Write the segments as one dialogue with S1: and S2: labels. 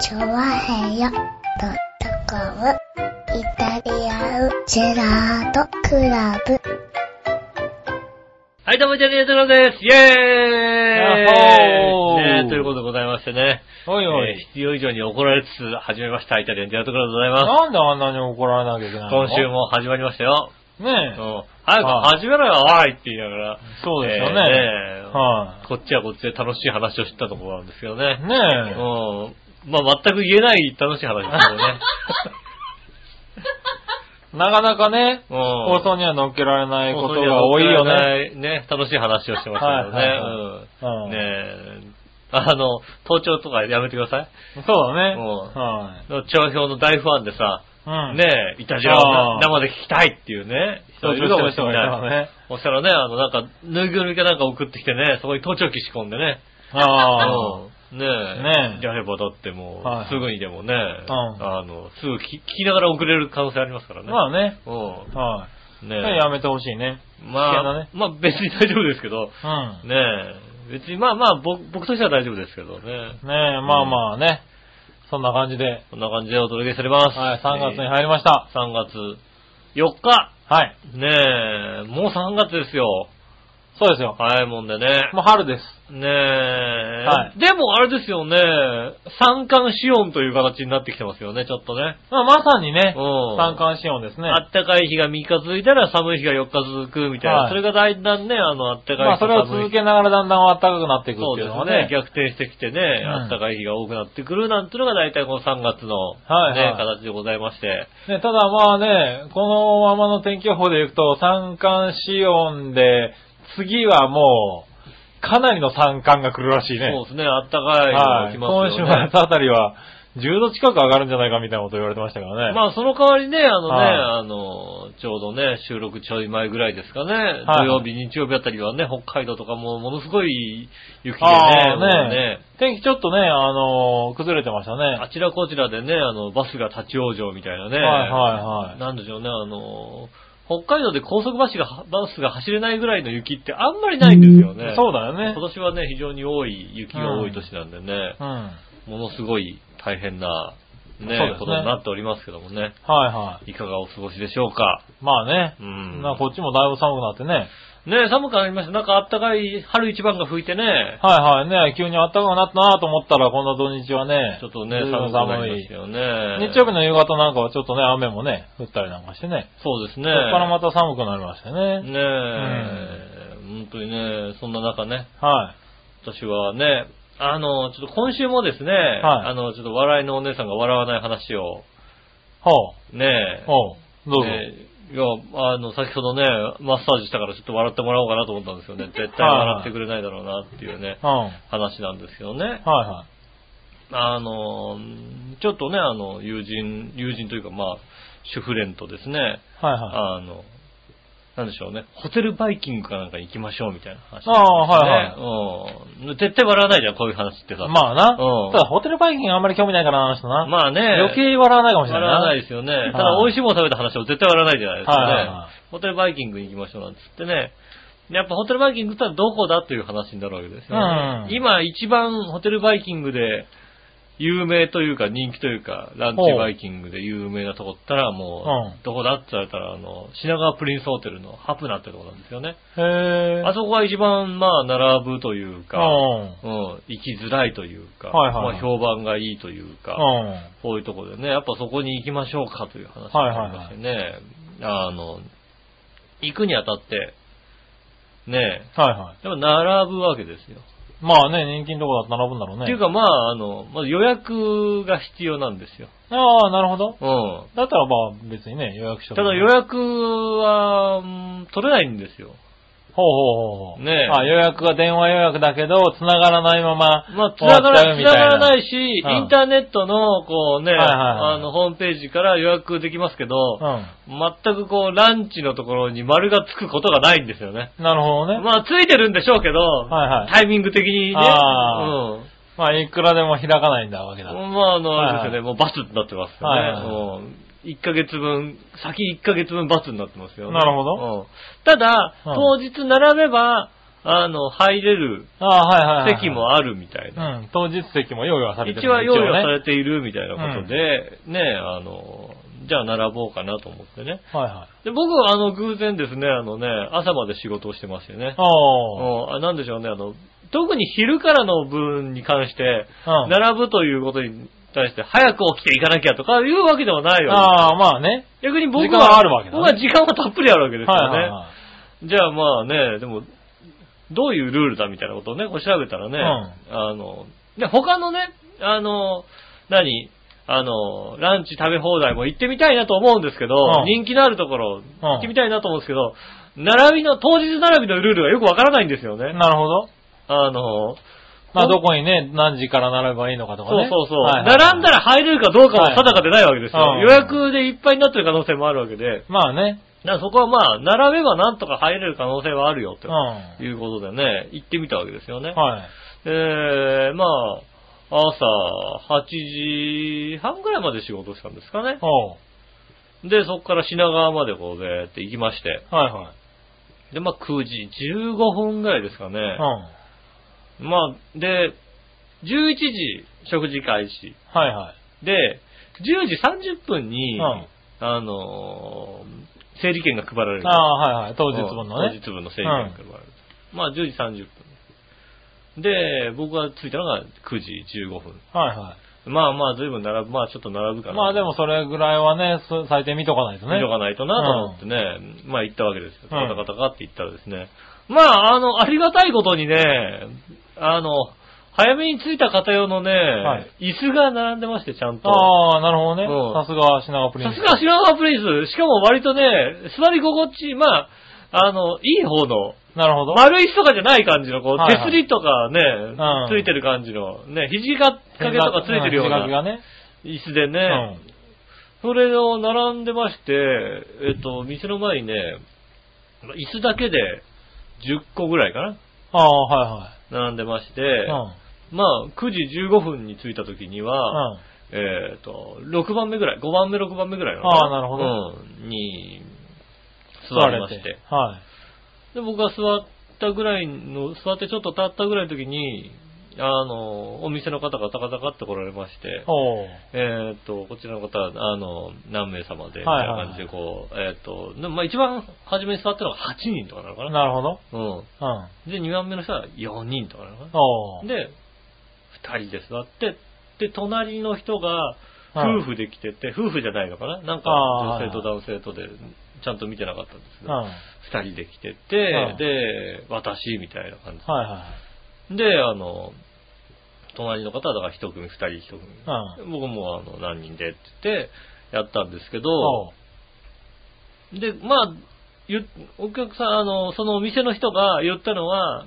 S1: チョワヘヨドットコムイタリアンジェラートクラブ。
S2: はい、どうも、ジャニーズロです。イェーイ
S3: やっほー
S2: ねということでございましてね。
S3: おいおい
S2: えー必要以上に怒られつつ始めました、イタリアンジェラートクラブでございま
S3: なんであんなに怒られなきゃいけないの
S2: す。今週。も始まりましたよ。う
S3: ねえ。
S2: ん早く始めろよ、おいって言いながら。
S3: そうですよね。
S2: えー
S3: は
S2: こっちはこっちで楽しい話を知ったところなんですけどね。
S3: い。
S2: う
S3: ね
S2: ん。まあ、全く言えない楽しい話ですけど ね。
S3: え。なかなかね、
S2: うん
S3: 放送には乗っけられないこ
S2: 放
S3: と
S2: 送には
S3: が多いよね。
S2: ね。ね、楽しい話をしてましたけどね。
S3: はいは
S2: うん
S3: うん
S2: ねえあの、盗聴とかやめてください。
S3: そうだね。
S2: うん
S3: はい。
S2: の長評の大ファンでさ、
S3: うん。
S2: ねえ、いたじらを
S3: あー
S2: 生で聞きたいっていうね、人いるかもしれない。
S3: ね。
S2: そしたらね、あの、なんか、ぬいぐるみかなんか送ってきてね、そこに盗聴器仕込んでね。
S3: ああ。
S2: うんねえ。
S3: ねえ
S2: やればだってもう、
S3: はい
S2: すぐにでもね、
S3: ん
S2: あの、すぐ聞き聞きながら送れる可能性ありますからね。
S3: まあね。
S2: う
S3: は
S2: ん。
S3: い。
S2: ねえ。
S3: やめてほしいね。危険
S2: ま
S3: だ
S2: あ
S3: ね、
S2: まあ別に大丈夫ですけど、
S3: うん。
S2: ねえ。別に、まあまあ、僕僕としては大丈夫ですけどね。
S3: ねえ、まあまあね。そんな感じで。
S2: こんな感じでお届けしております。
S3: はい、3月に
S2: え
S3: 入りました。
S2: ー3月4日
S3: はい。
S2: ねえ、もう3月ですよ。
S3: そうですよ。
S2: 早いもんでね。
S3: もう春です。
S2: ねえ、
S3: はい
S2: でもあれですよね、三寒四温という形になってきてますよね、ちょっとね。
S3: まあまさにね、
S2: うん
S3: 三寒四温ですね。
S2: あったかい日が3日続いたら寒い日が4日続くみたいな。
S3: はい
S2: それがだんだんね、あの、あったかい日
S3: まあそれを続けながらだんだん暖かくなっていくっ
S2: そう
S3: てい
S2: で
S3: う
S2: す
S3: のは
S2: ね
S3: ね。。
S2: 逆転してきてね、
S3: ん
S2: あったかい日が多くなってくるなんていうのが大体この3月の、ね
S3: はいはい
S2: 形でございまして。
S3: ね、ただまあね、このままの天気予報でいくと、三寒四温で、次はもう、かなりの三寒が来るらしいね。
S2: そうですね、あったかい日が
S3: は
S2: 来
S3: い。
S2: ます
S3: 今週
S2: よね。
S3: 末あたりは、10度近く上がるんじゃないかみたいなこと言われてましたからね。
S2: まあ、その代わりね、あのね、
S3: はい
S2: あの、ちょうどね、収録ちょい前ぐらいですかね、
S3: はい
S2: 土曜日、日曜日あたりはね、北海道とかもものすごい雪でね、
S3: あー
S2: もう
S3: ね天気ちょっとね、あのー崩れてましたね。
S2: あちらこちらでね、あの、バスが立ち往生みたいなね、
S3: はいはいはい。
S2: なんでしょうね、あの、北海道で高速バスが、バスが走れないぐらいの雪ってあんまりないんですよね。
S3: そうだよね。
S2: 今年はね、非常に多い、雪が多い年なんでね、
S3: うん。はい
S2: ものすごい大変な、ね、
S3: そうですね
S2: ことになっておりますけどもね、
S3: はい
S2: かがお過ごしでしょうか。
S3: い。まあね。
S2: うん
S3: なこっちもだいぶ寒くなってね。
S2: ね寒くなりました。なんかあったかい春一番が吹いてね、
S3: はいはいね。急に暖かくなったなと思ったら、こんな土日はね。
S2: ちょっとね、
S3: ずいぶ
S2: 寒
S3: ん
S2: くな
S3: 寒
S2: りま
S3: い
S2: した。よね。
S3: 日曜日の夕方なんかはちょっとね、雨もね、降ったりなんかしてね。
S2: そうですね。
S3: そこからまた寒くなりましたね。
S2: ねえ、本当にね、そんな中ね、
S3: はい。
S2: 私はね、あの、ちょっと今週もですね、
S3: はい
S2: あの、ちょっと笑いのお姉さんが笑わない話を、
S3: ほ
S2: ねえ
S3: う。、ほう。どうぞ。
S2: ねえいや、あの、先ほどね、マッサージしたからちょっと笑ってもらおうかなと思ったんですよね。絶対笑ってくれないだろうなっていうね、
S3: うん。はい
S2: 話なんですけどね。
S3: は
S2: あの、うんちょっとね、あの、友人、友人というか、まあ、主婦連とですね、
S3: い。はいはい。
S2: あの、なんでしょうね、ホテルバイキングかなんか行きましょうみたいな話、
S3: あ
S2: い。
S3: あ
S2: うん。絶対笑わないじゃん、こういう話ってさ。
S3: まあな。
S2: うん
S3: ただホテルバイキングあんまり興味ないからな、あの人な。
S2: まあね、
S3: 余計笑わないかもしれない。
S2: 笑わない
S3: い。
S2: ですよね。た
S3: は
S2: だ、
S3: い
S2: 美味しいもの食べた話は絶対笑わないじゃないですかね。
S3: はいはいはい
S2: ホテルバイキングに行きましょうなんつってね。やっぱホテルバイキングってのはどこだという話になるわけですよね。
S3: うん
S2: 今一番ホテルバイキングで有名というか人気というか、ランチバイキングで有名なとこったらもう、
S3: うん
S2: どこだって言われたら、あの、品川プリンスホテルのハプナってとこなんですよね。
S3: へえ。
S2: あそこが一番まあ並ぶというか、
S3: うん。
S2: うん、行きづらいというか、
S3: はいはいは
S2: ま
S3: い
S2: あ評判がいいというか、
S3: うん。
S2: こういうところでね、やっぱそこに行きましょうかという話になりましてね、あの、行くにあたって、ね
S3: はいはい。
S2: え、やっぱ並ぶわけですよ。
S3: まあね、人気のとこだと並ぶんだろうね。
S2: っていうかまあ、あの、まず予約が必要なんですよ。
S3: ああ、なるほど。
S2: うん。
S3: だったらまあ別にね、予約しと
S2: ただ予約は、うん取れないんですよ。
S3: ほうほうほうほう。
S2: ねえ
S3: あ、予約が電話予約だけど、繋がらないまま。
S2: まあ、つなが
S3: 終わ
S2: ら、つ
S3: っちゃう
S2: ない
S3: みたな
S2: がらないし、イ
S3: うん
S2: ンターネットの、こうね、
S3: はいはいはい
S2: あの、ホームページから予約できますけど、全くこう、ランチのところに丸がつくことがないんですよね。
S3: うん。なるほどね。
S2: まあ、ついてるんでしょうけど、
S3: いはい
S2: タイミング的にね。うん。
S3: あまあ、いくらでも開かないんだわけだ。
S2: まあ、あの、
S3: はいはい
S2: あれですよね、もうバツになってますよね。
S3: はいはいは
S2: うん1ヶ月分、先1ヶ月分バツになってますよね。
S3: なるほど
S2: うん。ただ、
S3: うん
S2: 当日並べば、あの、入れる
S3: ああ、はいはいはい。
S2: 席もあるみたいうな。
S3: ん、当日席も用意はされてる。
S2: 一応は用意はさ
S3: れ
S2: れているみたいなことで、ね、あの、じゃあ並ぼうかなと思ってね。
S3: はいはい。
S2: で、僕はあの、偶然ですね、あのね、朝まで仕事をしてましてね。
S3: おー。
S2: もうあなんでしょうね、あの、特に昼からの分に関して、
S3: うん
S2: 並ぶということに対して、早く起きていかなきゃとかいうわけではないよ。
S3: ああ、まあね。
S2: 逆に僕
S3: 時間は
S2: は、
S3: あるわけだね
S2: 僕は時間はたっぷりあるわけですよね。
S3: はいはいはい。
S2: じゃあまあね、でも、どういうルールだみたいなことをね、こう調べたらね、
S3: う
S2: あの、で、他のね、あの、何あの、ランチ食べ放題も行ってみたいなと思うんですけど、
S3: うん
S2: 人気のあるところ、行ってみたいなと思うんですけど、並びの、当日並びのルールがよくわからないんですよね。
S3: なるほど。
S2: あの、
S3: まあ、
S2: ほん
S3: どこにね、何時から並べばいいのかとか
S2: そう
S3: ね。
S2: そうそう、
S3: はいはい
S2: 並んだら入れるかどうかも定かでないわけですよ、
S3: はいはい
S2: 予約でいっぱいになってる可能性もあるわけで、
S3: まあね。
S2: だからそこはまあ、並べばなんとか入れる可能性はあるよって
S3: うん。は
S2: いうことでね、行ってみたわけですよね。
S3: い。
S2: えー、まあ、朝8時半ぐらいまで仕事したんですかね。
S3: おう。
S2: で、そこから品川までこうでって行きまして、
S3: はいはい。
S2: で、まあ9時15分ぐらいですかね。
S3: うん。は
S2: まあ、で、11時食事開始。
S3: いはい。
S2: で、10時30分に、
S3: うん
S2: あのー整理券が配られる。
S3: ああ、はいはい。当日分の
S2: うん
S3: ね。
S2: 当日分の整理券が配られる。まあ、10時30分。で、僕が着いたのが9時15分。
S3: はいは
S2: まあまあ、随分並ぶ、まあちょっと並ぶか
S3: い。
S2: ら。
S3: まあでもそれぐらいはね、そ最低見とかないとね。
S2: 見とかないとなと思ってね、まあ行ったわけですよ。
S3: うん
S2: カタカタカって行ったらですね、まあ、あの、ありがたいことにね、あの、早めに着いた方用のね、
S3: は
S2: 椅子が並んでまして、ちゃんと。
S3: ああ、なるほどね
S2: うん。
S3: さすが品川プリン
S2: さ
S3: ス。
S2: すが白川プリンス、しかも割とね、座り心地、まあ、あの、いい方の、
S3: なるほど。
S2: 丸い椅子とかじゃない感じの、こう、
S3: はい
S2: 手
S3: はい
S2: すりとかね、
S3: ん
S2: ついてる感じの、ね、肘掛けとかついてるよう
S3: うん
S2: な
S3: がね。
S2: 椅子でね、
S3: うん。
S2: それを並んでまして、えっと、店の前にね、椅子だけで10個ぐらいかな
S3: ああ、は
S2: 並んでまして、
S3: いはい。
S2: まあ、9時15分に着いた時には、
S3: うん。
S2: えっと、6番目ぐらい、5番目、6番目ぐらいのか
S3: ああなるほど
S2: うん、に、座りまして。
S3: 座れはい。
S2: で、僕が座ったぐらいの、座ってちょっと立ったぐらいの時に、あの、お店の方がタカタカって来られまして、
S3: おう。
S2: えーっと、こちらの方、あの、何名様で、みたい
S3: はい
S2: な
S3: はいはい
S2: 感じで、こう、えーっと、でもまあ一番初めに座ったのが8人とかなのかな。
S3: なるほど。
S2: う
S3: うん。
S2: ん。で、2番目の人は4人とかなのか
S3: おう
S2: な。。で、2人で座って、で、隣の人が、
S3: はい
S2: 夫婦で来てて、夫婦じゃないのかななんか、
S3: あ
S2: 女
S3: ー
S2: 性と男性とで、ちゃんと見てなかったんですけ
S3: う
S2: ど
S3: ん。、はい
S2: 2人で来て
S3: うん
S2: て、で、私、みたいな感
S3: は
S2: じ。で、あの、隣の方はだから1組、2人、1組。
S3: いはい。うん。
S2: 僕もあの何人でって言ってやったんですけ
S3: お
S2: ど、
S3: う。
S2: で、まあ、ゆお客さん、あの、そのお店の人が言ったのは、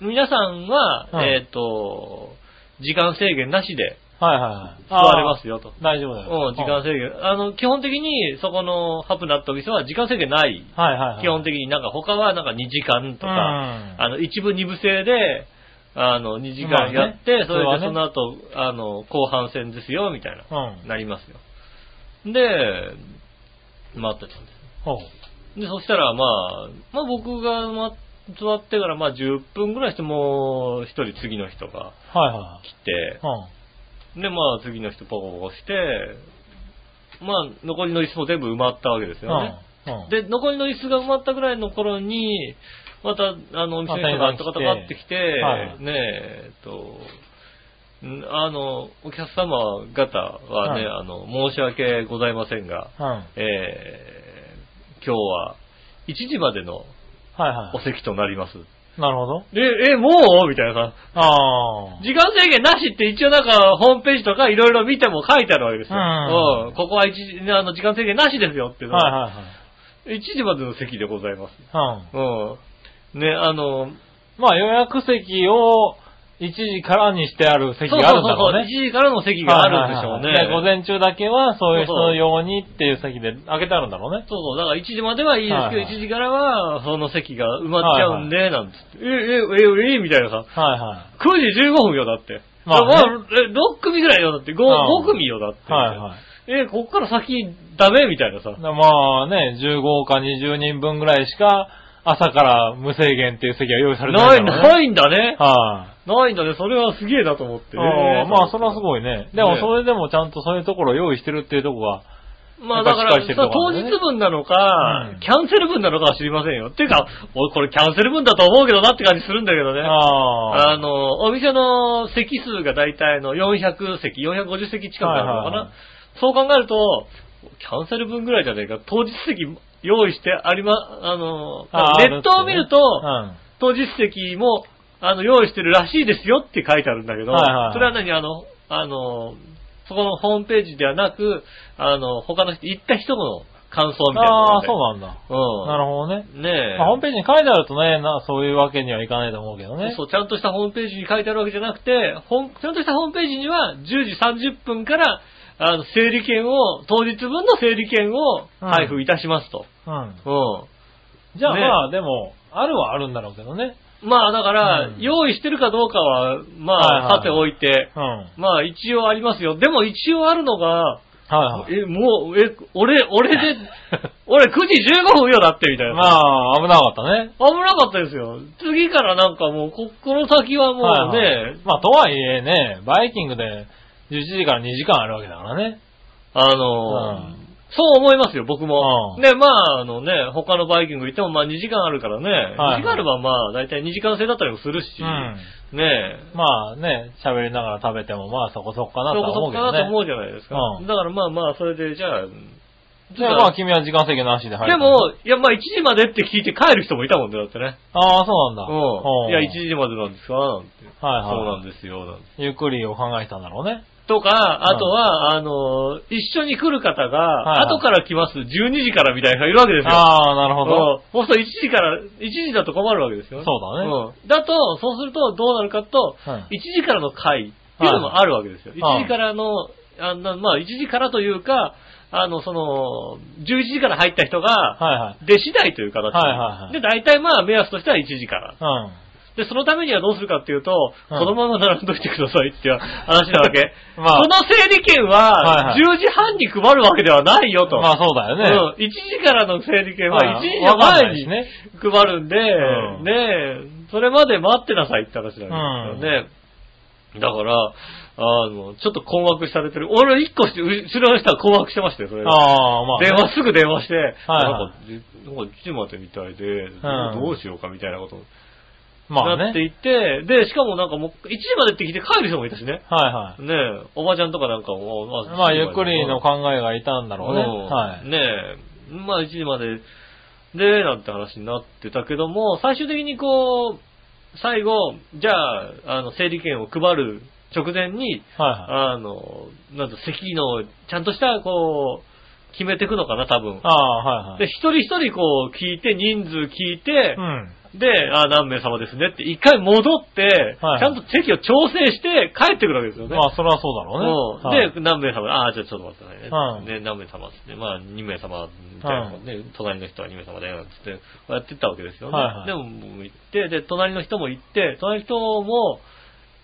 S2: 皆さんは、
S3: うん
S2: えっ、と、時間制限なしで
S3: はいはいはい。。
S2: 座れますすよと。
S3: 大丈夫
S2: う
S3: だ
S2: ん
S3: よ。、
S2: 時間制限。あの、基本的に、そこのハプナってお店は時間制限ない。
S3: はいはいはい。
S2: 基本
S3: に
S2: 的になんか他はなんか2時間とか、
S3: あ
S2: あの、一部二部制で、あの、2時間やって、
S3: まあね
S2: それで
S3: それはね
S2: その後、あの、後半戦ですよ、みたいな。
S3: うん。
S2: なりますよ。で、待ってたんで
S3: おう。
S2: す。で、そしたら、まあ、まあ僕がま座ってから、まあ10分ぐらいして、もう一人次の人が
S3: はいは
S2: 来て
S3: い、はい。
S2: で、まあ次の人ポコポコして、まあ残りの椅子も全部埋まったわけです
S3: うん。
S2: よね。
S3: うん。うん、
S2: で、残りの椅子が埋まったぐらいの頃に、また、あの、お店の人が
S3: また
S2: とかとかってきて
S3: は、い
S2: ねえ、えっと、んあの、お客様方はね、
S3: うん
S2: あの、申し訳ございませんが、
S3: はい
S2: えー今日は1時までの
S3: は
S2: お席となります。
S3: い。なるほど。
S2: え、え、もうみたいなさ、
S3: ああ。
S2: 時間制限なしって一応なんかホームページとかいろいろ見ても書いてあるわけですよ。
S3: うん
S2: ここは一時、あの、時間制限なしですよっていうの
S3: はい
S2: は、
S3: はい
S2: 1時までの席でございます。
S3: はい。うん。
S2: うん。ね、あの、
S3: まあ予約席を1時からにしてある席があるんだろうね。
S2: 1時からの席があるんでしょうね。
S3: はいはいはいで午前中だけはそういう人用にっていう席で開けてあるんだろうね。
S2: そうそう、だから1時まではいいですけど、
S3: はいはい
S2: 1時からはその席が埋まっちゃうんで、なんつって、え、え、え、え、みたいなさ、
S3: はいは
S2: 9時15分よ、だって。
S3: まあね
S2: だからまあえ6組ぐらいよ、だって5、
S3: うん
S2: 5組よ、だって。
S3: い。はいはい。
S2: え、こっから先ダメみたいなさ
S3: だ。からまあね、15か20人分ぐらいしか朝から無制限っていう席は用意されて
S2: な
S3: ない
S2: い、
S3: んだろう
S2: ないんだね。
S3: ね。はい、
S2: ないんだね。それはすげえなと思ってね
S3: あーまあ、それはすごいね。でも、
S2: ね
S3: それでもちゃんとそういうところを用意してるっていうところが、
S2: まあだから、
S3: やっぱしっかりしてる
S2: さ
S3: とこ
S2: 当
S3: ろだ
S2: 日
S3: ね
S2: 分なのか、
S3: うん
S2: キャンセル分なのかは知りませんよ。っていうか、俺これキャンセル分だと思うけどなって感じするんだけどね。
S3: あ
S2: あの、お店の席数が大体の400席、450席近くあるのかな、
S3: はいはいはい
S2: そう考えると、キャンセル分ぐらいじゃねえか、当日席用意してありま、あの、
S3: あー
S2: ネットを見ると、
S3: あ、
S2: 当日席も、あの、用意してるらしいですよって書いてあるんだけど、
S3: はいはいはい
S2: それは何あの、あの、そこのホームページではなく、あの、他の人、行った人の感想
S3: う
S2: み
S3: ん。
S2: たいな
S3: あ
S2: の
S3: あ、
S2: で。
S3: そうなんだ。
S2: うん。
S3: なるほどね。
S2: ねえ。
S3: まあホームページに書いてあるとね、なそういうわけにはいかないと思うけどね。
S2: そう、ちゃんとしたホームページに書いてあるわけじゃなくて、ほんちゃんとしたホームページには、10時30分から、あの、整理券を、当日分の整理券を配布いたしますと。
S3: うん。
S2: うん。
S3: じゃあ
S2: ね
S3: まあ、でも、あるはあるんだろうけどね。
S2: まあ、だから、
S3: うん
S2: 用意してるかどうかは、ま
S3: はいはい
S2: あ、さておいて、
S3: うん。はい
S2: まあ、一応ありますよ。でも、一応あるのが、
S3: はい。
S2: え、もう、え、俺、俺で、 俺9時15分よだって、みたいな。
S3: まあ、危なかったね。
S2: 危なかったですよ。次からなんかもう、こ、この先はもうね、
S3: はいはいまあ、とはいえね、バイキングで11時から2時間あるわけだからね。
S2: あ
S3: う
S2: のー
S3: ん
S2: そう思いますよ、僕も。
S3: うん
S2: で、まあ、あのね、他のバイキング行っても、まあ2時間あるからね、2
S3: はい
S2: 時間あればまあ、だいたい2時間制だったりもするし、
S3: うん。
S2: ねえ、
S3: まあね、喋りながら食べても、まあそこそこかな
S2: そ
S3: と
S2: うか
S3: は思
S2: そうう
S3: け
S2: か
S3: ど
S2: な
S3: ね。
S2: と思うじゃないですか。
S3: うん
S2: だからまあまあ、それで、じゃあ、
S3: じゃあまあ君は時間制限なしで入る。
S2: でも、、いや、まあ1時までって聞いて帰る人もいたもんね、だってね。
S3: ああ、そうなんだ。
S2: うん。いや、1
S3: 時。
S2: 時までなんですかなんて。
S3: はい
S2: そうな
S3: は
S2: ん
S3: い。
S2: ですよ、なんて。
S3: ゆっくりを考えたんだろうね。
S2: とか、あとは、あの、一緒に来る方が、
S3: いはい
S2: 後から来ます、12時からみたいな人がいるわけですよ。
S3: ああ、なるほど。
S2: うん。そうすると1時から、1時だと困るわけですよね。
S3: そうだね
S2: うん。だと、そうするとどうなるかと、
S3: はい
S2: 1時からの会っていうのもあるわけですよ。
S3: は
S2: 1
S3: い
S2: 時からの、あなまあ1時からというか、あの、その、11時から入った人が、
S3: はいはい。
S2: 出次第という形で、
S3: はいはいはい
S2: で、大体まあ目安としては1時から。
S3: うん。
S2: で、そのためにはどうするかっていうと、
S3: うん
S2: このまま並んどいてくださいっていう話なわけ。
S3: ま
S2: こ
S3: あ
S2: の整理券
S3: は
S2: は、
S3: い
S2: 10時半に配るわけではないよと。
S3: まあそうだよね。
S2: うん、1時からの整理券は1
S3: はい
S2: 時の前に
S3: わかんないし
S2: 配るんで、
S3: うん
S2: ねえ、それまで待ってなさいって話なんですよね。だから、あの、ちょっと困惑されてる。俺一個して、う後ろの人は困惑してましたよ、それで。
S3: ああ、まあね。
S2: 電話、すぐ電話して、
S3: は
S2: なんか、なんか1時までみたいで、
S3: ん
S2: どうしようかみたいなことに
S3: まあ
S2: なって
S3: ね。
S2: いって、で、しかもなんかもう、1時までって聞いて帰る人もいたしね。
S3: はいはい。
S2: ねえ、おばちゃんとかなんかも、
S3: まあゆっくりの考えがいたんだろうね。
S2: うん
S3: はい。
S2: ねえ、まあ1時まで、で、なんて話になってたけども、最終的にこう、最後、じゃあ、あの、整理券を配る直前に、
S3: はいはい。
S2: あの、なんと席の、ちゃんとした、こう、決めていくのかな、多分。
S3: ああ、はいは
S2: で、
S3: い。
S2: 一人一人こう聞いて、人数聞いて
S3: う、ん。
S2: で、あ何名様ですねって、一回戻って、
S3: はい
S2: ちゃんと席を調整して帰ってくるわけですよね。
S3: まあそれはそうだろうね。はい
S2: うんで、何名様、ああ、じゃあちょっと待ってくださいね。
S3: うん
S2: で、何名様っつって、まあ、2名様みたいなもんで、隣の人は2名様だよ、つって、やってったわけですよね。
S3: はいはい
S2: でも、もう行って、で、隣の人も行って、隣の人も、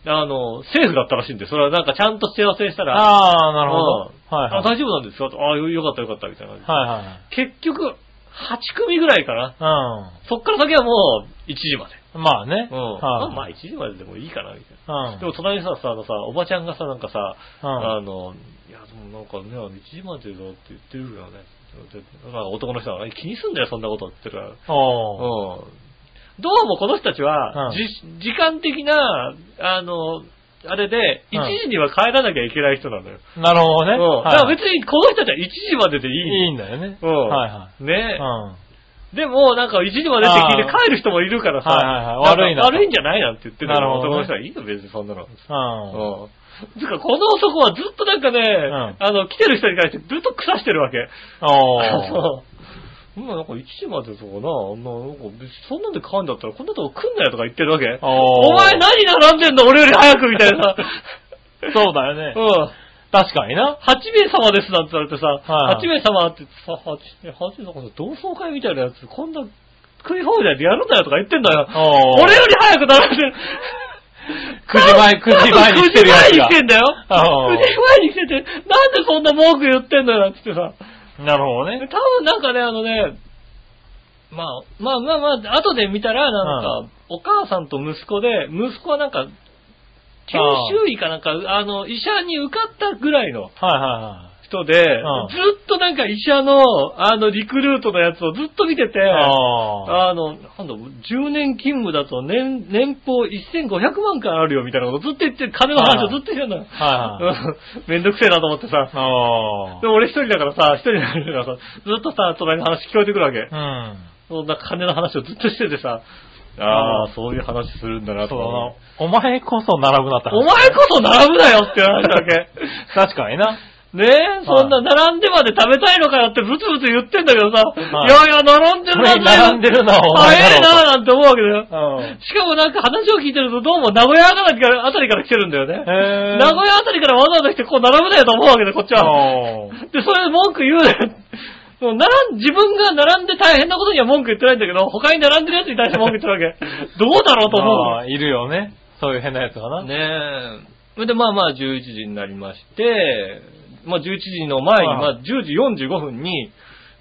S2: あの、セーフだったらしいんで、それはなんかちゃんと幸せしたら、あ
S3: ああ、なるほど。はい
S2: あ、
S3: はい。
S2: 大丈夫なんですかと、ああ、よよかったよかった、みたいな感じで。
S3: はいはいはい。
S2: 結局、8組ぐらいかな。
S3: う
S2: そっから先はもう、1時まで。
S3: ん。まあね。
S2: うん。まあ、まあ、
S3: はい。
S2: 1時まででもいいかな、みたいな。
S3: うん
S2: でも隣にさ、さ、あのさ、おばちゃんがさ、なんかさ、
S3: うん
S2: あの、いや、でもなんかね、あの1時までだって言ってるよね。でまあ男の人は、気にすんだよ、そんなことって言ってるから。
S3: おー
S2: うん。どうもこの人たちは、
S3: うん
S2: じ時間的な、あの、あれで、
S3: うん
S2: 1時には帰らなきゃいけない人なのよ。
S3: なるほどね。
S2: うん。だ
S3: は
S2: から
S3: い
S2: 別にこの人たちは1時まででいい。
S3: いいんだよね。
S2: うん。
S3: はいは
S2: ね
S3: い。うん。
S2: でも、なんか1時までって聞いて
S3: あー
S2: 帰る人もいるからさ、
S3: はいはいは
S2: んか
S3: い悪いなと
S2: 悪いんじゃないなんて言ってる
S3: なるほど
S2: 男
S3: ね
S2: の人はいいの別にそんなの。
S3: うん。
S2: うん。つうか、この男はずっとなんかね、
S3: ん
S2: あの、来てる人に対してずっと腐してるわけ。
S3: お
S2: あ
S3: ー
S2: そう。うん、なんか1時までとかな、あんな、なんか別にそんなんで買うんだったらこんなとこ来んなよとか言ってるわけ。
S3: おー
S2: お前何並んでんの俺より早くみたい な。
S3: そうだよ
S2: う
S3: ね。
S2: ん。
S3: 確かにな。
S2: 8名様ですなんて言われてさ、
S3: はい
S2: 8名様ってさ、8、8なんかさ同窓会みたいなやつ、こんな食い放題でやるんだよとか言ってんだよ。
S3: おー
S2: 俺より早く並んでる。
S3: 9時前9時前に来てるやつ
S2: 9時前に来
S3: が
S2: てんだよ。
S3: お
S2: 9
S3: ー
S2: 時前に来てて、なんでそんな文句言ってんだよ、つってさ。
S3: なるほどね。
S2: 多分なんかね、あのね、まあ、まあまあまあ、後で見たら、なんか、お母さんと息子で、息子はなんか、研修医かなんか、あの、医者に受かったぐらいの
S3: はいは
S2: 人で、ず
S3: ん
S2: っとなんか医者の、あの、リクルートのやつをずっと見てて、
S3: いはい。ああ。
S2: あの、なんだ、10年勤務だと年、年俸1500万からあるよみたいなことずっと言って、金の話をずっと言ってるんだ。
S3: はいはい。
S2: うんめんどくせえなと思ってさ。
S3: あ
S2: でも俺一人だからさ、一人だからさ、ずっとさ、隣の話聞こえてくるわけ。
S3: あ。うん。
S2: そんな金の話をずっとしててさ、あ
S3: あー
S2: あ、そういう話するんだなと
S3: そう
S2: 思
S3: だ
S2: う
S3: な。お前こそ並ぶなった
S2: お前こそ並ぶなよって話だけ。
S3: 確かにな。
S2: ねえ、そんな並んでまで食べたいのかよってブツブツ言ってんだけどさ、いやいや、並んでるな、
S3: それ並んでるなお前だろ
S2: 早いな、なんて思うわけだよ。
S3: うん。
S2: しかもなんか話を聞いてるとどうも名古屋あたりからあたりから来てるんだよね。
S3: へー
S2: 名古屋あたりからわざわざ来てこう並ぶなよと思うわけで、こっちは。
S3: おー
S2: で、それで文句言うなよ。もう並ん、自分が並んで大変なことには文句言ってないんだけど、他に並んでるやつに対して文句言ってるわけ。どうだろうと
S3: ま
S2: 思
S3: あいるよね。そういう変なやつがな。
S2: う。ねえ。それでまあまあ11時になりまして、まあ11時の前に、
S3: はい
S2: まあ10時45分に、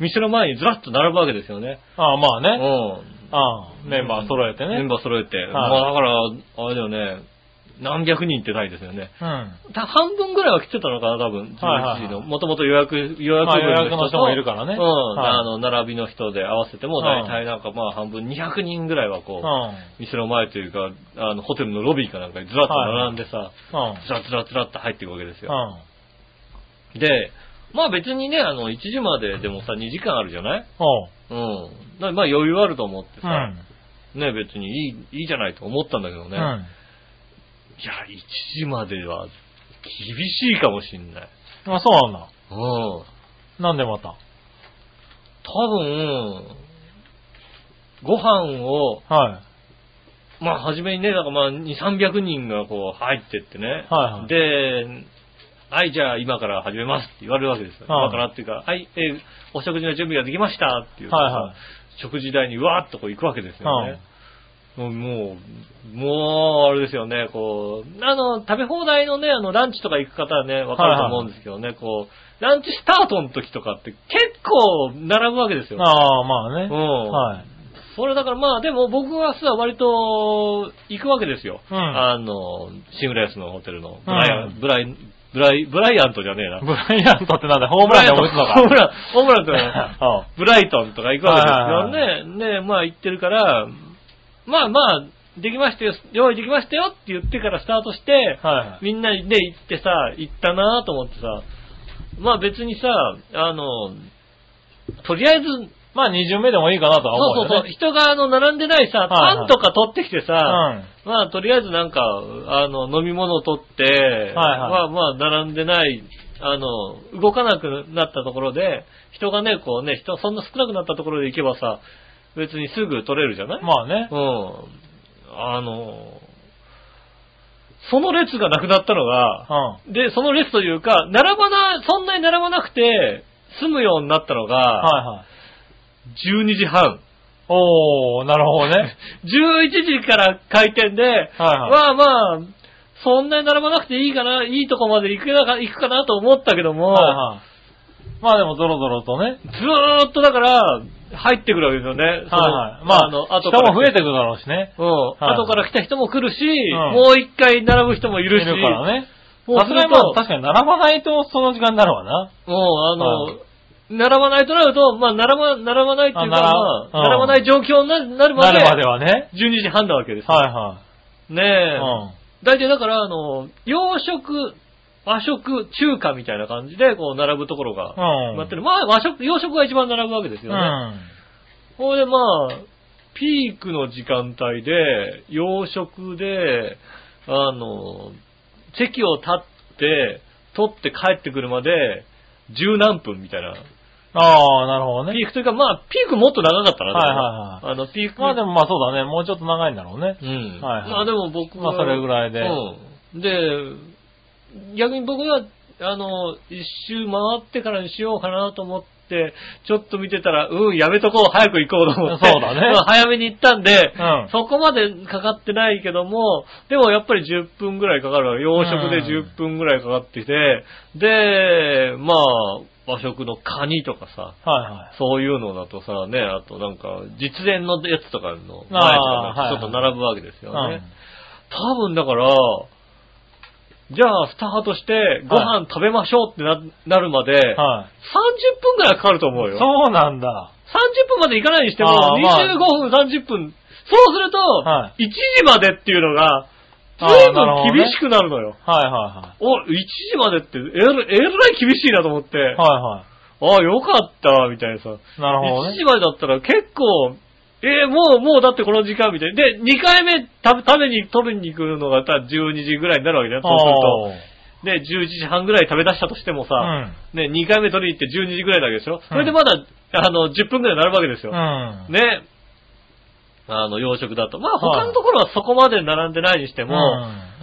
S2: 店の前にずらっと並ぶわけですよね。
S3: ああ、まあ
S2: う
S3: ね。
S2: ん。
S3: ああ、メンバー揃えてね。
S2: メンバー揃えて。まあだから、あれだよね、何百人ってないですよね。
S3: うん。
S2: た半分ぐらいは来てたのかな、多分。
S3: はいはいはい
S2: 11時の。もともと予約、予約分
S3: まあ
S2: の
S3: 予
S2: 人
S3: 約
S2: と
S3: の人もいるからね
S2: うん。
S3: はい
S2: あの、並びの人で合わせても、
S3: はい
S2: 大体なんかまあ半分200人ぐらいはこ
S3: う
S2: う、
S3: ん。うん。
S2: 店の前というか、あの、ホテルのロビーかなんかにずらっと並んでさ、ずらずらずらって入っていくわけです
S3: う
S2: よ。
S3: ん。
S2: で、まあ別にね、あの、1時まででもさ、2時間あるじゃない
S3: おう。
S2: うん。だからまあ余裕あると思って
S3: う
S2: さ、
S3: ん。
S2: ね、別にいい、いいじゃないと思ったんだけどね。
S3: う
S2: いや、
S3: ん。
S2: 1時までは厳しいかもしんない。
S3: あ、そうなんだ。
S2: うん。
S3: なんでまた。
S2: 多分、ご飯を、
S3: はい。
S2: まあ、初めにね、だからまあ、2、300人がこう、入ってってね。
S3: はいはい
S2: で、はい、じゃあ今から始めますって言われるわけですよ。
S3: はい
S2: 今からっていうか、はい、えーお食事の準備ができましたっていう。
S3: はいはい
S2: 食事台にわーっとこう行くわけですよ
S3: は
S2: ね。もう、もう、もうあれですよね、こう、あの、食べ放題のね、あの、ランチとか行く方はね、わかると思うんですけどね、こう、ランチスタートの時とかって結構並ぶわけですよ。
S3: ああ、まあね。
S2: うん
S3: はい。
S2: それだからまあでも僕はさ、割と行くわけですよ。
S3: うん
S2: あの、シングレスのホテルのブライアン、
S3: うん
S2: ブライ、ブライ、ブライアントじゃねえな。
S3: ブライアントってなんだホームランでも打つのか。
S2: ホームラン、ホームラン とか、
S3: ン。うん。
S2: ブライトンとか行くわけですよね。ね、まあ行ってるから、まあまあ、できましたよ、用意できましたよって言ってからスタートして、
S3: はいはい。
S2: みんなで行ってさ、行ったなぁと思ってさ、まあ別にさ、あの、とりあえず
S3: まあ二巡目でもいいかなとは思
S2: そうう
S3: よ
S2: そうそう。
S3: ね。
S2: 人があの、並んでないさ、
S3: いはい
S2: パンとか取ってきてさ、
S3: うん
S2: まあ、とりあえずなんか、あの、飲み物を取って、まあまあ、並んでない、あの、動かなくなったところで、人がね、こうね、人、そんな少なくなったところで行けばさ、別にすぐ取れるじゃない、
S3: まあね。
S2: うん。あの、その列がなくなったのが、
S3: うん。
S2: で、その列というか、並ばな、そんなに並ばなくて、済むようになったのが、
S3: はいはい。
S2: 12時半。
S3: おー、なるほどね。
S2: 11時から開店で、
S3: はい
S2: まあまあ、そんなに並ばなくていいかな、いいとこまで行くなか行くかなと思ったけども、
S3: はいはい。まあでもゾロゾロとね。
S2: ずーっとだから、入ってくるわけですよね。
S3: はいはい。まあ、人
S2: から
S3: も増えてくだろうしね。
S2: うん、
S3: い
S2: 後から来た人も来るし、
S3: ん
S2: もう一回並ぶ人もい
S3: い
S2: るし、
S3: からね。
S2: もう
S3: さ
S2: す
S3: す
S2: ると
S3: がにまあ確かに並ばないとその時間になるわな。
S2: もうあの、
S3: はい
S2: 並ばないとなると、まあ、並ば、並ばないっていうか、
S3: あ並
S2: まあ
S3: うん
S2: 並ばない状況にななるま
S3: な
S2: で、
S3: るまではね。
S2: 12時半なわけですよ。
S3: はいは
S2: ね
S3: い。
S2: え。
S3: うん。
S2: 大体だから、あの、洋食、和食、中華みたいな感じで、こう、並ぶところが、
S3: うん
S2: なってる。まあ、和食、洋食が一番並ぶわけです
S3: う
S2: よね。
S3: ん。
S2: ほ、れでまあ、ピークの時間帯で、洋食で、あの、席を立って、取って帰ってくるまで、十何分みたいな。
S3: ああ、なるほど
S2: ピ
S3: ね。
S2: ークというか、まあ、ピークもっと長かったな、
S3: はい
S2: でもあの、ピーク。
S3: まあでもまあそうだね。もうちょっと長いんだろうね。
S2: うん。
S3: はいはい
S2: まあでも僕は。
S3: まあそれぐらいで
S2: うん。で、逆に僕は、あの、一周回ってからにしようかなと思って、ちょっと見てたら、うん、やめとこう、早く行こうと思って。
S3: そうだね
S2: まあ 早めに行ったんで、
S3: うん
S2: そこまでかかってないけども、でもやっぱり10分ぐらいかかるわ。洋食で
S3: うん
S2: 10分ぐらいかかってきて、で、まあ、和食のカニとかさ、
S3: はいはい。
S2: そういうのだとさ、ね、あとなんか、実演のやつとかの前とか
S3: あー
S2: なんか
S3: はい
S2: ちょっと並ぶわけですよね。
S3: うん
S2: 多分だから、じゃあ、スタートして、ご飯食べましょうってな,、なるまで、
S3: はい。
S2: 30分くらいかかると思うよ。
S3: そうなんだ。
S2: 30分まで行かないにしても、
S3: あーまあ
S2: 25分、30分。そうすると、
S3: は
S2: 1時までっていうのが、
S3: あー
S2: 随
S3: なるほ
S2: 分
S3: どね
S2: 厳しくなるのよ。
S3: はいは
S2: お、1時までって、えらえらい厳しいなと思って、
S3: いはい。は
S2: ああ、よかった、みたいなさ。
S3: いはい。なるほど
S2: 1
S3: ね
S2: 時。までだったら結構、えーもう、もうだってこの時間みたいな。で、2回目食べ食べに、取りに行くのがた12時ぐらいになるわけだよ。そう
S3: あー
S2: すると。で、11時半ぐらい食べ出したとしてもさ、
S3: うん
S2: ね、2回目取りに行って12時ぐらいなわけでしょ、それでまだ、あの、10分ぐらいになるわけですよ。
S3: うん。
S2: ね、あの、洋食だと。まあ、
S3: は
S2: 他
S3: い
S2: のところはそこまで並んでないにして
S3: うん
S2: も、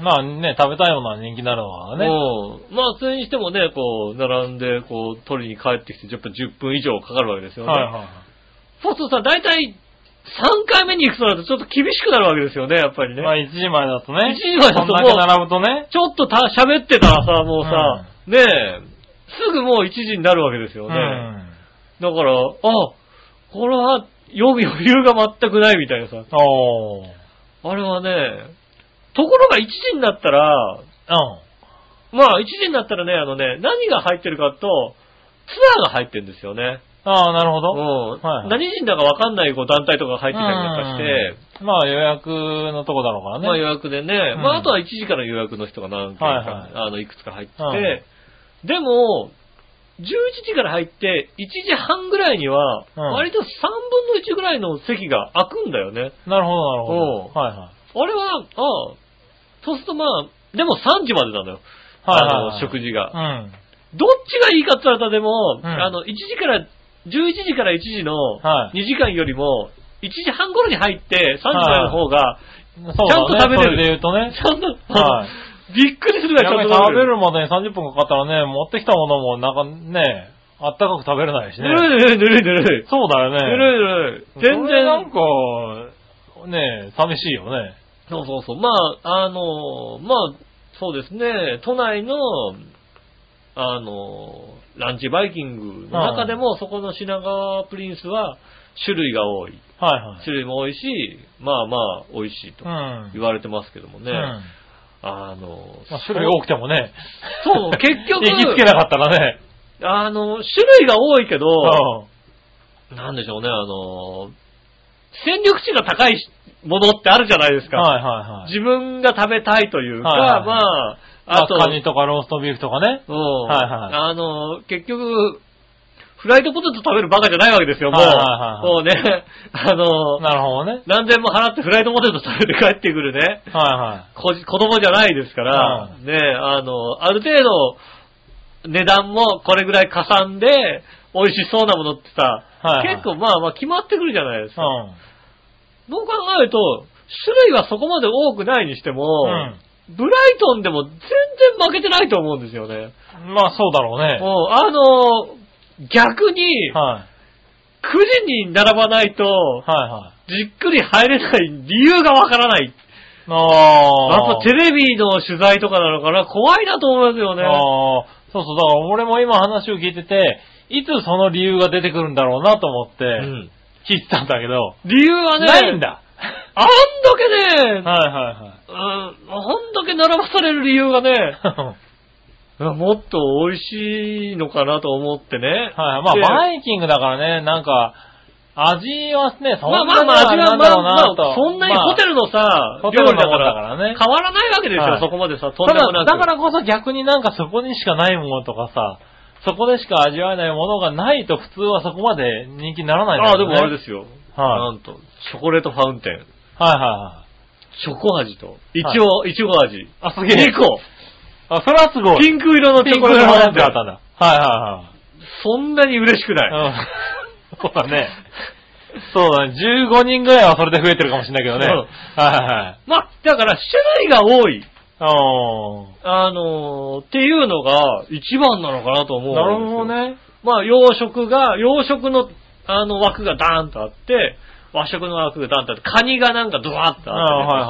S3: まあね、食べたいものは人気になるのはね。
S2: うんまあ、それにしてもね、こう、並んで、こう、取りに帰ってきて、10分、10分以上かかるわけですよね。
S3: はいはい。
S2: そうするとさ、大体、3回目に行くとなるとちょっと厳しくなるわけですよね、やっぱりね。
S3: まあ1時前だとね。
S2: 1時前だと
S3: こんだけ並ぶとね。
S2: ちょっとた喋ってたらさ、もうさ、ねえ、すぐもう1時になるわけですよね。
S3: うん。
S2: だから、あ、これは、予備余裕が全くないみたいなさ。
S3: おー。
S2: あれはね、ところが1時になったら、
S3: うん。
S2: まあ1時になったらね、あのね、何が入ってるかと、ツアーが入ってるんですよね。
S3: ああ、なるほ
S2: う
S3: ど。
S2: ん。
S3: はい
S2: 何人だかわかんないこう団体とかが入ってたりなんかして、
S3: うんまあ予約のとこだろうからね。
S2: まあ予約でね、
S3: うん
S2: まああとは1時から予約の人が何件か、
S3: はいはい
S2: あの、いくつか入ってて、
S3: うん
S2: でも、11時から入って、1時半ぐらいには、
S3: うん
S2: 割と3分の1ぐらいの席が空くんだよね。
S3: なるほど、なるほ
S2: おう
S3: ど。はいはい。
S2: あれは、ああ、そうするとまあ、でも3時までなのよ。
S3: はいはい
S2: あの、食事が。
S3: うん。
S2: どっちがいいかって言われたらでも、
S3: うん
S2: あの、1時から、11時から1時の
S3: はい
S2: 2時間よりも、1時半頃に入って3時までの方が、
S3: そう
S2: ちゃんと
S3: だ
S2: 食べれる
S3: ね。それで言うとね。
S2: ちゃんと、
S3: はい
S2: びっくりするぐ
S3: や
S2: らいち
S3: っぱ
S2: ゃんと
S3: り食べるまでに30分かかったらね、持ってきたものもなんかね、あったかく食べれないし
S2: ぬる
S3: ね。
S2: いぬるいぬるいぬるい。
S3: そうだよ
S2: ぬ
S3: ね。
S2: るいぬるい。
S3: そ
S2: 全
S3: れなん
S2: 然。
S3: か、ね、寂しいよね。
S2: そうそうそう。まあ、あの、まあ、そうですね、都内の、あの、ランチバイキングの中でも、そこの品川プリンスは種類が多い。
S3: はいはい。
S2: 種類も多いし、まあまあ、美味しいと
S3: うん。
S2: 言われてますけどもね。
S3: うん
S2: あの、
S3: まあ種類多くてもね。
S2: そう、結局、
S3: 行きつけなかったらね。
S2: あの、種類が多いけど、
S3: うん
S2: なんでしょうね、あの、戦力値が高いものってあるじゃないですか。
S3: はいはいはい。
S2: 自分が食べたいというか、
S3: はいはい
S2: まあ、
S3: あ
S2: あと、
S3: と、カニとかローストビーフとかね。
S2: うん
S3: はいはい
S2: あの、結局、フライドポテト食べるバカじゃないわけですよ、もう。
S3: はいはい
S2: もうね、あの、
S3: なるほどね。
S2: 何千も払ってフライドポテト食べて帰ってくるね、
S3: は
S2: 子子供じゃないですから、
S3: う
S2: ね、あの、ある程度、値段もこれぐらい加算で、美味しそうなものってさ、
S3: はいはい
S2: 結構まあまあ決まってくるじゃないです
S3: い
S2: か。
S3: はい。
S2: そう考えると、種類はそこまで多くないにしても、
S3: うん
S2: ブライトンでも全然負けてないと思うんですよね。
S3: うん。まあそうだろう
S2: う
S3: ね。
S2: んあの、逆に、9
S3: はい。
S2: 時に並ばないと、
S3: はいはい。
S2: じっくり入れない理由がわからない。や
S3: ああ。
S2: っぱテレビの取材とかなのかな、怖いなと思いますよね。
S3: ああ。そうそう、だから俺も今話を聞いてて、いつその理由が出てくるんだろうなと思って、
S2: うん
S3: 聞いてたんだけど、
S2: 理由はね、
S3: ないんだ。
S2: あんだけね、
S3: はいは
S2: うん、あんだけ並ばされる理由がね、
S3: いはい。
S2: もっと美味しいのかなと思ってね。
S3: はい。まあ、
S2: で
S3: バイキングだからね、なんか、味はね、そん
S2: まあ
S3: なに
S2: まあまあ、味は
S3: なん
S2: ま
S3: だ
S2: あ
S3: ろうな
S2: まあ、
S3: と。
S2: そんなに
S3: まあ
S2: ホテルのさ、
S3: ホテ
S2: 料
S3: ル
S2: 理
S3: の
S2: だか
S3: も
S2: ら
S3: んだからね
S2: 変わらないわけです
S3: は
S2: よ、
S3: い
S2: そこまでさ、とん
S3: た
S2: でもな
S3: だ、
S2: く。
S3: だからこそ逆になんかそこにしかないものとかさ、そこでしか味わえないものがないと普通はそこまで人気にならないんだ
S2: ああ、
S3: よ
S2: で
S3: ね。
S2: もあれですよ。
S3: は
S2: なんと、チョコレートファウンテン、
S3: はいはいはい。
S2: チョコ味と、いちご、いちご味。
S3: あ、す
S2: 2個、
S3: あ、それはすごい。
S2: ピンク色のチ
S3: ピ
S2: ョ
S3: ン
S2: コ
S3: ク
S2: レートファ
S3: のや
S2: ウ
S3: つ
S2: ンテン
S3: だったんだ。はいは
S2: そんなに嬉しく
S3: い
S2: ない。
S3: はい。うん。そうだね。そうだね。15人ぐらいはそれで増えてるかもしれないけどね。
S2: そ
S3: は
S2: う
S3: いはい
S2: まあ、だから種類が多い、
S3: はい。
S2: あのー、っていうのが一番なのかなと思
S3: う。
S2: うんん
S3: な
S2: ですよ。
S3: るほどね。
S2: まあ、洋食が、洋食の、あの、枠がダーンとあって、和食の枠がダーンとあって、カニがなんかドワーッとあって
S3: あー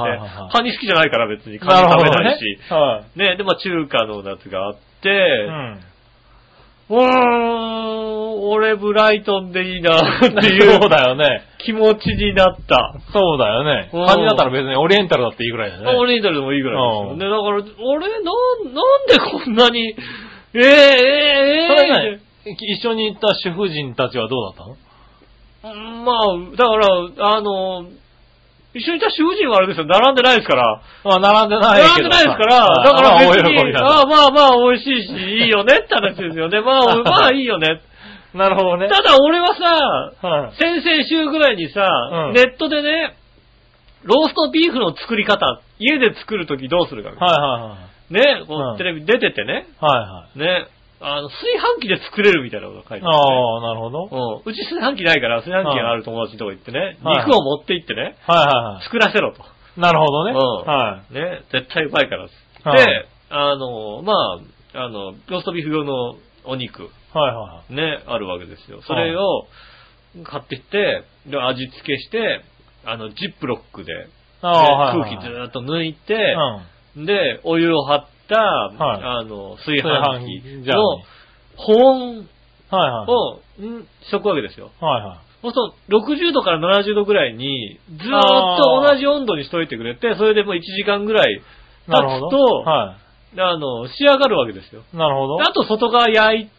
S3: はいはいはいは
S2: ね
S3: い
S2: カニ好きじゃないから別に、カニ
S3: なる
S2: 食
S3: ほ
S2: べ
S3: ど
S2: な
S3: ね
S2: いし。。
S3: はい。
S2: ねで、まあ中華のやつがあって、
S3: うん。
S2: うーん、俺ブライトンでいいなってい
S3: そう
S2: う
S3: だよね。
S2: 気持ちになった。
S3: そうだよね。
S2: うん
S3: 感じだったら別にオリエンタルだっていいぐらいだよね。
S2: オリエンタルでもいいぐらいですよね。だ
S3: う
S2: から、俺、なん、なんでこんなに、えー、え
S3: そ
S2: ー、え
S3: れね、一緒に行った主婦人たちはどうだった
S2: ー
S3: の
S2: うんまあ、だから、あの、一緒にいた主婦人はあれですよ、並んでないですから。
S3: まあ、並んでない
S2: 並んでないですから、だから別に、ああまあまあ美味しいし、いいよねって話ですよね。まあ、まあいいよね。
S3: なるほどね。
S2: ただ俺はさ、
S3: はい
S2: 先々週ぐらいにさ、
S3: ん
S2: ネットでね、ローストビーフの作り方、家で作るときどうするか。
S3: は
S2: ね、こう
S3: うん
S2: テレビ出ててね、
S3: いはいはい。はいはい。
S2: ね、あの、炊飯器で作れるみたいなことが書いてある、ね。
S3: ああ、なるほど。はい
S2: うんうち炊飯器ないから、炊飯器がある友達のとこ行ってね、
S3: はい
S2: 肉を持って行ってね、
S3: はいは
S2: 作らせろと。
S3: い。なるほどね。
S2: うん
S3: は
S2: ね、絶対うまいからっつって、
S3: はい
S2: で、あの、まあ、あの、ローストビーフ用のお肉、
S3: い。はいは
S2: ね、あるわけですよ。それを買ってきて、で味付けして、あの、ジップロックで、ね
S3: い。ああ、はいは
S2: 空
S3: い。
S2: 気ず
S3: う
S2: ーっと抜いて、
S3: ん。
S2: で、お湯を張った、
S3: はい
S2: あの、炊
S3: 炊
S2: 飯
S3: 飯
S2: 器
S3: 器じゃ
S2: の
S3: あ
S2: 保温
S3: はいはい。
S2: を、ん、しとくわけですよ。
S3: はいはい。
S2: そうすると、60度から70度ぐらいに、ずーっと同じ温度にしといてくれて、それでもう1時間ぐらい経
S3: なるほ
S2: つと
S3: ど。、は
S2: あの、仕上がるわけですよ。
S3: い。なるほど。
S2: で
S3: はい
S2: あと外側焼いて、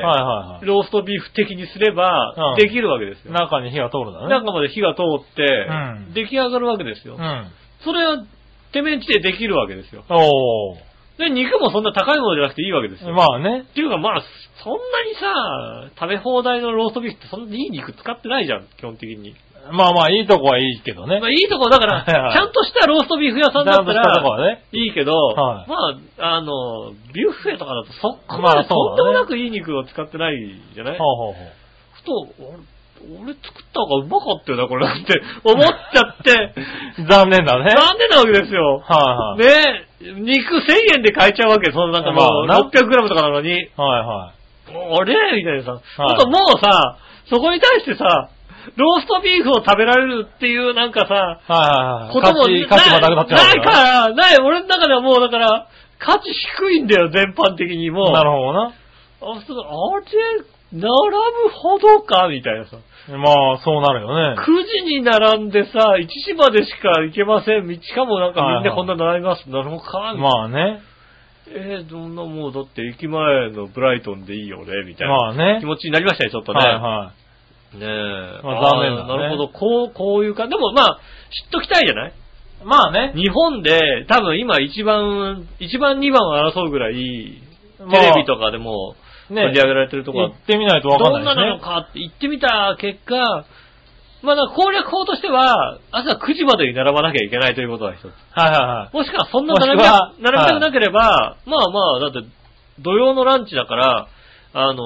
S3: は
S2: ローストビーフ的にすれば
S3: う、ん
S2: できるわけです
S3: いはい。
S2: よ。
S3: 中に火が通るんだね。
S2: 中まで火が通って、
S3: ん
S2: 出来上がるわけですよ。
S3: うん。
S2: それは、手面地でできるわけですよ。
S3: お
S2: で、肉もそんな高いものじゃなくていいわけですよ。
S3: ー。まあね。
S2: っていうかまあ、そんなにさ、食べ放題のローストビーフってそんなにいい肉使ってないじゃん、基本的に。
S3: まあまあ、いいとこはいいけどね。
S2: まあいいとこだか
S3: はいは
S2: ら、
S3: い
S2: ちゃんとしたローストビーフ屋さんだった
S3: ちゃんとしたとこ
S2: ら、
S3: はね。
S2: いいけど、
S3: はい
S2: まあ、あの、ビュッフェとかだとそこ
S3: ま
S2: ま
S3: あ
S2: で
S3: そう
S2: と
S3: だね
S2: んでもなくいい肉を使ってないじゃない、
S3: ほうほうほう。
S2: ふと、俺、俺作った方がうまかったよな、これなんて思っちゃ って、
S3: 残念だね。
S2: 残念なわけですよ。
S3: はいはい。
S2: ね肉1000円で買えちゃうわけ、そのなんかもう
S3: まあな
S2: 600g とかなのに。
S3: はいはい。
S2: あれみたいなさ。
S3: はい
S2: あともうさ、そこに対してさ、ローストビーフを食べられるっていうなんかさ、
S3: はいはいはい。
S2: ことも
S3: 価値、価値がなくなっちゃう
S2: ない
S3: わけだね
S2: から、ない、俺の中ではもうだから、価値低いんだよ、全般的にもう。
S3: なるほどな。
S2: あ、そうあれ、並ぶほどか、みたいなさ。
S3: まあ、そうなるよね。
S2: 9時に並んでさ、1時までしか行けません。道かもなんかみん
S3: はいは
S2: ないこんな並びます。なるほどか、みたいな。
S3: まあね。
S2: えー、どんなもう、だって駅前のブライトンでいいよね、みたいな。
S3: まあね
S2: 気。持ちになりましたね、ちょっとね。
S3: はいはい。
S2: ねえ。
S3: まあ残念だね
S2: あーなるほど。こう、こういうか、でもまあ、知っときたいじゃない
S3: まあね。
S2: 日本で、多分今一番、一番二番を争うぐらい、テ
S3: まあ
S2: レビとかでも
S3: ね
S2: 取り上げられてるとこ
S3: 行
S2: は、
S3: ってみないとわか
S2: ど
S3: ん
S2: ん
S3: な
S2: ない
S3: で
S2: なのかって言ってみた結果、まあだから攻略法としては、朝9時までに並ばなきゃいけないということが一つ。
S3: すね。はいはいはい。
S2: もしくはそんな並び
S3: もしくは
S2: た並びたくなければ、まあまあ、だって土曜のランチだから、あの、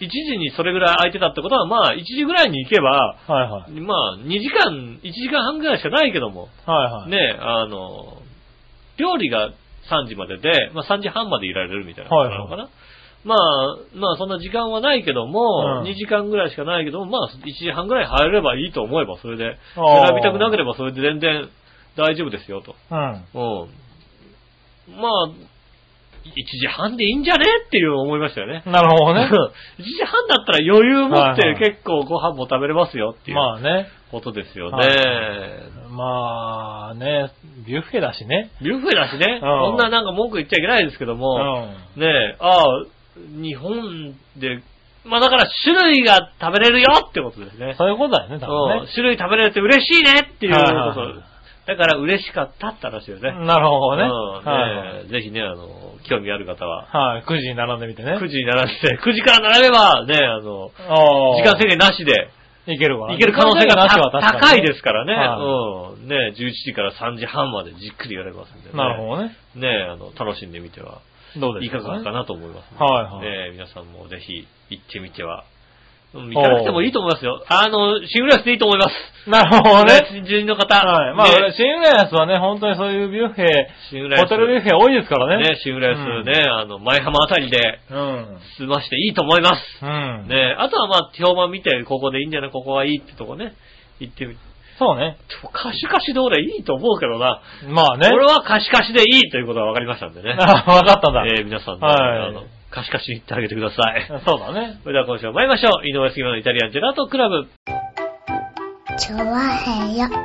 S2: 1時にそれぐらい空いてたってことは、まあ1時ぐらいに行けば、
S3: はいはい。
S2: まあ2時間、1時間半ぐらいしかないけども、
S3: はいはい。
S2: ね、あの、料理が3時までで、まあ3時半までいられるみたいなこと
S3: はい
S2: な
S3: はい
S2: のかな。まあ、まあそんな時間はないけども、
S3: うん
S2: 2時間ぐらいしかないけども、まあ1時半ぐらい入れればいいと思えばそれで、
S3: あー
S2: 選びたくなければそれで全然大丈夫ですよと。
S3: うん。
S2: うん。まあ、1時半でいいんじゃねっていう思いましたよね。
S3: なるほど
S2: 1
S3: ね。
S2: 時半だったら余裕持っ
S3: はい
S2: て
S3: はい
S2: 結構ご飯も食べれますよっていう
S3: まあね。
S2: ことですよ
S3: はい
S2: ね。
S3: まあね、ビュッフェだしね。
S2: ビュッフェだしね、
S3: うん
S2: そんななんか文句言っちゃいけないですけど
S3: う
S2: も、
S3: ん。
S2: ねえ、ああ、日本で、まあだから種類が食べれるよってことですね。
S3: そういうことだよね、多分
S2: うん
S3: ね。
S2: 種類食べれるって嬉しいねっていうこと。
S3: はいはいはい
S2: だから嬉しかったって話よね。
S3: なるほど
S2: う
S3: ね。
S2: ん
S3: はい
S2: ねえぜひね、あの、興味ある方は、
S3: はい。はい。9時に並んでみてね。
S2: 9時に並ん で、9時から並べば、ね、あの、
S3: ああ。
S2: 時間制限なしで、
S3: いけるわ。
S2: いける可能性が
S3: 時間制限なしは確
S2: 高
S3: かに
S2: いですからね。
S3: は
S2: うん。ね、11時から3時半までじっくりやれますんでね。
S3: なるほどね。
S2: ね、あの、楽しんでみては
S3: どうで
S2: い
S3: すか
S2: か
S3: ね
S2: がかなと思いますね、
S3: はいはい
S2: ね皆さんもぜひ行ってみては。うん行かなくてもいいと思いますよ。あの、シングルラスでいいと思います。
S3: なるほどね。
S2: ね。住人の方。
S3: はい。まあ、
S2: ね、
S3: シングルライスはね、本当にそういうビュッフェ、
S2: シングルライス。
S3: ホテルビュッフェ多いですからね。
S2: ね、シングルライスね、あの、前浜あたりで
S3: うん。
S2: 済ましていいと思います。
S3: うん。
S2: ねあとはまあ、評判見て、ここでいいんじゃないここはいいってとこね、行ってみて。
S3: そうね。
S2: カシカシで俺いいと思うけどな。
S3: まあね。
S2: 俺はカシカシでいいということが分かりましたんでね。
S3: あわかったんだ。
S2: えー皆さんね、
S3: はい
S2: あの、カシカシ言ってあげてください。
S3: そうだね。
S2: それでは今週も参りましょう。井上杉村のイタリアンジェラートクラブ。
S1: チョワヘヨドット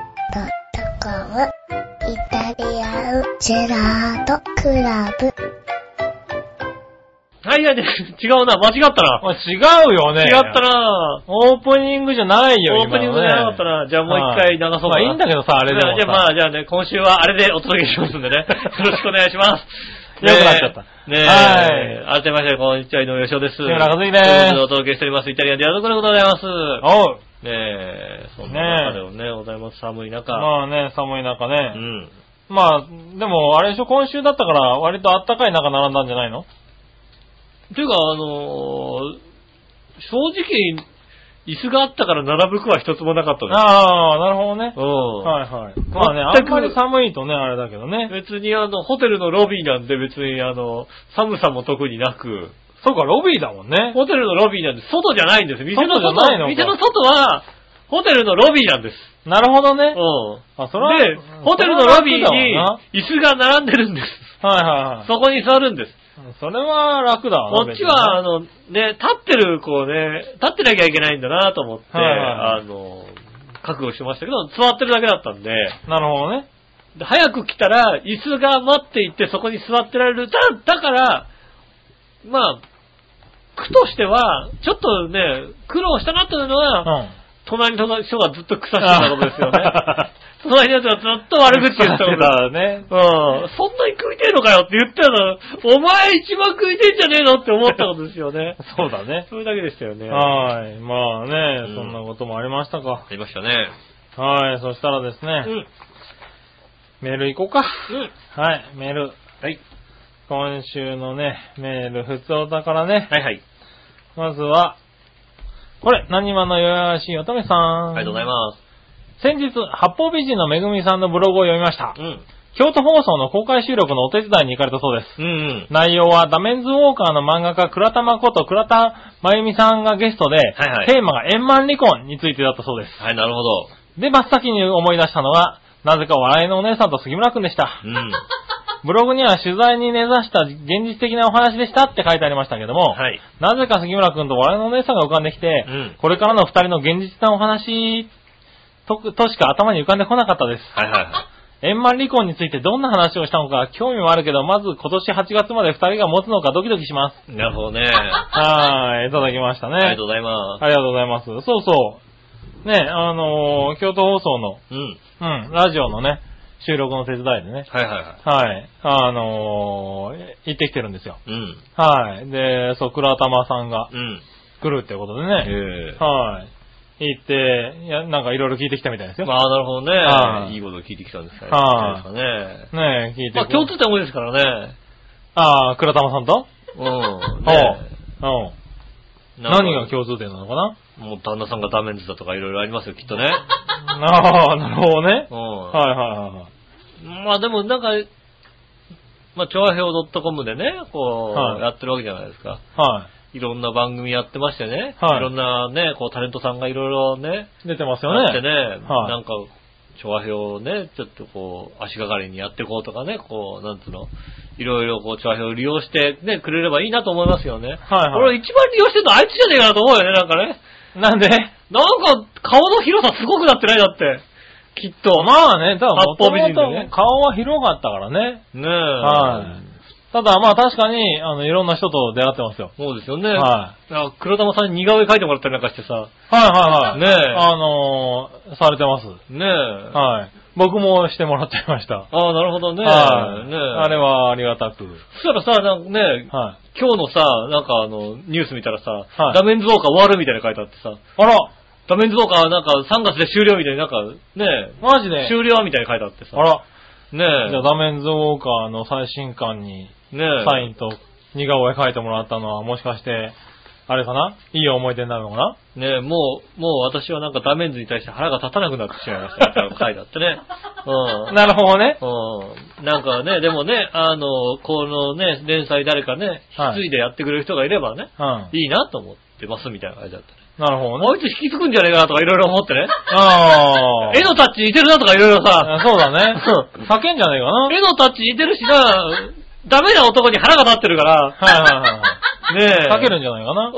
S1: コムイタリアンジェラートクラブ。
S2: はい、いや、で違うな。間違ったな。
S3: あ違うよね。
S2: 違った。な。
S3: オープニングじゃないよ、
S2: オープニングじゃなかった
S3: ら
S2: な。じゃあもう一回流そうかな。
S3: まあいいんだけどさ、あれでもさ。
S2: じゃあまあ、じゃあね、今週はあれでお届けしますん でね。よろしくお願いします。
S3: 良くなっちゃった
S2: ねえ。
S3: は
S2: 改めまして、こんにちは、井上芳雄です。
S3: 杉村和樹です
S2: ということでお届けしております。イタリアンディアドクラブでございます。
S3: おう。
S2: ねえ、そんな中でもね、ございます。寒い中。
S3: まあね、寒い中
S2: う
S3: ね。
S2: ん。
S3: まあ、でも、あれでしょ、今週だったから、割と暖かい中並んだんじゃないの
S2: ていうか、あのー正直、椅子があったから並ぶ句は一つもなかったです。
S3: ああ、なるほどね。
S2: うん。
S3: はいはい。まあね、あ
S2: 全
S3: ん
S2: く
S3: まり寒いとね、あれだけどね。
S2: 別にあの、ホテルのロビーなんで別にあの、寒さも特になく、
S3: そうか、ロビーだもんね。
S2: ホテルのロビーなんで外じゃないんです。店の外
S3: 外じゃないのか
S2: 店の外は、ホテルのロビーなんです。
S3: なるほどね。
S2: うん。
S3: あ、それは
S2: で
S3: う、ん
S2: ホテルのロビーに
S3: それは楽だわ
S2: 椅子が並んでるんです。
S3: なはいはいはい。
S2: そこに座るんです。
S3: それは楽だわな。
S2: こっちは、あ
S3: 別
S2: の、ね、立ってる、こうね、立ってなきゃいけないんだなと思って、
S3: はいはいはい
S2: あの、覚悟してましたけど、座ってるだけだったんで、
S3: にねなるほどね。
S2: で早く来たら、椅子が待っていて、そこに座ってられる。だ、だから、まあ、苦としては、ちょっとね、苦労したなというの
S3: う
S2: は、
S3: ん。
S2: 隣の人がずっと草してたことですよね。隣の人がずっと悪口言ってたこと。
S3: だ
S2: う
S3: ね。
S2: ん。そんなに食いてえのかよって言ってたの、お前一番食いてんじゃねえのって思ったことですよね。
S3: そうだね。
S2: それだけでしたよね。あ
S3: はい。まあ
S2: うん
S3: ね、そんなこともありましたか。
S2: りましたね。
S3: はい。そしたらです
S2: う
S3: ね、
S2: ん。
S3: メール行こうか。
S2: うん。
S3: はい、メール。
S2: はい。
S3: 今週のね、メール、普通おたからね。
S2: はいはい。
S3: まずは、これ、何話の弱々しい乙女さん。
S2: ありがとうございます。
S3: 先日、八方美人のめぐみさんのブログを読みました。
S2: うん。
S3: 京都放送の公開収録のお手伝いに行かれたそうで
S2: う
S3: す。
S2: んうん。
S3: 内容はダメンズウォーカーの漫画家倉玉こと倉田真由美さんがゲストで、
S2: いはい
S3: テーマが円満離婚についてだったそうです。
S2: はい、なるほど。
S3: で、真っ先に思い出したのが、なぜか笑いのお姉さんと杉村くんでした。
S2: うん。
S3: ブログには取材に根ざした現実的なお話でしたって書いてありましたけども、
S2: はい。
S3: なぜか杉村くんと笑いのお姉さんが浮かんできて、
S2: うん
S3: これからの二人の現実なお話ととしか頭に浮かんでこなかったです。
S2: はいはいは
S3: 円満離婚についてどんな話をしたのか興味もあるけど、まず今年8月まで二人が持つのかドキドキします。
S2: い。なるほどね。
S3: はーい、いただきましたね。
S2: ありがとうございます。
S3: ありがとうございます。そうそう。ね、あのー京都放送の、
S2: うん。
S3: うん、ラジオのね、収録の手伝いでね、
S2: はいはいは
S3: はい、あのー行ってきてるんですよ。
S2: い。うん。
S3: はい。で、そう、倉玉さんが
S2: うん。
S3: 来るってことでね、
S2: え
S3: はい。行って、いや、なんかいろいろ聞いてきたみたいです
S2: え。
S3: よ。
S2: まあ、なるほどね。
S3: はい
S2: いいこと聞いてきたんですか
S3: はい
S2: いいですかね。
S3: ね聞いて。
S2: まあ、共通点多いですからね。
S3: ああ、倉玉さんと
S2: うん。
S3: うん。
S2: え
S3: 何が共通点なのかな
S2: もう旦那さんがダメンズだとかいろいろありますよ、きっとね。
S3: ああ、なるほどね
S2: う。ん。
S3: はいはいはいはい。
S2: まあでもなんか、まあ、調和表 .com でね、こう、
S3: はい
S2: やってるわけじゃないですか。
S3: はい
S2: ろんな番組やってましてね。
S3: はい
S2: いろんなね、こう、タレントさんがいろいろね、
S3: い。出てますよ
S2: やって
S3: ね。
S2: ね、
S3: はい
S2: なんか、調和表をね、ちょっとこう、足がかりにやっていこうとかね、こう、なんつうの、いろいろこう、調和表を利用してね、くれればいいなと思いますよね。
S3: はいはい
S2: 俺一番利用してるのあいつじゃねえかなと思うよね、なんかね。
S3: なんで
S2: なんか、顔の広さすごくなってないだって。きっと。
S3: まあね、ただ
S2: 八方美人でね
S3: 元々顔は広かったからね。
S2: ねえ。
S3: はいただまあ確かに、あの、いろんな人と出会ってますよ。
S2: そうですよね。
S3: は
S2: あ黒玉さんに似顔絵描いてもらったりなんかしてさ。
S3: はいはいはい。
S2: ねえ
S3: あのーされてます。
S2: ねえ。あ
S3: はい。僕もしてもらっちゃいました。
S2: あ、なるほどね。
S3: はい。
S2: ねえ
S3: あれはありがたく。
S2: そしたらさ、なんかね、
S3: はい。
S2: 今日のさ、なんかあの、ニュース見たらさ、
S3: はい
S2: ダメンズウォーカー終わるみたいなの書いてあってさ、
S3: あら
S2: ダメンズウォーカーなんか3月で終了みたいになんか、ね
S3: マジ
S2: え、
S3: で
S2: 終了みたいに書いてあってさ
S3: あ、ら。
S2: ね
S3: じゃあ、
S2: え、
S3: ダメンズウォーカーの最新刊に、
S2: ねえ、
S3: サインと似顔絵描いてもらったのは、もしかして、あれかないい思い出になるのかな
S2: ねえ、もう、もう私はなんかダメンズに対して腹が立たなくなってしまいましたみたいなの書いてあって ね。うん。
S3: なるほどね。
S2: うん。なんかね、でもね、あの、このね、連載誰かね、
S3: は
S2: 引
S3: い
S2: き継いでやってくれる人がいればね、
S3: うん。
S2: い、いなと思ってますみたいな感じだった、ね。
S3: なるほどね。
S2: あいつ引き継ぐんじゃねえかなとかいろいろ思ってね。
S3: あ あ。
S2: 絵のタッチ似てるなとかいろいろさ、
S3: そうだね
S2: う。
S3: 叫んじゃねえかな。
S2: 絵のタッチ似てるしな、ダメな男に腹が立ってるから、
S3: はいはいはいは
S2: ねえ。
S3: い。かけるんじゃないかな。
S2: あの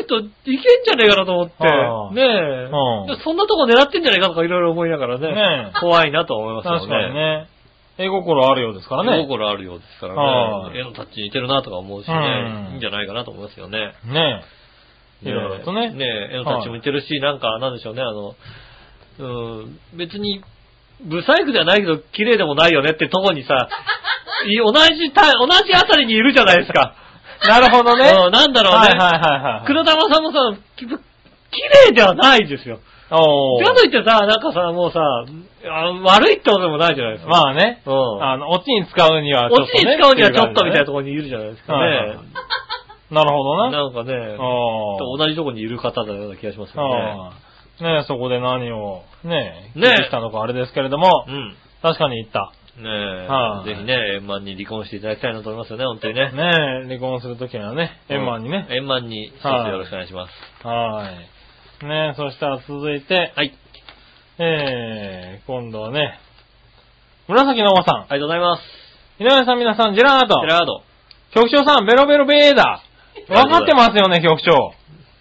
S2: 人、いけんじゃねえかなと思って。
S3: はあ
S2: ねえ、
S3: うん
S2: そんなとこ狙ってんじゃねえかとかいろいろ思いながらね。
S3: ねえ
S2: 怖いなと思いますよね。
S3: 確かにね。絵心あるようですからね。
S2: 絵心あるようですか
S3: は
S2: ら
S3: あ
S2: ね。絵のタッチ似てるなとか思うしね、
S3: うん
S2: いいんじゃないかなと思いますよね。
S3: ねえ。いろいろとね。
S2: ねえ絵のタッチも似てるし、なんか、なんでしょうね、あの、うん、別に、ブサイクではないけど、綺麗でもないよねってとこに さ、い同じた、同じあたりにいるじゃないですか。
S3: なるほどね。
S2: うん、なんだろうね。
S3: はいはいはいはいはい。
S2: 黒玉さんもさ、き綺麗ではないですよ。
S3: おー
S2: かといってさ、なんかさ、もうさ、あ悪いってことでもないじゃないですか。
S3: まあね。
S2: うん。
S3: あの、オチに使うにはちょっ
S2: 落
S3: と、
S2: ち
S3: ね。
S2: に使うにはちょっとみたいなと
S3: こ
S2: ころにいるじゃないですか
S3: はい
S2: ね
S3: はい。なるほどな。
S2: なんかね、
S3: おー
S2: 同じとこにいる方のような気がしますよ
S3: ああねえ、そこで何を、ねえ、
S2: ねえ
S3: 聞いてきたのかあれですけれども、
S2: ね。
S3: 確かに言った。
S2: うん。ねえ、
S3: はい
S2: ぜひね、円満に離婚していただきたいなと思いますよね、本当にね。
S3: ねえ、離婚するときにはね、円満にね。
S2: うん。円満に、一つ
S3: はい
S2: よろしくお願いします。
S3: はーい。ねえ、そしたら続いて、
S2: はい。
S3: えー、今度はね、紫のおばさん。
S2: ありがとうございます。
S3: 井上さん皆さん、ジェラート
S2: ジェ。ラード。
S3: 局長さん、ベロベロベーだ。わかってますよね、局長。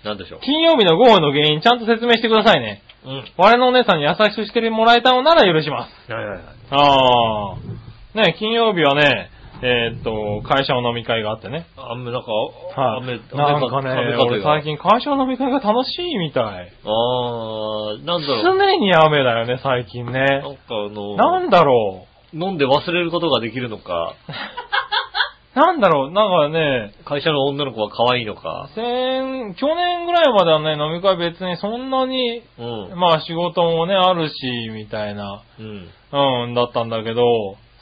S2: なんでしょう。
S3: 金曜日の午後の原因、ちゃんと説明してくださいね。
S2: うん。
S3: 我のお姉さんに優しくしてもらえたのなら許します。
S2: はいはいはい。
S3: ああ。ね、金曜日はね、えーっと、会社の飲み会があってね。
S2: 雨、なんか、
S3: はい。
S2: 雨、
S3: なんかね、俺最
S2: 近。
S3: 近会社の飲み会が楽しいみたい。
S2: あー、なんだろう。
S3: 常に雨だよね、最近ね
S2: な。んかあの、
S3: なんだろ
S2: 飲んで忘れることができるのか、
S3: う。なんだろう。なんかね、
S2: 会社の女の子は可愛いのか、
S3: 先、去年ぐらいまではね、飲み会別にそんなに、
S2: うん。
S3: まあ仕事もね、あるし、みたいな、
S2: うん。
S3: うん、だったんだけど、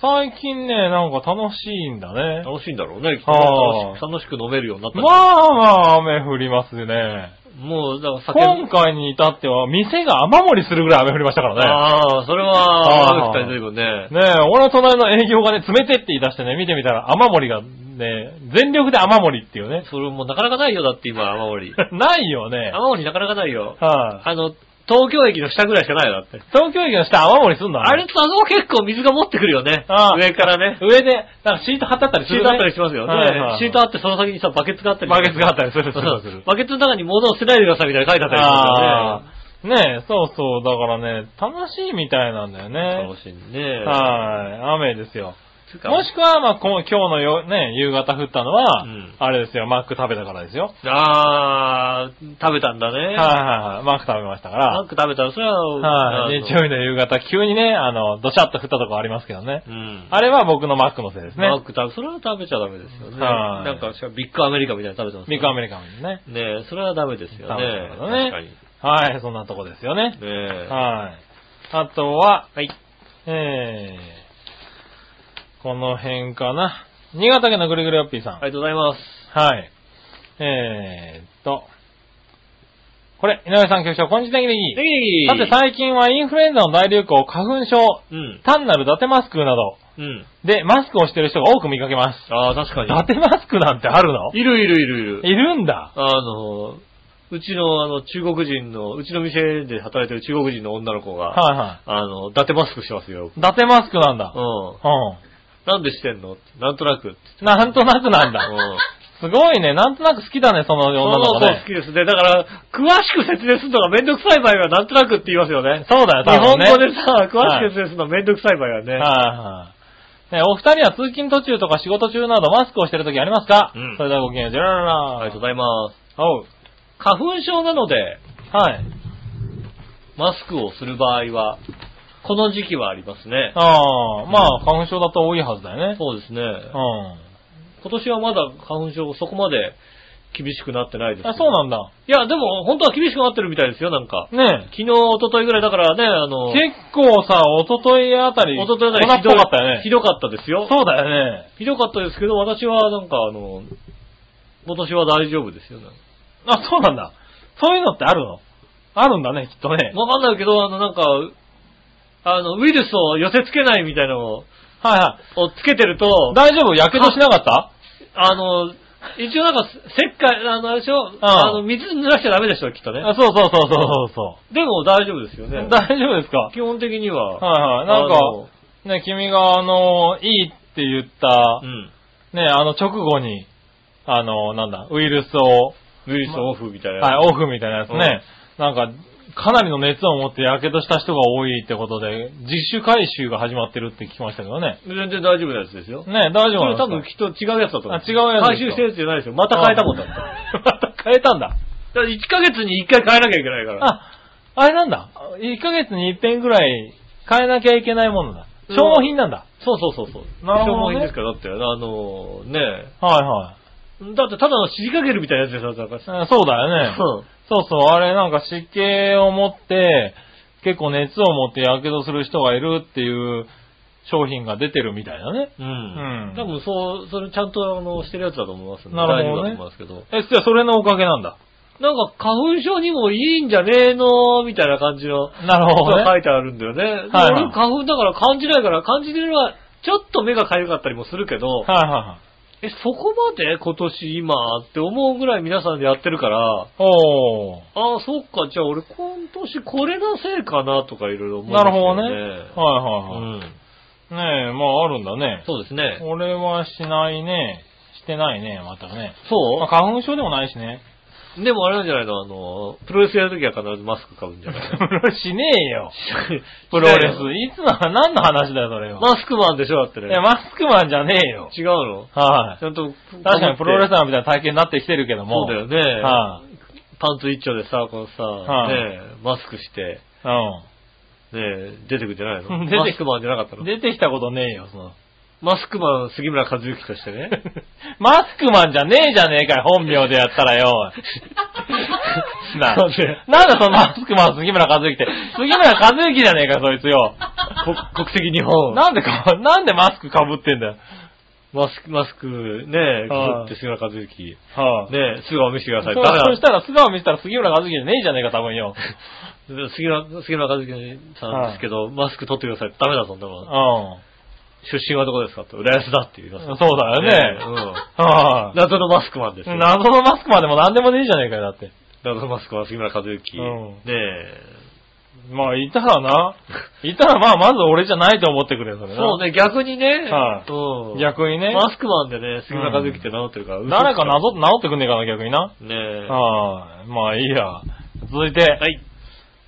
S3: 最近ね、なんか楽しいんだね。
S2: 楽しいんだろうね、きっと
S3: は
S2: 楽
S3: あ
S2: し楽しく飲めるようになった
S3: ま
S2: んじゃない
S3: あまあ雨降りますね。
S2: もう、だから酒
S3: 今回に至っては、店が雨漏りするぐらい雨降りましたからね。
S2: ああ、それ
S3: あ
S2: は、
S3: あ
S2: 二人随分ね。
S3: ねえ、俺の隣の営業がね、冷てって言い出してね、見てみたら雨漏りがね、全力で雨漏りってい うね。
S2: それもなかなかないよ、だって今、雨漏 り。
S3: ないよね。
S2: 雨漏りなかなかないよ。
S3: はい、
S2: あの、東京駅の下ぐらいしかないよ、だって。
S3: 東京駅の下雨漏りすんだ、ね、
S2: あれ、あそこ結構水が持ってくるよね。
S3: ああ
S2: 上からね。
S3: 上で、なんかシート張ってあったりす
S2: シ
S3: る、
S2: ー
S3: ね。
S2: トあったりしますよね。
S3: はいはい
S2: シートあって、その先にさ、バケツがあったり
S3: バケツがあったりする。す
S2: そ
S3: る
S2: う
S3: する
S2: バケツの中に物を捨てないでくださいみたいなの書いてあったり
S3: あ
S2: す
S3: あ。ねえ、そうそう。だからね、楽しいみたいなんだよ
S2: るよ
S3: ね
S2: ね。。楽しいね。
S3: はい。雨ですよ。
S2: つうか
S3: もしくは、まあ、こう今日のよ、ね、夕方降ったのは、
S2: うん
S3: あれですよ、マック食べたからですよ。
S2: あー、食べたんだ
S3: は
S2: ね。
S3: いはいはい。マック食べましたか
S2: マ
S3: ら
S2: ッ。ク食べたら、それは、
S3: はい。
S2: あの
S3: 日曜日の夕方、急にね、あの、ドシャッと降ったとこありますけどね。
S2: うん。
S3: あれは僕のマックのせいですね。
S2: マック食べ、それは食べちゃダメですよね。
S3: はい
S2: なんか、しかもビッグアメリカみたいなの食べてます、
S3: ミクア
S2: メ
S3: メリカンね。
S2: リカ。ねえ、それはダメですよ
S3: ダメ
S2: ね。
S3: だからね
S2: 確かに。ね
S3: はい、そんなとこですよね。
S2: え。
S3: はい。あとは、
S2: はい。
S3: えー、この辺かな。新潟県のぐるぐるよっぴーさん。
S2: ありがとうございます。
S3: はい。えーっと。これ、井上さん局長、こんにちは、ネギネギ。
S2: ネギ
S3: さて最近はインフルエンザの大流行、花粉症、
S2: うん。
S3: 単なる伊達マスクなど、
S2: うん。
S3: で、マスクをしてる人が多く見かけます。
S2: あー、確か
S3: 伊
S2: に。
S3: 達マスクなんてあるの
S2: いるいるいるいる。
S3: いるんだ。
S2: あの、うちの、あの、中国人の、うちの店で働いてる中国人の女の子が、
S3: はいは
S2: あの、伊達マスクしてますよ。
S3: い。伊達マスクなんだ。
S2: う。
S3: うん
S2: なんでしてんのなんと なく。
S3: ん。なんとなくなん
S2: う
S3: だ。
S2: ん。
S3: すごいね。なんとなく好きだね、その女の
S2: そうそう好
S3: 子ね。
S2: きですね。だから、詳しく説明するのがめんどくさい場合はなんとなくって言いますよね。
S3: そうだよ、
S2: 日
S3: 多
S2: 本
S3: 分ね。
S2: 語でさ、詳しく説明するのめんどくさい場合はね。
S3: はいはい。ね、お二人は通勤途中とか仕事中などマスクをしてるときありますか、
S2: うん
S3: それではごきげんよう、じゃららら。
S2: ありがとうございます。
S3: おう。
S2: 花粉症なので、
S3: はい。
S2: マスクをする場合は、この時期はありますね。
S3: ああ、まあ、花粉症だと多いはずだよね。
S2: そうですね。
S3: う
S2: 今年はまだ花粉症そこまで厳しくなってないです
S3: ん。
S2: けど。
S3: あ、そうなんだ。
S2: いや、でも本当は厳しくなってるみたいですよ、なんか。
S3: ねえ。
S2: 昨日、一昨日ぐらいだからね、あの、
S3: 結構さ、おとといあたり、
S2: 一昨日ぐ
S3: 粉
S2: らい
S3: っぽかったよね。
S2: ひどかったですよ。
S3: そうだよね。
S2: ひどかったですけど、私はなんかあの、今年は大丈夫ですよ。なんか
S3: あ、そうなんだ。そういうのってあるのあるんだね、きっとね。
S2: わかんないけど、あのなんか、あの、ウイルスを寄せ付けないみたいなのを
S3: はいは
S2: をつけてると、
S3: い。大丈夫やけどしなかった
S2: あの、一応なんか、石灰、あの、あれでしょ、あの、水に濡らしちゃダメでしょ、きっとね。
S3: あそうそうそうそうそ
S2: でも大丈夫ですよ
S3: うそう。
S2: ね。
S3: 大丈夫ですか
S2: 基本的には。
S3: はいはい。なんか、ね、君があの、いいって言った
S2: あの、う、ん。
S3: ね、あの直後に、あの、なんだ、ウイルスを、
S2: ウイルスオフみたいな。
S3: はい、オフみたいなやつね。なんか、かなりの熱を持って火傷した人が多いってことで、自主回収が始まってるって聞きましたけどね。
S2: 全然大丈夫なやつですよ。
S3: ね大丈夫
S2: そ
S3: なん
S2: れ
S3: ですか
S2: 多分きっと違うやつだと思う。
S3: あ違うやつですか
S2: 回収してるやつじゃないですよ。また変えたもんだった。だ
S3: また変えたんだ。
S2: から1ヶ月に1回変えなきゃいけないから。
S3: あ、あれなんだ。1ヶ月に一遍ぐらい変えなきゃいけないものだ。消耗品なんだ。
S2: そうそうそうそう。
S3: なるほ
S2: 消
S3: どね
S2: 耗品ですから、だって、あの、ね
S3: はいはい。
S2: え。だってただの尻かけるみたいなやつですよ、だから。
S3: うんそうだよね。
S2: うん
S3: そうそう、あれなんか湿気を持って、結構熱を持って火傷する人がいるっていう商品が出てるみたいだね。
S2: うん
S3: うん
S2: 多分そう、それちゃんとあの、してるやつだと思いますんで
S3: なるほどね
S2: 大丈夫だと思います
S3: え、じゃあそれのおかげなんだ。
S2: けど。なんか花粉症にもいいんじゃねえのみたいな感じの、
S3: なるほどね。
S2: 書いてあるんだよね。
S3: はいはい
S2: 俺花粉だから感じないから、感じてるのは、ちょっと目が痒かったりもするけど、
S3: はいはいはい。
S2: え、そこまで今年今って思うぐらい皆さんでやってるから、
S3: おー。
S2: ああ、そっか、じゃあ俺今年これのせいかなとかいろいろ思いま
S3: な
S2: す
S3: るほ
S2: よ
S3: どね。はいはいはい。
S2: うん。
S3: ねえ、まああるんだね。
S2: そうですね。
S3: 俺はしないね。してないね、またね。まあ、
S2: そ
S3: 花粉症でもないしね。
S2: うでもあれなんじゃないのあの、プロレスやるときは必ずマスク買うんじゃないの
S3: しねえよ。 プロレス。いつの、何の話だよ、それ は。
S2: マスクマンでしょだってね。
S3: いや、マスクマンじゃねえ よ。
S2: 違うの
S3: はい
S2: ち、ゃんと。
S3: 確かにプロレス
S2: ー
S3: ラーみたいな体験になってきてるけど
S2: も。
S3: も。
S2: そうだよね。パンツ一丁でさ、このさ、
S3: はい
S2: ねマスクして、
S3: はい、
S2: ね出てくんじゃないの
S3: 出てく
S2: マスクマンじゃなかった
S3: う
S2: の
S3: ん。出てきたことねえよ、その。
S2: マスクマン杉村和之としてね。
S3: マスクマンじゃねえじゃねえかよ、本名でやったら よ。 な
S2: そうね
S3: なんだそのマスクマン杉村和之って。杉村和之じゃねえかよ、そいつよ。
S2: 国国籍日本。
S3: なんでか、なんでマスクかぶってんだよ。
S2: マスク、マスク、ねえ、
S3: は
S2: か
S3: い
S2: ぶって杉村和之。
S3: はい、
S2: ねえ、素顔見せてくだ
S3: そ
S2: さ
S3: う
S2: い。ダメだ
S3: そしたら素顔見せたら杉村和之じゃねえじゃねえか、多分よ。
S2: 杉村、杉村和之さんですけど、マスク取ってください。ダメだ、そんな
S3: う
S2: もん。
S3: ん。
S2: 出身はどこですかって、浦安だって言います。
S3: そうだ よね。
S2: ねえうん。
S3: は
S2: 謎のマスクマンです
S3: い、
S2: よ。
S3: 謎のマスクマンでも何でもねえじゃねえかよ、だって。
S2: 謎のマスクマン、杉村和之。
S3: うん
S2: ねえ。
S3: まあ、いた らな。いたら、まあ、まず俺じゃないと思ってくれよ、それな
S2: そうね、逆にね。
S3: はい
S2: うん。
S3: 逆にね。
S2: マスクマンでね、杉村和之って名乗ってるから。
S3: 誰かなぞ、治ってくんねえかな、逆にな。
S2: ねえ。は
S3: はい。まあ、いいや。続いて、
S2: い。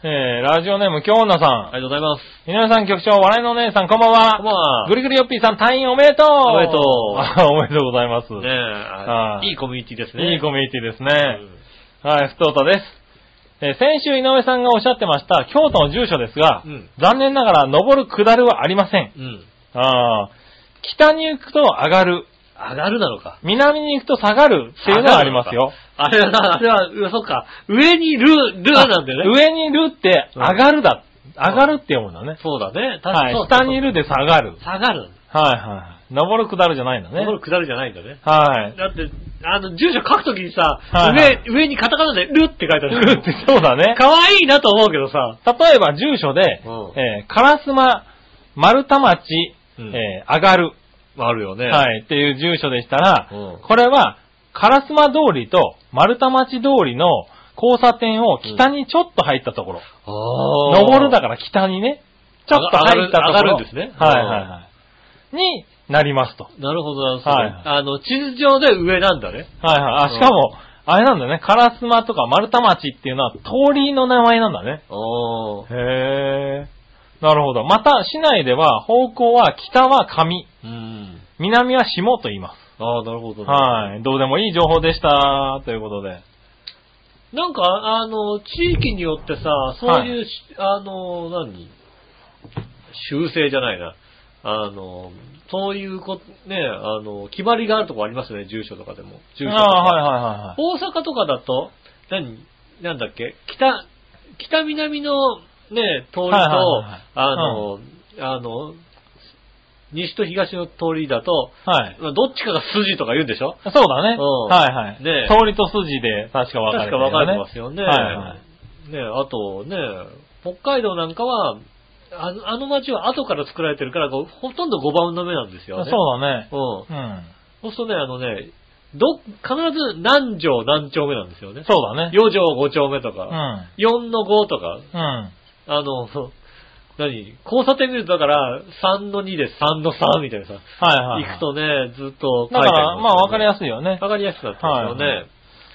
S3: えー、ラジオネーム、京女さ
S2: ありがと
S3: ん。
S2: うございます。
S3: 井上さん、局長、笑いのお姉さん、こんばんは。
S2: こんばんは
S3: ぐりぐりよっぴーさん、退院おめでとう
S2: おめでとう
S3: あ おめでとうございます。
S2: ねえあ
S3: は、い
S2: いいコミュニティですね。
S3: いいコミュニティです
S2: う
S3: ね。
S2: ん
S3: はい、ふとうたです。えー先週井上さんがおっしゃってました、京都の住所ですが、
S2: うん
S3: 残念ながら、登る下るはありません。
S2: うん。
S3: ああ、北に行くと上がる、
S2: 上がるなのか。
S3: 南に行くと下がるっていうのはありますよ。
S2: あれはな、あれは、うそっか。上にル、ルアなんだよね。
S3: 上にるって上がる
S2: ん
S3: だ、上がるって読むんだね。
S2: そうだね。確か
S3: はい。下にいる。で下がる。
S2: 下がる。
S3: はいはい。登る下るじゃないんだね。
S2: 登る下るじゃないんだね。
S3: はい。
S2: だって、あの、住所書くときにさ、
S3: はいはい
S2: 上、上にカタカナでルって書いてある。
S3: るってそうだね。
S2: かわいいなと思うけどさ。
S3: 例えば住所で、
S2: うん
S3: えー、烏丸丸太町、
S2: うん
S3: えー上がる、
S2: あるよね。い。
S3: はい、っていう住所でしたら、
S2: うん
S3: これは、烏丸通りと丸太町通りの交差点を北にちょっと入ったところ。
S2: あ
S3: 登るだ
S2: か
S3: から北にね、ちょっと入ったと
S2: 上
S3: ころ。
S2: がるんですね
S3: はいはいはい。になりますと。
S2: ら。なるほどな、
S3: は
S2: はいい。あの、地図上で上なんだね。
S3: はいはい。あ、しかも、あれなんだよね。烏丸とか丸太町っていうのは通りの名前なんだね。
S2: おー。
S3: へー。なるほど。また、市内では方向は北は上、
S2: うん。
S3: 南は下と言いま
S2: ああ、なるほど、
S3: す。はい。どうでもいい情報でした。ということで。
S2: い。なんか、あの、地域によってさ、そういうし、あの、何修正じゃないな。あの、そういうこと、ね、あの、決まりがあるとこありますね、住所とかでも。住所とか。
S3: ああー、
S2: 大阪とかだと、何、なんだっけ、北、北南のね、通りと、
S3: はいはいはい
S2: あの、あの、西と東の通りだと、
S3: はいはいはい。はい。
S2: まあどっちかが筋とか言うんでしょ
S3: そうだね。
S2: うん
S3: はいはい。
S2: ね
S3: 通りと筋で確か分か
S2: 確
S3: れて
S2: か
S3: るよね
S2: 分かれてますよね。
S3: はいはい。
S2: ねあとね、北海道なんかは、あのあの町は後から作られてるから、こうほとんど5番の目なんですよね。
S3: そうだね。
S2: うん。そ
S3: うん。
S2: うするとね、あのね、ど、必ず何条何丁目なんですよね。
S3: そうだね。
S2: 4条5丁目と
S3: う
S2: か、
S3: ん。
S2: 4の5とか、
S3: うん。
S2: あの、ね何交差点見るとだから、3の2で3の3みたいなさ、
S3: はいはい。
S2: 行くとね、ずっと書
S3: だ
S2: い
S3: か
S2: てあ
S3: ら、まあ分かりやすいよね
S2: す。。わかりやすくなってますよね。
S3: はい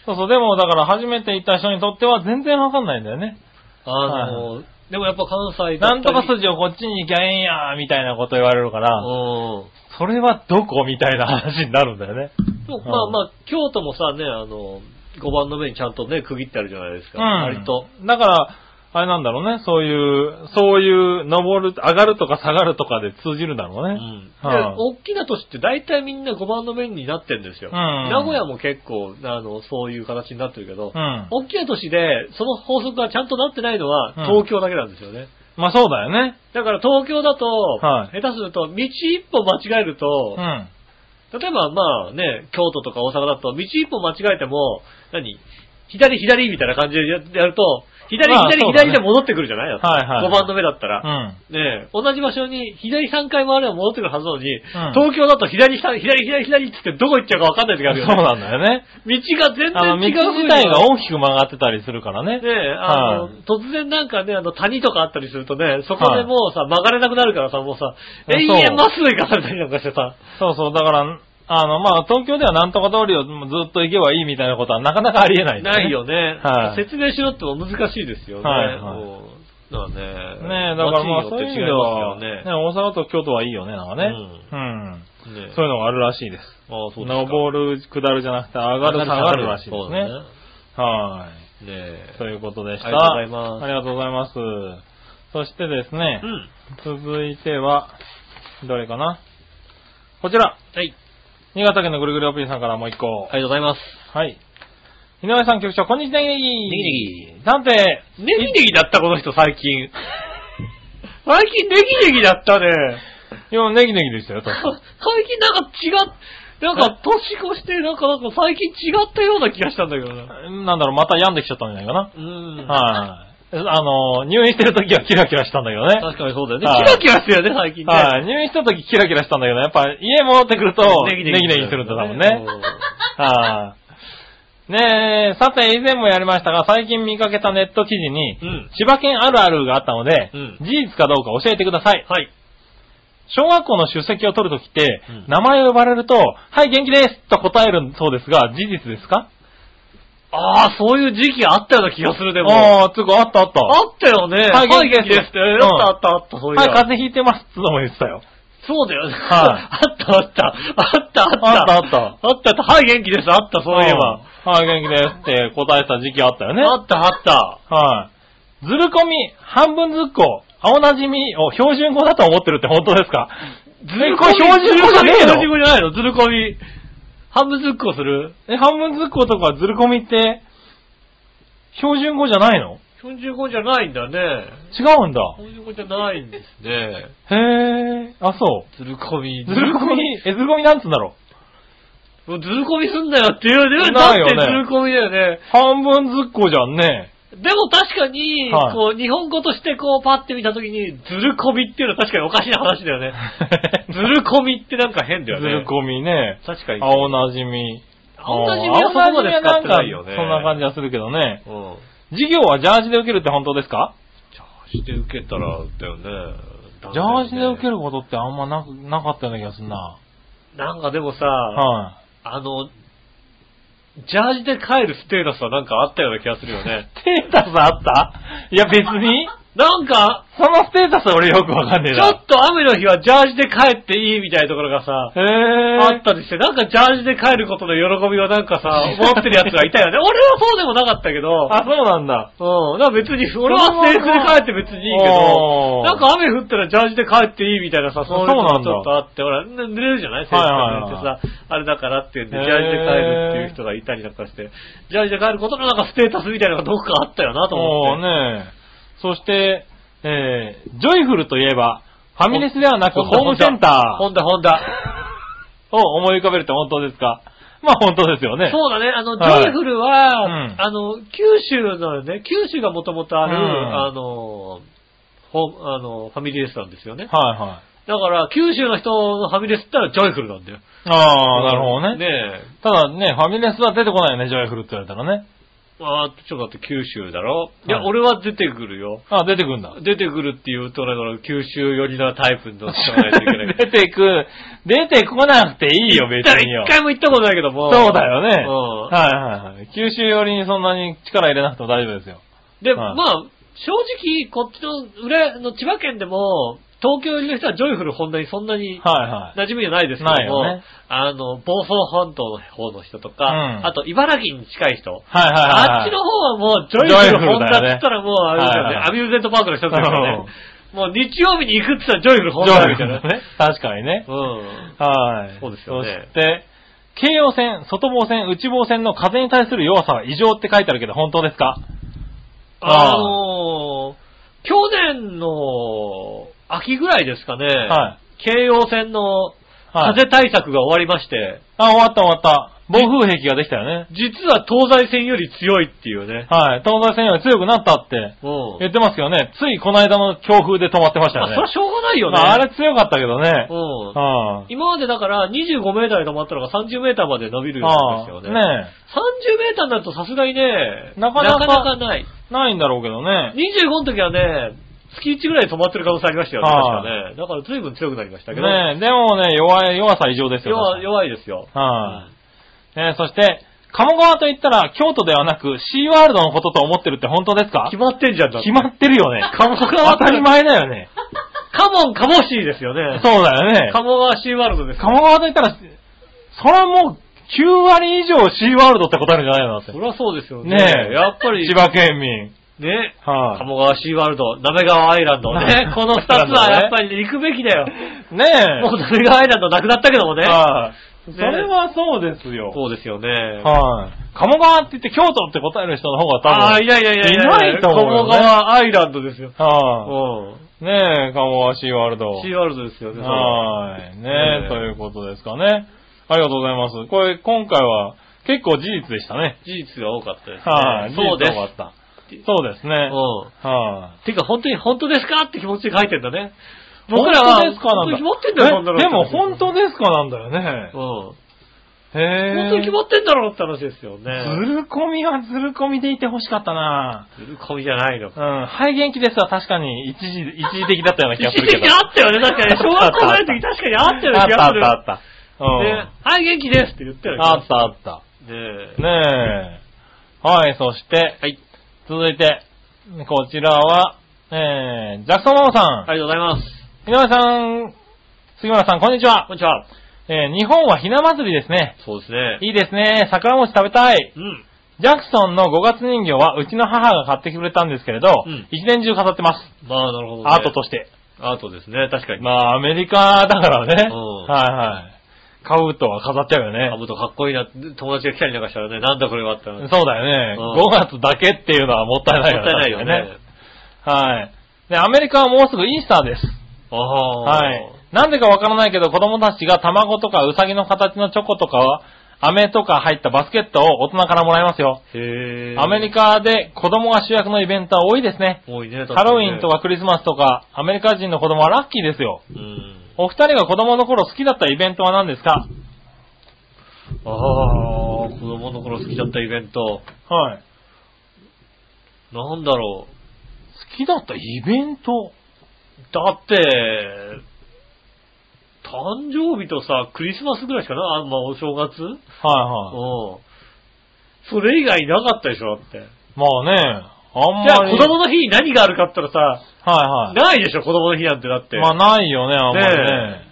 S3: そうそう、でもだから初めて行った人にとっては全然分かんないんだよね。
S2: あの、でもやっぱ関西だ
S3: な
S2: っ
S3: ん
S2: た
S3: と
S2: り
S3: か筋をこっちに行きゃええんや、みたいなこと言われるから、それはどこみたいな話になるんだよね。
S2: うん。でもまあまあ、京都もさ、ね、あの、5番の目にちゃんとね、区切ってあるじゃないですか。割と。。
S3: だから、あれなんだろうね、そういう、そういう、登る、上がるとか下がるとかで通じるんだろう
S2: う
S3: ね。
S2: ん。で、
S3: はい
S2: 大きな都市って大体みんな5番の面になってるんですよ。
S3: うん
S2: 名古屋も結構、あの、そういう形になってるけど、
S3: うん。
S2: 大きな都市で、その法則がちゃんとなってないのは、
S3: うん
S2: 東京だけなんですよね。
S3: まあそうだよね。
S2: だから東京だと、
S3: はい
S2: 下手すると、道一歩間違えると
S3: う、ん。
S2: 例えばまあね、京都とか大阪だと、道一歩間違えても、何左左みたいな感じでややると、左
S3: まあ
S2: 左
S3: そうだね
S2: 左で戻ってくるじゃないよ。
S3: はいはい
S2: 5番の目だったら。
S3: うん。
S2: ねえ、同じ場所に左3回回れば戻ってくるはずなのに、
S3: ん
S2: 東京だと左左左左左って言ってどこ行っちゃうかわかんない時ある
S3: そう
S2: よね。
S3: なんだよね。
S2: 道が全
S3: あの、
S2: 然違う
S3: 道
S2: 風
S3: 自
S2: に
S3: 体が大きく曲がってたりするからね。
S2: ねえ、あの、
S3: はい
S2: 突然なんかね、あの、谷とかあったりするとね、そこでもうさ、曲がれなくなるからさ、もうさ、
S3: そう
S2: 永遠まっすぐ行かされたりなんかしてさ、
S3: そうそう、だから、あの、まあ、東京ではなんとか通りをずっと行けばいいみたいなことはなかなかありえない、
S2: ない。よね。
S3: はい
S2: 説明しろっても難しいですよね。
S3: はいはい
S2: もうだからね。
S3: ねえ、だからまあ、
S2: 街
S3: そういう
S2: に
S3: 意味で
S2: よ
S3: は、
S2: って違い
S3: ね
S2: ま
S3: 大阪と京都はいいよね、なんかね。うん。
S2: すよね。ね
S3: そういうのがあるらしいです。
S2: ああ、そうですか。
S3: 登る、下るじゃなくて上がる、下がるらしいですね。
S2: そ
S3: は
S2: うだね。ね
S3: い。
S2: え。
S3: ということでした。
S2: ありがとうございます
S3: ありがとうございます。そしてですね
S2: う、ん。
S3: 続いては、どれかなこちら、
S2: はい。
S3: 新潟県のぐるぐるおっぴーさんからもう一個。
S2: ありがとうございます。
S3: はい。井上さん局長、こんにちは、ネギネギ。
S2: ネギネギ。
S3: さて、
S2: ネギネギだった、この人、最 近。最近ネギネギだったね。
S3: 今ネギネギでしたよ、確か
S2: 最近なんか違っ、なんか年越して、なんかなんか最近違ったような気がしたんだけどな。
S3: なんだろう、また病んできちゃったんじゃないかな。
S2: うん。
S3: はい。あの、入院してる時はキラキラしたんだけどね。
S2: 確かにそうだよね。
S3: はい
S2: キラキラしてるよね、最近ね。
S3: はい。入院した時キラキラしたんだけど、やっぱ家戻ってくると、ネギネギするんだもんね。はい。ねえ、さて、以前もやりましたが、最近見かけたネット記事に、
S2: うん
S3: 千葉県あるあるがあったので、
S2: うん
S3: 事実かどうか教えてください。
S2: はい。
S3: 小学校の出席を取るときって、
S2: うん
S3: 名前を呼ばれると、はい、元気ですと答えるそうですが、事実ですか
S2: ああ、そういう時期あったような気がする、でも。あ
S3: ああ、つうか、あったあった。
S2: ったよね。
S3: はい元気です
S2: はいですって。
S3: うん
S2: あったあったあった、そういうの
S3: はい、風邪ひいてますつうのも言ってたよ。
S2: そうだよね。
S3: は
S2: あったあった。あったあった。
S3: あったあった
S2: あったあった。はい、元気です。あった、そういえば。
S3: うん。はい、元気ですって答えた時期あったよね。
S2: あったあった。
S3: はい。ずるこみ、半分ずっこ、青なじみを標準語だと思ってるって本当ですか
S2: ず
S3: るこみ標準語じゃねえの
S2: 標準語じゃないのずるこみ。半分ずっこする
S3: え、半分ずっことかずるこみって、標準語じゃないの
S2: 標準語じゃないんだね。
S3: 違うんだ。
S2: 標準語じゃないんですね。
S3: へえ、あ、そう。
S2: ずるこみ。
S3: ずるこみ、え、ずるこみなんつうんだろう
S2: もうずるこみすんなよっていうね。だっ
S3: ないよ
S2: て
S3: ね
S2: ずるこみだよね。
S3: 半分ずっこじゃんね。
S2: でも確かに、
S3: はい
S2: こう、日本語としてこう、パッて見たときに、ずるこみっていうのは確かにおかしな話だよね。 ずるこみってなんか変だよね。
S3: ずるこみね。
S2: 確かに。
S3: 青なじみ。
S2: 青なじみはそこまで使ってないよね。
S3: 青なじみはなんかそんな感
S2: じ。
S3: じはするけどね。
S2: うん。
S3: 授業はジャージで受けるって本当ですか
S2: ジャージで受けたら、だよね。だよね
S3: ジャージで受けることってあんまなくなかったような気がするな。
S2: なんかでもさ、
S3: は
S2: あの、ジャージで帰るステータスはなんかあったような気がするよね。
S3: い。ステータスあったいや別 に、
S2: なんか、
S3: そのステータスは俺よくわかんねえ
S2: ち
S3: な。
S2: ょっと雨の日はジャージで帰っていいみたいなところがさ、
S3: へ
S2: あっ
S3: え。
S2: たりして、なんかジャージで帰ることの喜びをなんかさ、持ってる奴がいたよ ね。俺はそうでもなかったけど、
S3: あ、そうなんだ。
S2: うん、なんか別に、俺は制服で帰って別にいいけど
S3: お、ー
S2: なんか雨降ったらジャージで帰っていいみたいなさ、そういうのがちょっとあって、ほら、ぬ濡れるじゃない制服
S3: はいはい
S2: が濡れてさ、あれだからっていうんで、ジャージで帰るっていう人がいたりなんかして、ジャージで帰ることのなんかステータスみたいなのがどっかあったよなと思
S3: お
S2: っ
S3: ー
S2: て。
S3: ねそして、えー、ジョイフルといえば、ファミレスではなくホームセンタ
S2: ホンダ、ホンダ。
S3: ーを思い浮かべるって本当ですかまあ本当ですよね。
S2: そうだね、あの、ジ
S3: はい
S2: ョイフルは、
S3: うん
S2: あの、九州のね、九州がもともとある、
S3: うん
S2: あの、ほあの、ファミリーレスなんですよね。
S3: はいはい。
S2: だから、九州の人のファミレスって言ったらジョイフルなんだよ。
S3: ああ、なるほどね。
S2: ね
S3: ただね、ファミレスは出てこないよね、ジョイフルって言われたらね。
S2: え。あーちょっと待って、九州だろいや、
S3: はい
S2: 俺は出てくるよ。
S3: あ、出てくるんだ。。
S2: 出てくるって言うと、だから九州寄りなタイプの人がないといけない
S3: 出てく、出てこなくて いいよ、別によ
S2: 一。回も行ったことないけども。
S3: そうだよね。
S2: うん
S3: はいはいはい。九州寄りにそんなに力入れなくても大丈夫ですよ。
S2: で、
S3: はい
S2: まあ、正直、こっちの、裏の千葉県でも、東京寄りの人はジョイフル本田にそんなに
S3: はいはい。
S2: 馴染みじゃないですけども、
S3: ないよね
S2: あの、房総半島の方の人とか、
S3: うん
S2: あと茨城に近い人、
S3: はいはいはいはい。
S2: あっちの方はもうジョイフル本田って言ったらもうあれですよ
S3: はい
S2: ね
S3: は、い
S2: アミューゼントパークの人ですからね。もう日曜日に行くって言ったらジョイフル本
S3: ジ
S2: 田
S3: ョイ
S2: み
S3: フ
S2: たい
S3: ル
S2: な。
S3: のね。確かにね。
S2: うん。
S3: はい。
S2: そうですよね
S3: そして、京葉線、外房線、内房線の風に対する弱さは異常って書いてあるけど、本当ですか
S2: あ
S3: あー
S2: のー去年の秋ぐらいですかね、
S3: はい。
S2: 京葉線の
S3: はい。
S2: 風対策が終わりまして、
S3: あ、終わった終わった。暴風壁ができたよね。
S2: 実は東西線より強いっていうね。
S3: はい。東西線より強くなったって
S2: うん。
S3: 言ってますけどね。ついこの間の強風で止まってました
S2: まあ、そ
S3: よね。
S2: れはしょうがないよね。
S3: まあ、あれ強かったけどね。
S2: うん。
S3: うん。
S2: 今までだから25メーターで止まったのが30メーターまで伸びるようになったんですよね。
S3: ね
S2: 30メーターになるとさすがにね、
S3: なかなか
S2: ない。
S3: え。ないんだろうけどね。
S2: 25の時はね、月1ぐらいで止まってる可能性ありましたよね、
S3: は
S2: 確
S3: い
S2: かね。だから随分強くなりましたけど、
S3: ねえ、でもね、弱い、弱さ異常ですよ。
S2: 弱弱いですよ。
S3: はい、ねえ、そして、鴨川と言ったら京都ではなくシーワールドのことと思ってるって本当ですか
S2: 決まってんじゃんだって
S3: 決まってるよね。
S2: 鴨川
S3: 当たり前だよね。
S2: カモン、カモシーですよね。
S3: そうだよね。
S2: 鴨川シーワールドですよ。
S3: 鴨川と言ったら、それはもう9割以上シーワールドって答えるんじゃないのだって
S2: そ。りゃそうですよね。
S3: ねえ
S2: やっぱり、
S3: 千葉県民。
S2: ね、
S3: はい、
S2: 鴨川シーワールド、鍋川アイランドね。この二つはやっぱり行くべきだよ。
S3: ね え。
S2: もう鍋川アイランドなくなったけどもね。
S3: はい、
S2: ね
S3: それはそうですよ。
S2: そうですよね。
S3: はい、鴨川って言って京都って答える人の方が多分。
S2: ああ、いやいやいや
S3: いないと思うよ
S2: 鴨
S3: ね
S2: 川アイランドですよ。う
S3: はい、
S2: ん。
S3: ねえ、鴨川シーワールド。
S2: シーワールドですよね。それ
S3: はい。ね
S2: ねえ
S3: え、ということですかね。ありがとうございます。これ、今回は結構事実でしたね。
S2: 事実が多かったですね。
S3: はい、
S2: そうです。
S3: 事実が多かった。そうですね。
S2: うん。
S3: はい、
S2: てか、本当に本当ですかって気持ちで書いてんだね。僕
S3: 僕
S2: ら
S3: ら
S2: は、
S3: は、本当に
S2: 決まってんだよ、そんなの。
S3: でも本当ですかなんだよね。
S2: うん。
S3: へえ。
S2: 本当に決まってんだろうって話ですよ
S3: ず
S2: ね。
S3: る込みはずる込みでいて欲しかったな
S2: ずる込みじゃないの
S3: う。ん。肺元気ですは確かに一時、一時的だったような 気
S2: 一
S3: がす
S2: 時
S3: るけ
S2: 的
S3: ど。
S2: にあったよね、確かに。小学校ぐらいの時確かにあったような気がする。
S3: あったあったあった。
S2: ねはい、元気ですって言った
S3: う
S2: よ
S3: ん。
S2: ね。
S3: あったあった。
S2: ねえ。
S3: ねえ。はい、そして、
S2: はい。
S3: 続いて、こちらは、えー、ジャクソンママさん、
S2: ありがとうございます。
S3: 井上さん、杉村さん、こんにちは
S2: こ。んにちは。
S3: えー、日本はひな祭りですね。
S2: そうですね。
S3: いいですね。桜餅食べたい。
S2: うん。
S3: ジャクソンの5月人形はうちの母が買ってくれたんですけれど、
S2: うん
S3: 一年中飾ってます。
S2: まあ、なるほど、ね。
S3: アートとして。
S2: アートですね、確かに。
S3: まあ、アメリカだからね。
S2: うん
S3: はいはい。買うとは飾っちゃうよね
S2: か。ぶとかっこいいな、友達が来たりなんかしたらね、なんだこれはって話。
S3: そうだよね、
S2: うん
S3: 5月だけっていうのはもったいないよ
S2: もったいないよね。。
S3: はい。で、アメリカはもうすぐイースターです。
S2: ああ。
S3: はい。なんでかわからないけど、子供たちが卵とかウサギの形のチョコとか、飴とか入ったバスケットを大人からもらえますよ。
S2: へえ。
S3: アメリカで子供が主役のイベントは多いですね。
S2: 多いね、
S3: ハロウィンと
S2: か
S3: かクリスマスとか、アメリカ人の子供はラッキーですよ。
S2: にね。うん。
S3: お二人が子供の頃好きだったイベントは何ですか
S2: ああ、子供の頃好きだったイベント。
S3: はい。
S2: なんだろ
S3: 好きだったイベント
S2: う。だって、誕生日とさ、クリスマスぐらいしかな、あんまあお正月うん。
S3: はいはい。
S2: それ以外なかったでしょ、だって。
S3: まあね、あん
S2: じゃ
S3: ま
S2: あ
S3: り。
S2: 子供の日に何があるかって言ったら
S3: は
S2: さ、
S3: いは
S2: ないでしょ、子供の日なんてだって。
S3: い。まあないよね、あんまり
S2: ね
S3: ね。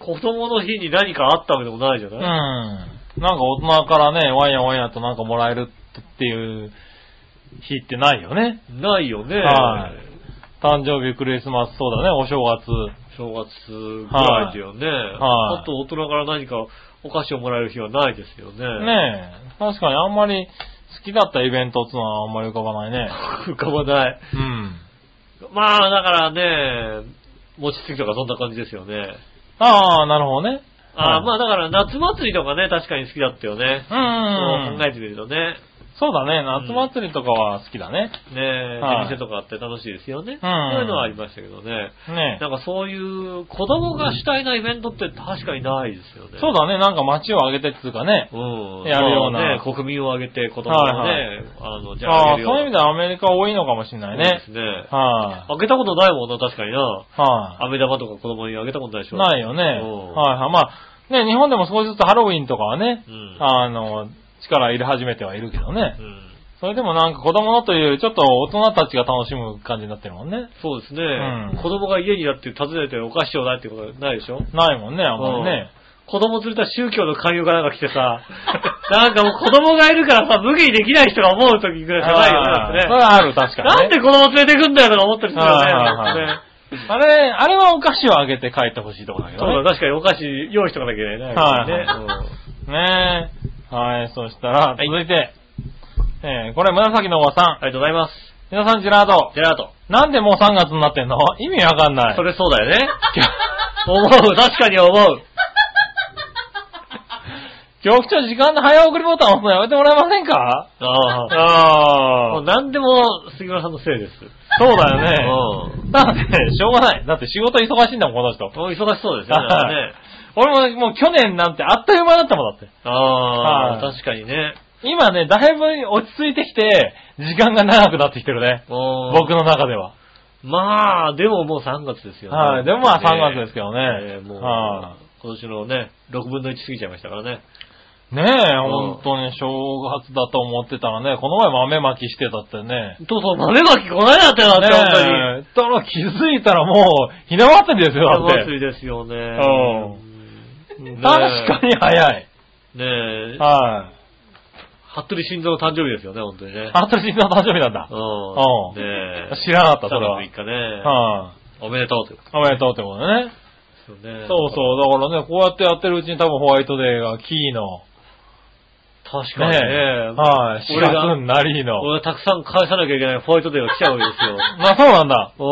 S2: 子供の日に何かあったわけでもないじゃ
S3: う
S2: ない、
S3: ん。なんか大人からね、ワイヤワイヤとなんかもらえるっていう日ってないよね。
S2: ないよね。
S3: はい誕生日、クリスマス、そうだね、お正月。
S2: 正月ぐらいだよね。
S3: はい
S2: あと大人から何かお菓子をもらえる日はないですよね。
S3: ねえ。確かにあんまり好きだったイベントってのはあんまり浮かばないね。
S2: 浮かばない。
S3: うん。
S2: まあ、だからね、餅つきとかそんな感じですよね。
S3: ああ、なるほどね。
S2: ああ、
S3: はい
S2: まあだから夏祭りとかね、確かに好きだったよね。
S3: う。
S2: そうん考えてみるとね。
S3: そうだね、夏祭りとかは好きだね。
S2: ねえ、
S3: はい
S2: 出店とかあって楽しいですよね。
S3: うん
S2: そういうのはありましたけどね。
S3: ね
S2: なんかそういう子供が主体なイベントって確かにないですよね。
S3: そうだね、なんか街を挙げてっていうかね。
S2: うん。
S3: やるような
S2: まあね、国民を挙げて子供をね、
S3: はい
S2: あの、じゃあ
S3: あ
S2: あ
S3: あ、
S2: げ
S3: そう
S2: るよ
S3: いう意味ではアメリカ多いのかもしれないね。
S2: そうですね。
S3: は
S2: あげたことないもんな、確かにな。
S3: い。は
S2: 飴玉とか子供にあげたことないでし
S3: い。
S2: ょ。
S3: ないよね。はい
S2: うん
S3: はい。まあ、ね、日本でも少しずつハロウィンとかはね
S2: う、ん。
S3: あの、力入れ始めてはいるけどね
S2: う。ん。
S3: それでもなんか子供のというよりちょっと大人たちが楽しむ感じになってるもんね。
S2: そうですね、
S3: うん
S2: 子供が家にだって訪ねてお菓子をないってことはないでしょ
S3: ないもんね、あんまりね。
S2: 子供連れた宗教の勧誘がなんか来てさ、 なんかもう子供がいるからさ、無理にできない人が思う時ぐらいじゃないよねだ
S3: あ
S2: っ
S3: あ
S2: てね。
S3: それはある、確かに
S2: な
S3: ね。
S2: んで子供連れてくんだよとか思ってる人
S3: は
S2: だ
S3: いはい
S2: よね
S3: はい。あれ、あれはお菓子をあげて帰ってほしいとこだけ
S2: そ
S3: ど
S2: う
S3: ね。
S2: だ、確かにお菓子用意しとかなきゃいけないね。
S3: はいはい
S2: うん
S3: ねえ。はい、そしたら、
S2: はい
S3: 続いて、えー、これ紫のおばさん。
S2: ありがとうございます。
S3: 皆さん、ジェラード。
S2: ジェラート。
S3: なんでもう3月になってんの意味わかんない
S2: そ。れそうだ よね。思う、確かに思う。
S3: 局長、時間の早送りボタン押すのやめてもらえませんか
S2: ああ。
S3: あ
S2: もう何でも杉村さんのせいです。
S3: そうだよね。
S2: うん。
S3: だって、 しょうがない。だって仕事忙しいんだもん、この人。
S2: もう忙しそうですよねなんかね。
S3: 俺ももう去年なんてあっという間だったもんだって。
S2: ああ、
S3: はい
S2: 確かにね。
S3: 今ね、だいぶ落ち着いてきて、時間が長くなってきてるね。僕
S2: 僕。
S3: の中では。
S2: まあ、でももう3月ですよね。
S3: はい。でもまあ3月ですけど
S2: ねえ
S3: ね。
S2: もう、
S3: は
S2: 今年のね、6分の1過ぎちゃいましたからね。
S3: いねえ、本当に正月だと思ってたらね、この前豆まきしてたってね。
S2: そうそう、豆まきこないだったよ、だって、本当に。
S3: ねえ、たら気づいたらもう、ひな祭りですよ、だっ
S2: お祭
S3: て。
S2: りですよね。
S3: うん
S2: ねえ
S3: 確かに早い。
S2: ねえ、
S3: は
S2: 服部晋三の誕生日ですよね、本当にね
S3: い。。あと人の誕生日なんだ。
S2: うん。
S3: うん
S2: ねえ。
S3: 知らなかった、それ
S2: 3
S3: は。はい
S2: 月、3日ね。おめでとうというこ
S3: おめでとうってことでね。
S2: とですよね。
S3: そうそう。だからね、こうやってやってるうちに多分ホワイトデーがキーの、
S2: 確かにね。
S3: ねはい、4
S2: 俺が
S3: 月になりの。
S2: 俺たくさん返さなきゃいけないホワイトデーが来ちゃうわけですよ。
S3: まあそうなんだ。
S2: う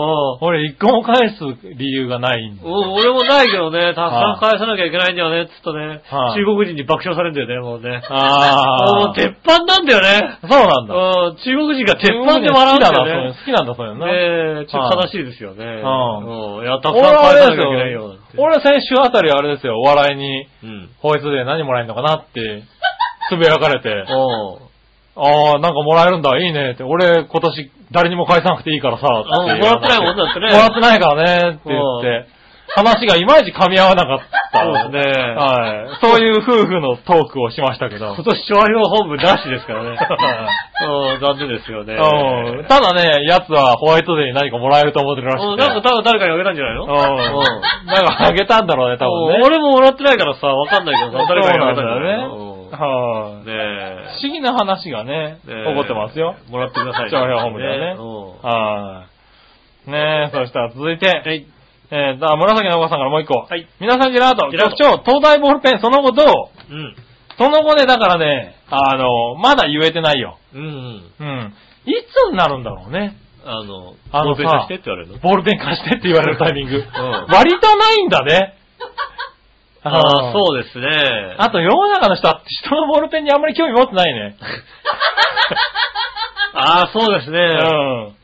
S2: ん
S3: 俺一個も返す理由がないんだ。
S2: お俺もないけどね、たくさん返さなきゃいけないんだよね、つっとね、
S3: はい
S2: 中国人に爆笑されるんだよね、もうね。
S3: あ
S2: もう鉄板なんだよね。
S3: そうなん
S2: う
S3: だ。
S2: ん、中国人が鉄板で笑うんだよね。
S3: 好きなんだ、そういうの好きなんだ、そういうのな。
S2: ねえ、ちょっと
S3: は
S2: 悲
S3: い
S2: しいですよね。
S3: ん
S2: うん。いや、たく
S3: 俺
S2: さん
S3: はあ
S2: 返
S3: れ
S2: さな
S3: です
S2: きゃいけないよ
S3: よ。。俺先週あたりあれですよ、お笑いに、
S2: うん。
S3: ホワイトデー何もらえるのかなって、つぶやかれて、
S2: お
S3: ああ、なんかもらえるんだ、いいねって、俺今年誰にも返さなくていいからさ、
S2: あ
S3: っていう
S2: もらってないもんだってね
S3: もらってないからね、って言って、話がいまいち噛み合わなかった。
S2: そうですね
S3: はい。そういう夫婦のトークをしましたけど
S2: 今。年調和表本部なしですからね。うん、残念ですよね。
S3: うんただね、奴はホワイトデーに何かもらえると思ってるらしく
S2: うん
S3: て。
S2: なんか多分誰かにあげたんじゃないの
S3: うん。なんかあげたんだろうね、多分
S2: うん
S3: ね。
S2: 俺ももらってないからさ、わかんないけどさ、誰かにあげたんじゃない
S3: そう
S2: の
S3: なんだよね。は
S2: ね
S3: い。
S2: え。
S3: 不思議な話がね、起
S2: ねえ
S3: こってますよ。
S2: もらってください
S3: 長編本部ではね
S2: ね
S3: はい。ねえ、そしたら続い
S2: うん。は
S3: て、
S2: い。
S3: えー、だ紫のおばさんからもう一個。
S2: はい。
S3: 皆さんジェラート、
S2: ジェラート
S3: 局長、東大ボールペン、その後どう
S2: うん。
S3: その後ね、だからね、あの、まだ言えてないよ。
S2: うんうん。
S3: うん。いつになるんだろうね。
S2: あの、
S3: あ
S2: ボ
S3: の
S2: ールペン
S3: さ
S2: 貸してって言われるの
S3: ボールペン貸してって言われるタイミング。
S2: ん
S3: 割とないんだね。
S2: ああ、
S3: う。
S2: そうですね。
S3: あと世の中の人は人のボールペンにあんまり興味持ってないね。
S2: ああ、そうですね。
S3: うん。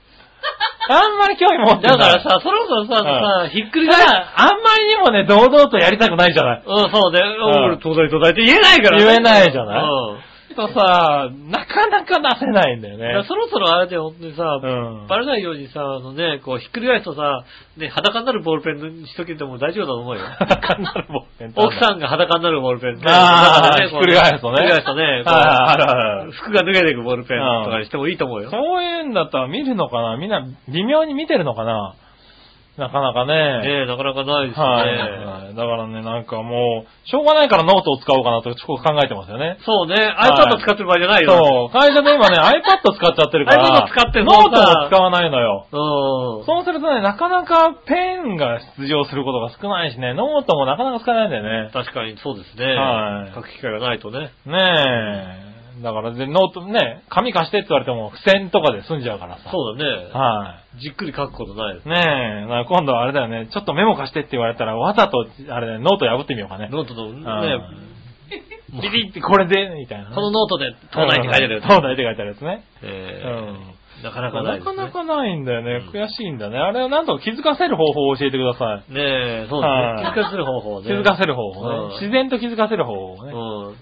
S3: あんまり興味持って
S2: だ
S3: ない。
S2: からさ、そろそろさ、さ、ひっくり
S3: た
S2: 返
S3: だ、あんまりにもね、堂々とやりたくないじゃない。
S2: うん、そうね。俺、東大東大って言えないからね。
S3: 言えないじゃない
S2: うん。
S3: とさ、なかなか出せないんだよ
S2: だから
S3: ね。
S2: そろそろあれで本当にさ、
S3: うん
S2: バレないようにさ、あのね、こう、ひっくり返すとさ、ね、裸になるボールペンにしとけても大丈夫だと思うよ。
S3: 裸になるボールペンってあるの
S2: 奥さんが裸になるボールペンね
S3: あー
S2: ねこう
S3: ひっくり返すとね
S2: ひっくり返すとね、こう
S3: はいはいはいはい
S2: 服が脱げていくボールペンとかにしてもいいと思うよ。
S3: そういうんだったら見るのかなみんな微妙に見てるのかななかなかね。
S2: ねえ、なかなかないですね。
S3: はいはい。だからね、なんかもう、しょうがないからノートを使おうかなとちょっと考えてますよね。
S2: そうね、
S3: はい
S2: iPad 使ってる場合じゃないよ。
S3: そう。会社で今ね、iPad 使っちゃってるから、
S2: iPad 使ってる
S3: ノ
S2: の
S3: ー
S2: さ
S3: トを使わないのよ。
S2: うん。
S3: そうするとね、なかなかペンが出場することが少ないしね、ノートもなかなか使えないんだよね。
S2: 確かにそうですね。
S3: はい
S2: 書く機会がないとね。
S3: ねえ。だからで、ノートね、紙貸してって言われても、付箋とかで済んじゃうからさ。
S2: そうだね。
S3: は
S2: じっくり書くことないです
S3: い。。ねえ、だから今度はあれだよね、ちょっとメモ貸してって言われたら、わざと、あれだよね、ノート破ってみようかね。
S2: ノートの
S3: は
S2: ね
S3: い、
S2: もう
S3: ピピってこれで、みたいなね。
S2: このノートで東大って書いてあるやつ。
S3: 東大って書いてあるやつね。
S2: えーなかな
S3: な
S2: か
S3: か
S2: ないですね。
S3: なかないんだよね。
S2: う
S3: 悔しいんだね。あれはなんとか気づかせる方法を教えてください。
S2: ねえ、そう
S3: は
S2: です
S3: い
S2: ね。気づかせる方法ね。
S3: 気づかせる方
S2: うん
S3: 法ね。自然と気づかせる方法ね。
S2: うん。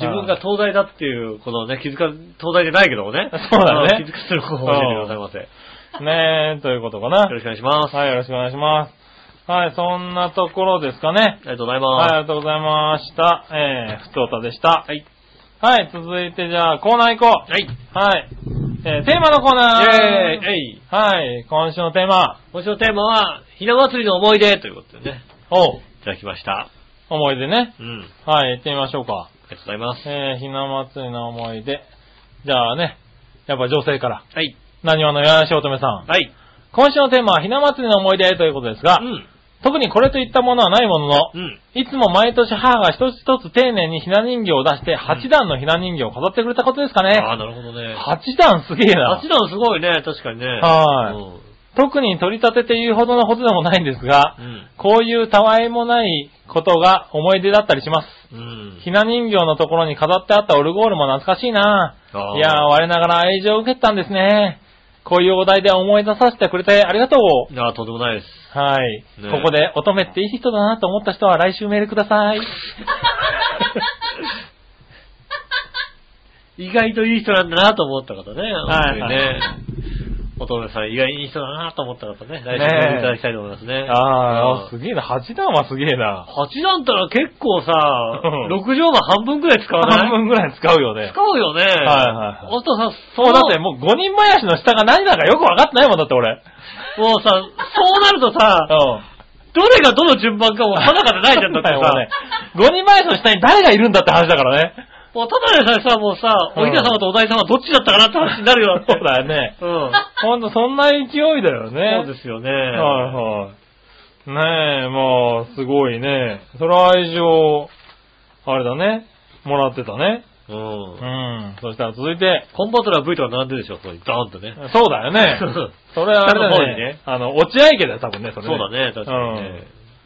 S2: 自分が東大だっていう、このね、気づか、東大じゃないけどもね。
S3: そうだね
S2: ん気づかせる方法を教えてくださいませ。よ
S3: ねえ、ということかな。
S2: ろしくお願いします。
S3: はい、よろしくお願いします。はい、そんなところですかね
S2: あ。りがとうござい
S3: はい、あ
S2: ま
S3: りがとうございました。えー、ふつおたでした。
S2: す。はい。
S3: はい、続いてじゃあ、コーナー行こ
S2: はい。イ
S3: う。はい。えー、テーマのコーナ
S2: ェー
S3: ー。
S2: イえい
S3: はい、今週のテーマ。
S2: 今週のテーマは、ひな祭りの思い出ということでね、
S3: おう、
S2: いただきました。
S3: 思い出ね。
S2: うん。
S3: はい、行ってみましょうか。
S2: ありがとうございます。
S3: えー、ひな祭りの思い出。じゃあね、やっぱ女性から。
S2: はい。
S3: 何話のやしおとめさん。
S2: はい。
S3: 今週のテーマはひな祭りの思い出ということですが、
S2: うん。
S3: 特にこれといったものはないものの、
S2: うん。
S3: いつも毎年母が一つ一つ丁寧にひな人形を出して、八段のひな人形を飾ってくれたことですかね。
S2: ああ、なるほどね。
S3: 八段すげえな
S2: 八。段すごいね、確かにね。
S3: はい特に取り立てて言うほどのことでもないんですが
S2: う、ん。
S3: こういうたわいもないことが思い出だったりします。
S2: うん。うん。
S3: ひな人形のところに飾ってあったオルゴールも懐かしいな
S2: あー
S3: いやー、我ながら愛情を受けてたんですね。こういうお題で思い出させてくれてありがとう。
S2: いや、とんでもないです。
S3: はい。
S2: ね
S3: ここで乙女っていい人だなと思った人は来週メールください。
S2: 意外といい人なんだなと思った方ね。
S3: はいはい
S2: 本当にね。お父さん意外にいい人だなと思った方ね。来週もいただきたいと思いますね。
S3: ああ、
S2: う
S3: す
S2: ん
S3: げえな。八段はすげえな。
S2: 八段ったら結構さ、
S3: う
S2: 6
S3: ん
S2: 畳間半分くらい使わない
S3: 半分ぐらい使うよね。
S2: 使うよね。はい
S3: はいはい
S2: お父さん、
S3: そうだって
S2: も
S3: もう5人前足の下が何だかよくわかってないもんだって俺。
S2: うさ、そうなると
S3: う
S2: さ、
S3: ん。
S2: どれがどの順番かもう定かでないじゃんだって
S3: よ
S2: さ。
S3: 5人前足の下に誰がいるんだって話だからね。
S2: もうただでさえさ、もうさ、
S3: うん
S2: お稲様とお大様どっちだったかなって話になるよ。
S3: そうだよね。
S2: うん。
S3: ほんとそんな勢いだよね。。
S2: そうですすよね。
S3: はいはい。ねえ、まあ、すごいね。それは愛情、あれだね。もらってたね。
S2: う。
S3: うんん。そしたら続いて、
S2: コンバトラー V とか並んでるでしょ、そこに。ダーンとね。
S3: そうだ よね。それはあ
S2: 下
S3: れ
S2: の方
S3: だ
S2: に
S3: ね
S2: ね。
S3: あの、落合家だよ、多分ね、そ
S2: そう
S3: れ
S2: だね、確かにね。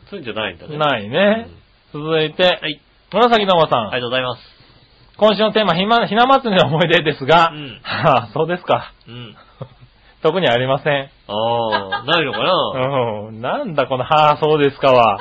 S2: そういうんじゃないんだね。い。
S3: ないね。続いて、
S2: はい。
S3: 紫のまさん。
S2: ありがとうございます。
S3: 今週のテーマ、ひま、ひな祭りの思い出ですが、
S2: うん
S3: はあ、そうですか。
S2: うん。
S3: 特にありません。
S2: ああ、ないのかな
S3: うん。なんだこの、はあ、そうですかは。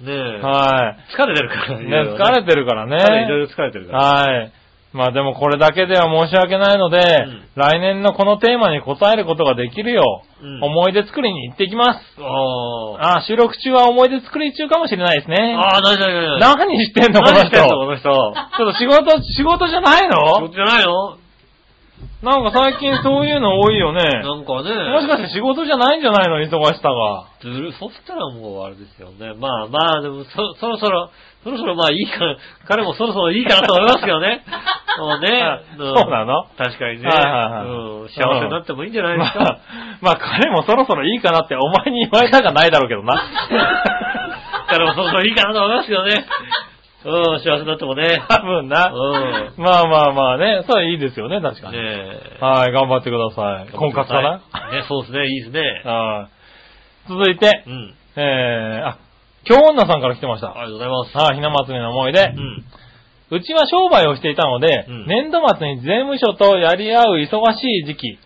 S2: ねえ。
S3: は
S2: 疲れてるか
S3: い。
S2: ら
S3: ね、
S2: いろいろ
S3: 疲れてるから
S2: 彼いろ
S3: ね。
S2: いろ疲れてるから。
S3: はい。まあでもこれだけでは申し訳ないので、
S2: ん
S3: 来年のこのテーマに答えることができるよう、
S2: うん
S3: 思い出作りに行ってきます。
S2: ああ。
S3: ああ、収録中は思い出作り中かもしれないですね。
S2: ああ、ないないないない。
S3: 何してんのこの
S2: 何し
S3: 人。
S2: て
S3: ち
S2: んの
S3: ょ
S2: この人。
S3: っと仕事、仕事じゃない
S2: 仕事
S3: の
S2: じゃないの
S3: なんか最近そういうの多いよね。
S2: なんかね。
S3: もしかして仕事じゃないんじゃないの忙しさが。
S2: ずる、そしたらもうあれですよね。まあまあ、でもそ、そろそろ、そろそろまあいいかな、彼もそろそろいいかなと思いますけどね。もう ね。
S3: そうんなの
S2: 確かにね。
S3: はいはいはい
S2: うん。幸せになってもいいんじゃないです
S3: まあ
S2: か。、
S3: まあ彼もそろそろいいかなってお前に言われたかないだろうけどな。
S2: 彼もそろそろいいかなと思いますけどね。うん、幸せになってもね。
S3: 多分な。
S2: う
S3: まあまあまあね、それいいですよね、確か
S2: ん。
S3: に。
S2: ねえ。
S3: はい、頑張ってください。婚活かな
S2: ね、そうですね、いいですね。
S3: はい。続いて
S2: う、ん。
S3: えー、あ、京女さんから来てまし
S2: あり
S3: た。
S2: がとうございます。
S3: はい、ひな祭りの思い出
S2: う。ん。
S3: うちは商売をしていたので、
S2: うん
S3: 年度末に税務署とやり合う忙しい時期、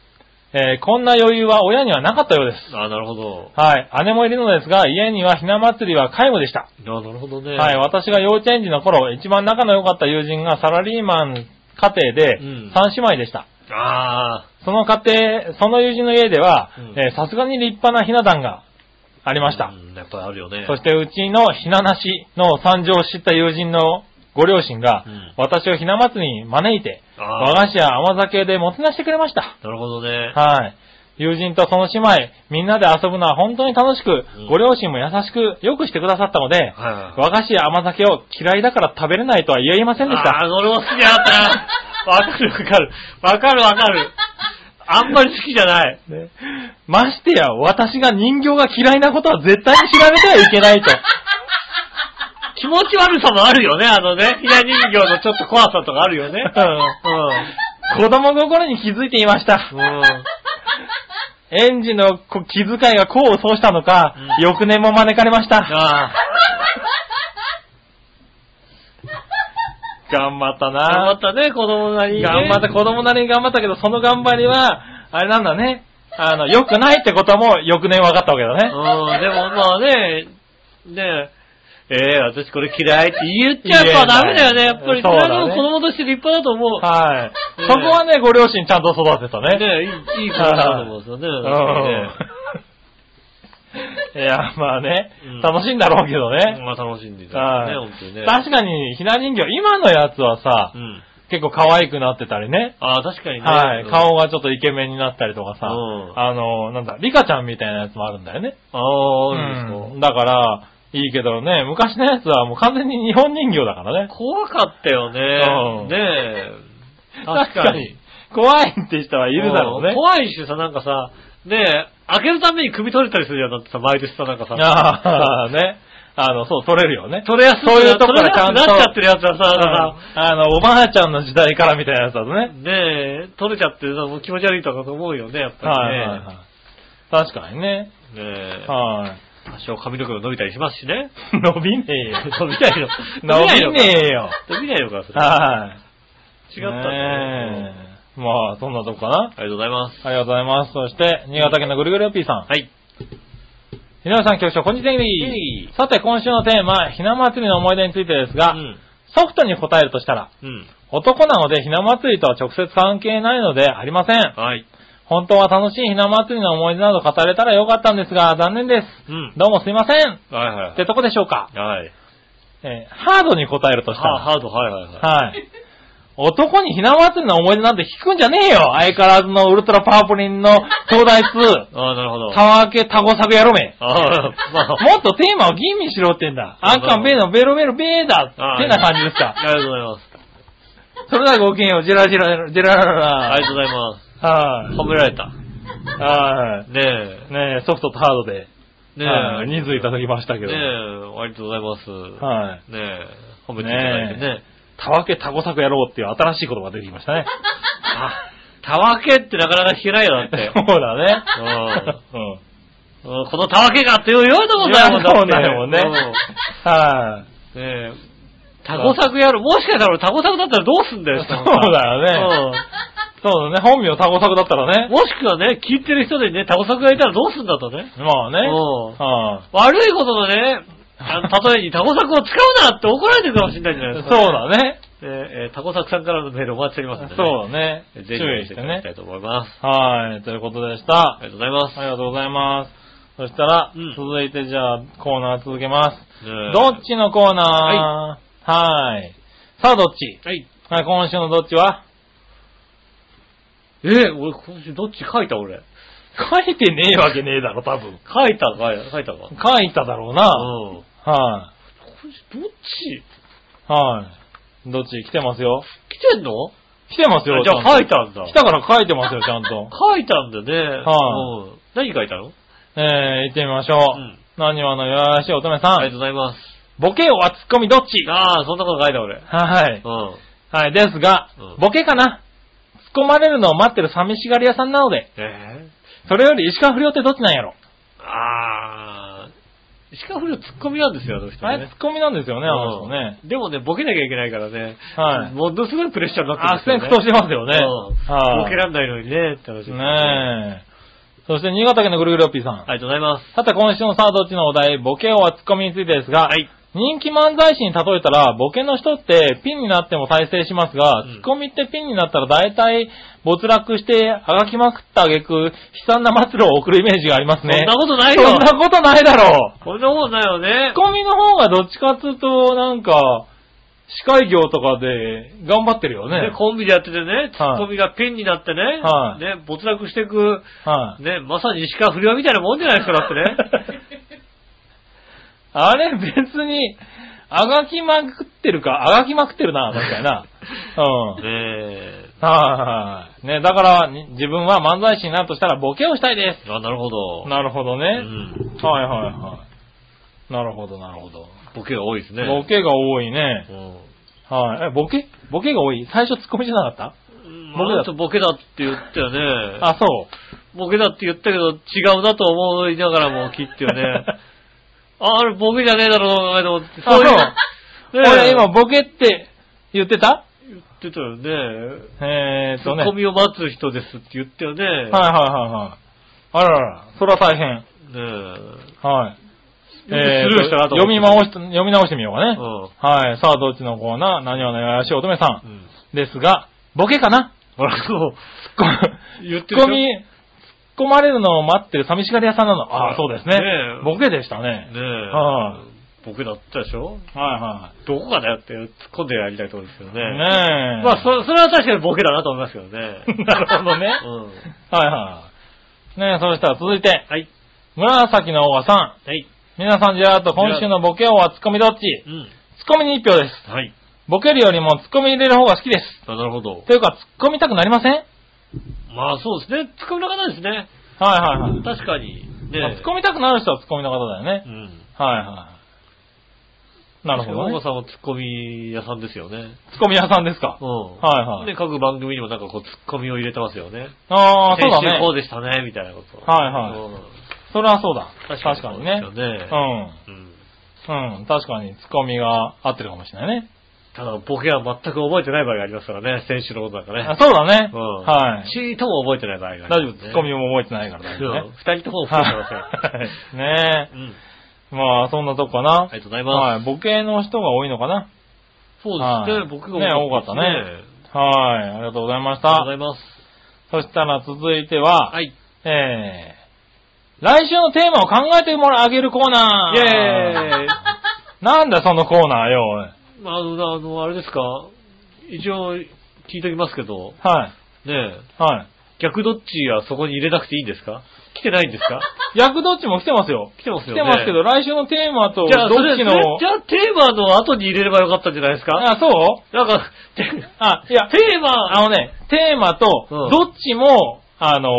S3: えーこんな余裕は親にはなかったようです。
S2: あなるほど。
S3: はい。姉もいるのですが、家にはひな祭りは皆無でした。
S2: あなるほどね。
S3: はい。私が幼稚園児の頃、一番仲の良かった友人がサラリーマン家庭で
S2: うん、
S3: 三姉妹でした。
S2: あ
S3: その家庭、その友人の家では
S2: うん、
S3: えーさすがに立派なひな壇があり
S2: あ。
S3: ました
S2: う。ん。やっぱりあるよね。
S3: そして、うちのひななしの惨状を知った友人のご両親が
S2: うん、
S3: 私をひな祭りに招いて、
S2: あー
S3: 和菓子や甘酒でもてなしてくれました。
S2: なるほどね。
S3: はい。友人とその姉妹、みんなで遊ぶのは本当に楽しく
S2: うん、
S3: ご両親も優しく、よくしてくださったので、
S2: はいはいはい。
S3: 和菓子や甘酒を嫌いだから食べれないとは言えませんでし
S2: あ
S3: た。
S2: ー、俺も好きじゃなかったな。わかるわかる。わかるわかる。あんまり好きじゃない。
S3: ねましてや、私が人形が嫌いなことは絶対に調べてはいけな いと。
S2: 気持ち悪さもあるよね、あのね。ひな人形のちょっと怖さとかあるよね。
S3: うん子供心に気づいていました。
S2: うん。うん。
S3: 園児のこ気遣いが功を奏したのか、
S2: うん
S3: 翌年も招かれました。
S2: ああ。
S3: 頑張ったな
S2: 頑張ったね、子供なりにね。
S3: 頑張った、子供なりに頑張ったけど、その頑張りは、あれなんだね。あの、良くないってことも、翌年分かったわけだね。
S2: うん、でもまあね、ねえ、えー、私これ嫌いって言っちゃやっぱダメだよね。やっぱり、
S3: そうだね
S2: 子供として立派だと思う。
S3: は
S2: え。
S3: い
S2: え
S3: そこはね、ご両親ちゃんと育てたね。
S2: ねいい、いい子だと思うんですよね。ね
S3: うん いや、まあね
S2: うん、
S3: 楽しいんだろうけどね。
S2: まあ楽しんでいただいてね、
S3: は
S2: 本当にね。
S3: い。確かに、ひな人形、今のやつはさ
S2: う、ん。
S3: 結構可愛くなってたりね。
S2: ああ、確かにね。
S3: は
S2: う
S3: い。
S2: ん
S3: 顔がちょっとイケメンになったりとかさ
S2: うん、
S3: あの、なんだ、リカちゃんみたいなやつもあるんだよね。
S2: ああ、あるんです
S3: うんだから、いいけどね、昔のやつはもう完全に日本人形だからね
S2: か。。怖かったよ
S3: うん
S2: ね。ねえ。確かに。。
S3: 怖いって人はいるだろうね
S2: ん。怖いしさ、なんかさ、ねえ、開けるために首取れたりするじゃん。だってさ、毎年さ、なんかさ。
S3: ああ、ね。あの、そう、取れるよね。
S2: 取れやすく
S3: そういうとこ
S2: 取れ
S3: からち
S2: や
S3: ゃ
S2: すく
S3: んと
S2: なっちゃってるやつはさ、
S3: ああの、おばあちゃんの時代からみたいなやつだとね。
S2: ねえ、取れちゃってるのも気持ち悪いとかと思うよね、やっぱ
S3: はいはい
S2: り
S3: はい。確かに
S2: ね。
S3: ね。
S2: ねえ、
S3: はい。
S2: 多少髪の毛も伸びたりしますしね。
S3: 伸びねえよ。
S2: 伸びないの。
S3: 伸びねえよ。
S2: 伸びないのか、それ。
S3: はい。
S2: 違ったんだね
S3: ねえまあ、そんなとこかな。
S2: ありがとうございます。
S3: ありがとうございます。そして、新潟県のぐるぐるおっぴーさん。
S2: はい。
S3: ひなさん局長、こんにちは。
S2: い
S3: さて、今週のテーマ、ひな祭りの思い出についてですが、
S2: うん。
S3: ソフトに答えるとしたら、
S2: うん。
S3: 男なのでひな祭りとは直接関係ないのでありません。
S2: はい。
S3: 本当は楽しいひな祭りの思い出など語れたらよかったんですが、残念です。
S2: うん。
S3: どうもすいません。
S2: はいはいは
S3: ってとこでしょうか。
S2: い。はい。
S3: えーハードに答えるとした
S2: は
S3: ら、
S2: ハード、はいはいはい。
S3: はい。男にひな祭りの思い出なんて聞くんじゃねえよ相変わらずのウルトラパープリンの東大2、
S2: ああ、なるほど。あ
S3: 沢明タゴ作やろめ。
S2: あ、まあ。
S3: もっとテーマを吟味しろってんだ。アンカンベイのベロベロベーだって
S2: あー
S3: な感じです
S2: あ
S3: か。
S2: りがとうございます。
S3: それではごきげんよう、ジェラジェラ、ジェラララ。
S2: ありがとうございます。
S3: はい。
S2: 褒められた。
S3: はい。
S2: ねえ。
S3: ねえ、ソフトとハードで、
S2: ね
S3: は
S2: え。
S3: い人数いただきましたけど。
S2: ねえ、ありがとうございます。
S3: はい。
S2: ねえ、褒めていただいてね。
S3: たわけたごさくやろうっていう新しい言葉が出てきましたね。
S2: あ、たわけってなかなか聞けないよ、だっ
S3: そう
S2: て。
S3: だね。うん。
S2: うんこのたわけがって言うようなことないもんだって。
S3: 言わなそうだよねはい。
S2: うんねえ。タコ作やる。もしかしたら俺タコ作だったらどうすんだよ、
S3: そうだよねそうだね。本名たごさくだったら
S2: うん
S3: ね。
S2: もしくはね、聞いてる人でね、タコ作がいたらどうすんだとね。
S3: まあね。
S2: うん
S3: は
S2: 悪いことのね、あ の、例えにタコ作を使うなって怒られてるかもしれないじゃない
S3: い
S2: です
S3: そう
S2: か。
S3: だね。
S2: ねええータコ作さんからのメールお待ちしておりますんでね。
S3: そうだね。
S2: ぜ
S3: 注
S2: ひ
S3: 意して
S2: いただき
S3: ね
S2: た。いと思います。
S3: はい。ということでした
S2: あ。りがとうございます。
S3: ありがとうございます。そしたら、
S2: うん
S3: 続いてじゃあコーナー続けます。
S2: ねえ
S3: どっちのコーナーはーい。さあどっち
S2: はい。
S3: はい、今週のどっちは
S2: えー、俺今週どっち書いた俺。
S3: 書いてねえわけねえだろ、多分。
S2: 書いたか、書いたか。うん。
S3: 書いただろうな。
S2: 今
S3: は
S2: 週どっち
S3: い。はい。どっち来てますよ。
S2: 来てんの
S3: 来てますよ。
S2: じゃあ
S3: ちん
S2: 書
S3: と
S2: いたんだ
S3: 来たから書いてますよ、ちゃん と。
S2: 書いたんだね。
S3: はい
S2: うん。何書いたの
S3: えー、行ってみましょう。
S2: ん
S3: 何はのよらしい乙女さ
S2: ありがと
S3: ん。
S2: うございます。
S3: ボケはツッコミどっち
S2: ああ、そんなこと書いた俺。
S3: はい。
S2: うん。
S3: はい、ですが
S2: うん、
S3: ボケかな突っ込まれるのを待ってる寂しがり屋さんなので、
S2: え
S3: それより石川不良ってどっちなんやろ
S2: えああ、石川不良ツッコミなんですよ、あの人
S3: あれ、
S2: ね
S3: ツ。ッコミなんですよね、あの人
S2: うん
S3: ね。。
S2: でもね、ボケなきゃいけないからね。
S3: はい
S2: ものすごいプレッシャーにな
S3: あ、
S2: って
S3: 苦
S2: る
S3: 戦
S2: ん
S3: 苦
S2: です
S3: 闘してますよね。
S2: うん
S3: はい
S2: ボケらんないのにね、って話。あ
S3: ねえ。そして、新潟県のぐるぐるおっぴーさん。
S2: りがとうございます。
S3: さて、今週のサードっちのお題、ボケはツッコミについてですが、
S2: はい。
S3: 人気漫才師に例えたら、ボケの人ってピンになっても再生しますが、
S2: うん
S3: ツッコミってピンになったら大体没落してあがきまくった挙句悲惨な末路を送るイメージがあります
S2: そん
S3: ね。
S2: なことないよ。
S3: そんなことないだろう。
S2: こんなことないよね
S3: ツッ。コミの方がどっちかっつうと、なんか、司会業とかで頑張ってるよね。
S2: ね、コンビでやっててね、ツッコミがピンになってね、
S3: はい
S2: ね、没落していく、
S3: はい、
S2: ね、まさに石川不良みたいなもんじゃないですか、だってね。
S3: あれ別に、あがきまくってるか、あがきまくってるな、確かにな。う
S2: ね
S3: ん。
S2: え。
S3: はいはいはい。ね、だから、に自分は漫才師になるとしたらボケをしたいで
S2: あ、なるほど。
S3: す。なるほどね。
S2: う
S3: はい
S2: ん。
S3: はいはい。なるほど、なるほど。
S2: ボケが多いですね。
S3: ボケが多いね。はい。え、ボケボケが多い最初ツッコミじゃなかっ
S2: うん。
S3: ボケだ
S2: あなたボケだって言ったよね。
S3: たあ、そう。
S2: ボケだって言ったけど、違うなと思いながらも切ってよ ね。あ、あれボケじゃねえだろうなと思って。
S3: あ、そう。
S2: ねえ
S3: 俺今ボケって、言ってた
S2: 言ってたよね。
S3: えーっ
S2: ツ
S3: と
S2: ッ
S3: ね。は
S2: コ
S3: い
S2: ミを待つ人ですって言ったよね。
S3: はいはいはい。あらら、それは大変。
S2: ね
S3: はい。
S2: え。よくスルーしたなと
S3: 読み
S2: ま
S3: 直して、読み直してみようかね。はい。さあ、どっちのコーナー何話のよやしおとめさん
S2: う。ん。うん。
S3: ですが、ボケかな
S2: ほら、そう。
S3: ツ
S2: 言っ
S3: ッ
S2: てる
S3: コミ、突っ込まれるのを待ってる寂しがり屋さんなの。ああ、そうですね
S2: ねえ。
S3: ボケでしたね。
S2: ねえ。
S3: は
S2: 僕だったでしょ
S3: はいは
S2: どこがだよって突っ込んでやりたいところですよね。
S3: い。ねえ。。
S2: まあ、そ、それは確かにボケだなと思いますけどね
S3: なるほどね
S2: うん。
S3: はいはい。ねえ、そしたら続いて、
S2: はい。
S3: 紫のオーガさん。
S2: はい。
S3: 皆さんじゃあと今週のボケ王はツッコミどっち
S2: うん。
S3: ツッコミに一票です。
S2: はい。
S3: ボケるよりもツッコミ入れる方が好きです。
S2: あなるほど。
S3: というか、ツッコみたくなりませんはい
S2: まあ、そうですね。突っ込みの方ですね。
S3: はいはい。
S2: 確かに。
S3: まあ
S2: ね
S3: ツッコみたくなる人はツッコミの方だよね
S2: う。ん。
S3: はいはい。なるほど
S2: 大
S3: ね
S2: 岡。さんはツッコミ屋さんですよね。
S3: ツッコミ屋さんですか。
S2: うん。
S3: はいはい
S2: で、各番組にもなんかこう、ツッコミを入れてますよね。
S3: ああ、そうだ
S2: 先週こう
S3: ね。
S2: でしたね、みたいなこと。
S3: はいはいそれはそうだ。
S2: うん。
S3: 確かにね。
S2: そうですよ
S3: う
S2: ね。
S3: ん。
S2: うん。
S3: うん。確かに、ツッコミが合ってるかもしれないね。
S2: ただ、ボケは全く覚えてない場合がありますからね、先週のことなんかね
S3: あ。そうだね。
S2: うん。
S3: はい。
S2: ちーとも覚えてない場合があ
S3: 大
S2: りますね
S3: 丈夫、ツッコミも覚えてないから大丈夫ね。
S2: そう二人とも覚えてま
S3: はいね
S2: せん。うん。
S3: え。まあ、そんなとこかな。
S2: ありがとうございます。
S3: はい。ボケの人が多いのかな。
S2: そうです
S3: は
S2: ね
S3: い、
S2: 僕がです
S3: ねはい。ありがとうございまし
S2: ありがとうござ
S3: た。
S2: います。
S3: そしたら続いては、
S2: はい。
S3: えー、来週のテーマを考えてもらあげるコーナー。
S2: イェーイ
S3: なんだそのコーナーよ、おい
S2: まあ、あの、あの、あれですか一応、聞いておきますけど、
S3: はい。
S2: ねえ、
S3: はい。
S2: 逆どっちはそこに入れなくていいんですか来てないんです か
S3: 役どっちも来てますよ。
S2: 来てます
S3: 来
S2: よね。
S3: てますけど、来週のテーマと、どっ
S2: じゃあ、それ、
S3: ち
S2: じゃ
S3: の、
S2: あ、テーマの後に入れればよかったんじゃないですか
S3: あ、そう
S2: なんか、て
S3: あ、いや、
S2: テーマ、
S3: あのね、テーマと、
S2: うん
S3: どっちも、あの、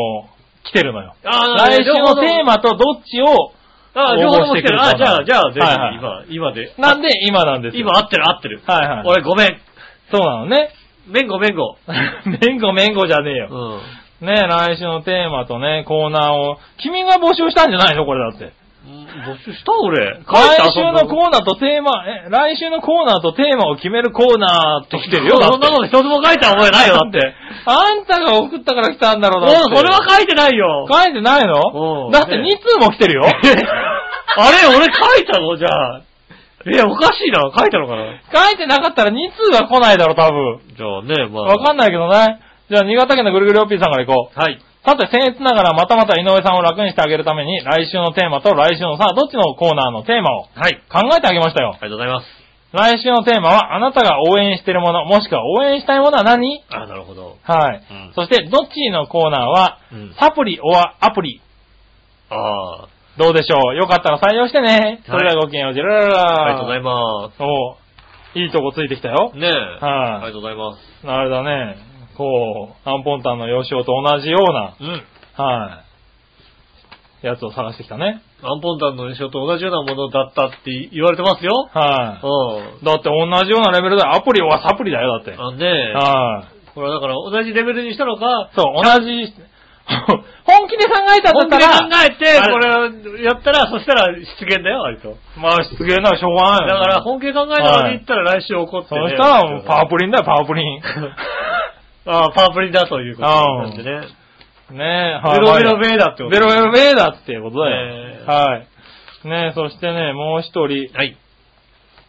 S3: 来てるのよ。
S2: あー
S3: 来週のテーマとどっちを、
S2: あ、情報とも来てる。
S3: 応募し
S2: あ、じ
S3: てくれた
S2: ゃあ、じゃあ、
S3: はい
S2: ぜひ、
S3: はい
S2: 今、今で。
S3: なんで今なんですよ。
S2: 今合ってる合ってる。
S3: はいはい
S2: 俺ごめん。
S3: そうなの ね。
S2: めんごめんご。
S3: めんごめんごじゃねえ
S2: う
S3: よ。
S2: ん。
S3: ね来週のテーマとね、コーナーを、君が募集したんじゃないのこれだって。
S2: 募集した俺。
S3: 来週の
S2: ー
S3: コーナーとテーマ、え、来週のコーナーとテーマを決めるコーナーって来てるよ。だって
S2: そんなこと一つも書いた覚えないよ、だって。。
S3: あんたが送ったから来たんだろ
S2: もう
S3: うな。だって
S2: それは書いてないよ。
S3: 書いてない
S2: うん
S3: のだって2通も来て るよ。
S2: あれ、俺書いたのじゃあ。え、おかしいな。書いたのかな
S3: 書いてなかったら2通は来ないだろ、多分。
S2: じゃあね、まあ。
S3: わかん
S2: ん
S3: ないけどね。じゃあ、新潟県のぐるぐるおっぴーさんから行こう。
S2: はい。
S3: さて、僭越ながらまたまた井上さんを楽にしてあげるために、来週のテーマと来週のさあ、どっちのコーナーのテーマを
S2: はい。
S3: 考えてあげましたよ
S2: あ。りがとうございます。
S3: 来週のテーマは、あなたが応援しているもの、もしくは応援したいものは何
S2: あ、なるほど。
S3: はい。
S2: うん
S3: そして、どっちのコーナーは、
S2: うん。
S3: サプリオアアプリ。
S2: あ
S3: どうでしょうよかったら採用してね。それではごきげんよう、ジェララ
S2: あ。
S3: ラ
S2: ありがとうございます。
S3: おういいとこついてきたよ。
S2: ねえ。
S3: は
S2: あ
S3: い
S2: りがとうございます。
S3: あれだね。こう、アンポンタンの吉尾と同じような、
S2: うん。
S3: はい。やつを探してきたね。
S2: アンポンタンの印象と同じようなものだったって言われてますよ。
S3: は
S2: うん。
S3: い。だって同じようなレベルだよ。アプリはサプリだよ、だって。
S2: あねえ。
S3: はい。
S2: これはだから同じレベルにしたのか、
S3: そう、同じ、 本気で考えたん
S2: 本気
S3: だっ
S2: で
S3: た
S2: 考
S3: ら、
S2: えて、
S3: あれ
S2: これをやったら、そしたら失言だよ、割と。
S3: まあ、失言ならしょうが
S2: だ
S3: ないよね
S2: から、本気で考えながら言ったら来週怒って
S3: そ
S2: ね。
S3: したら、もうパープリンだよ、パー プリン。
S2: ああ、パープリだということなんでね。
S3: ねえ、
S2: ベロベロベーだってこと
S3: ベロベロベーだっていうことだよ。
S2: ねえ
S3: はい。ねえ、そしてね、もう一人、
S2: はい。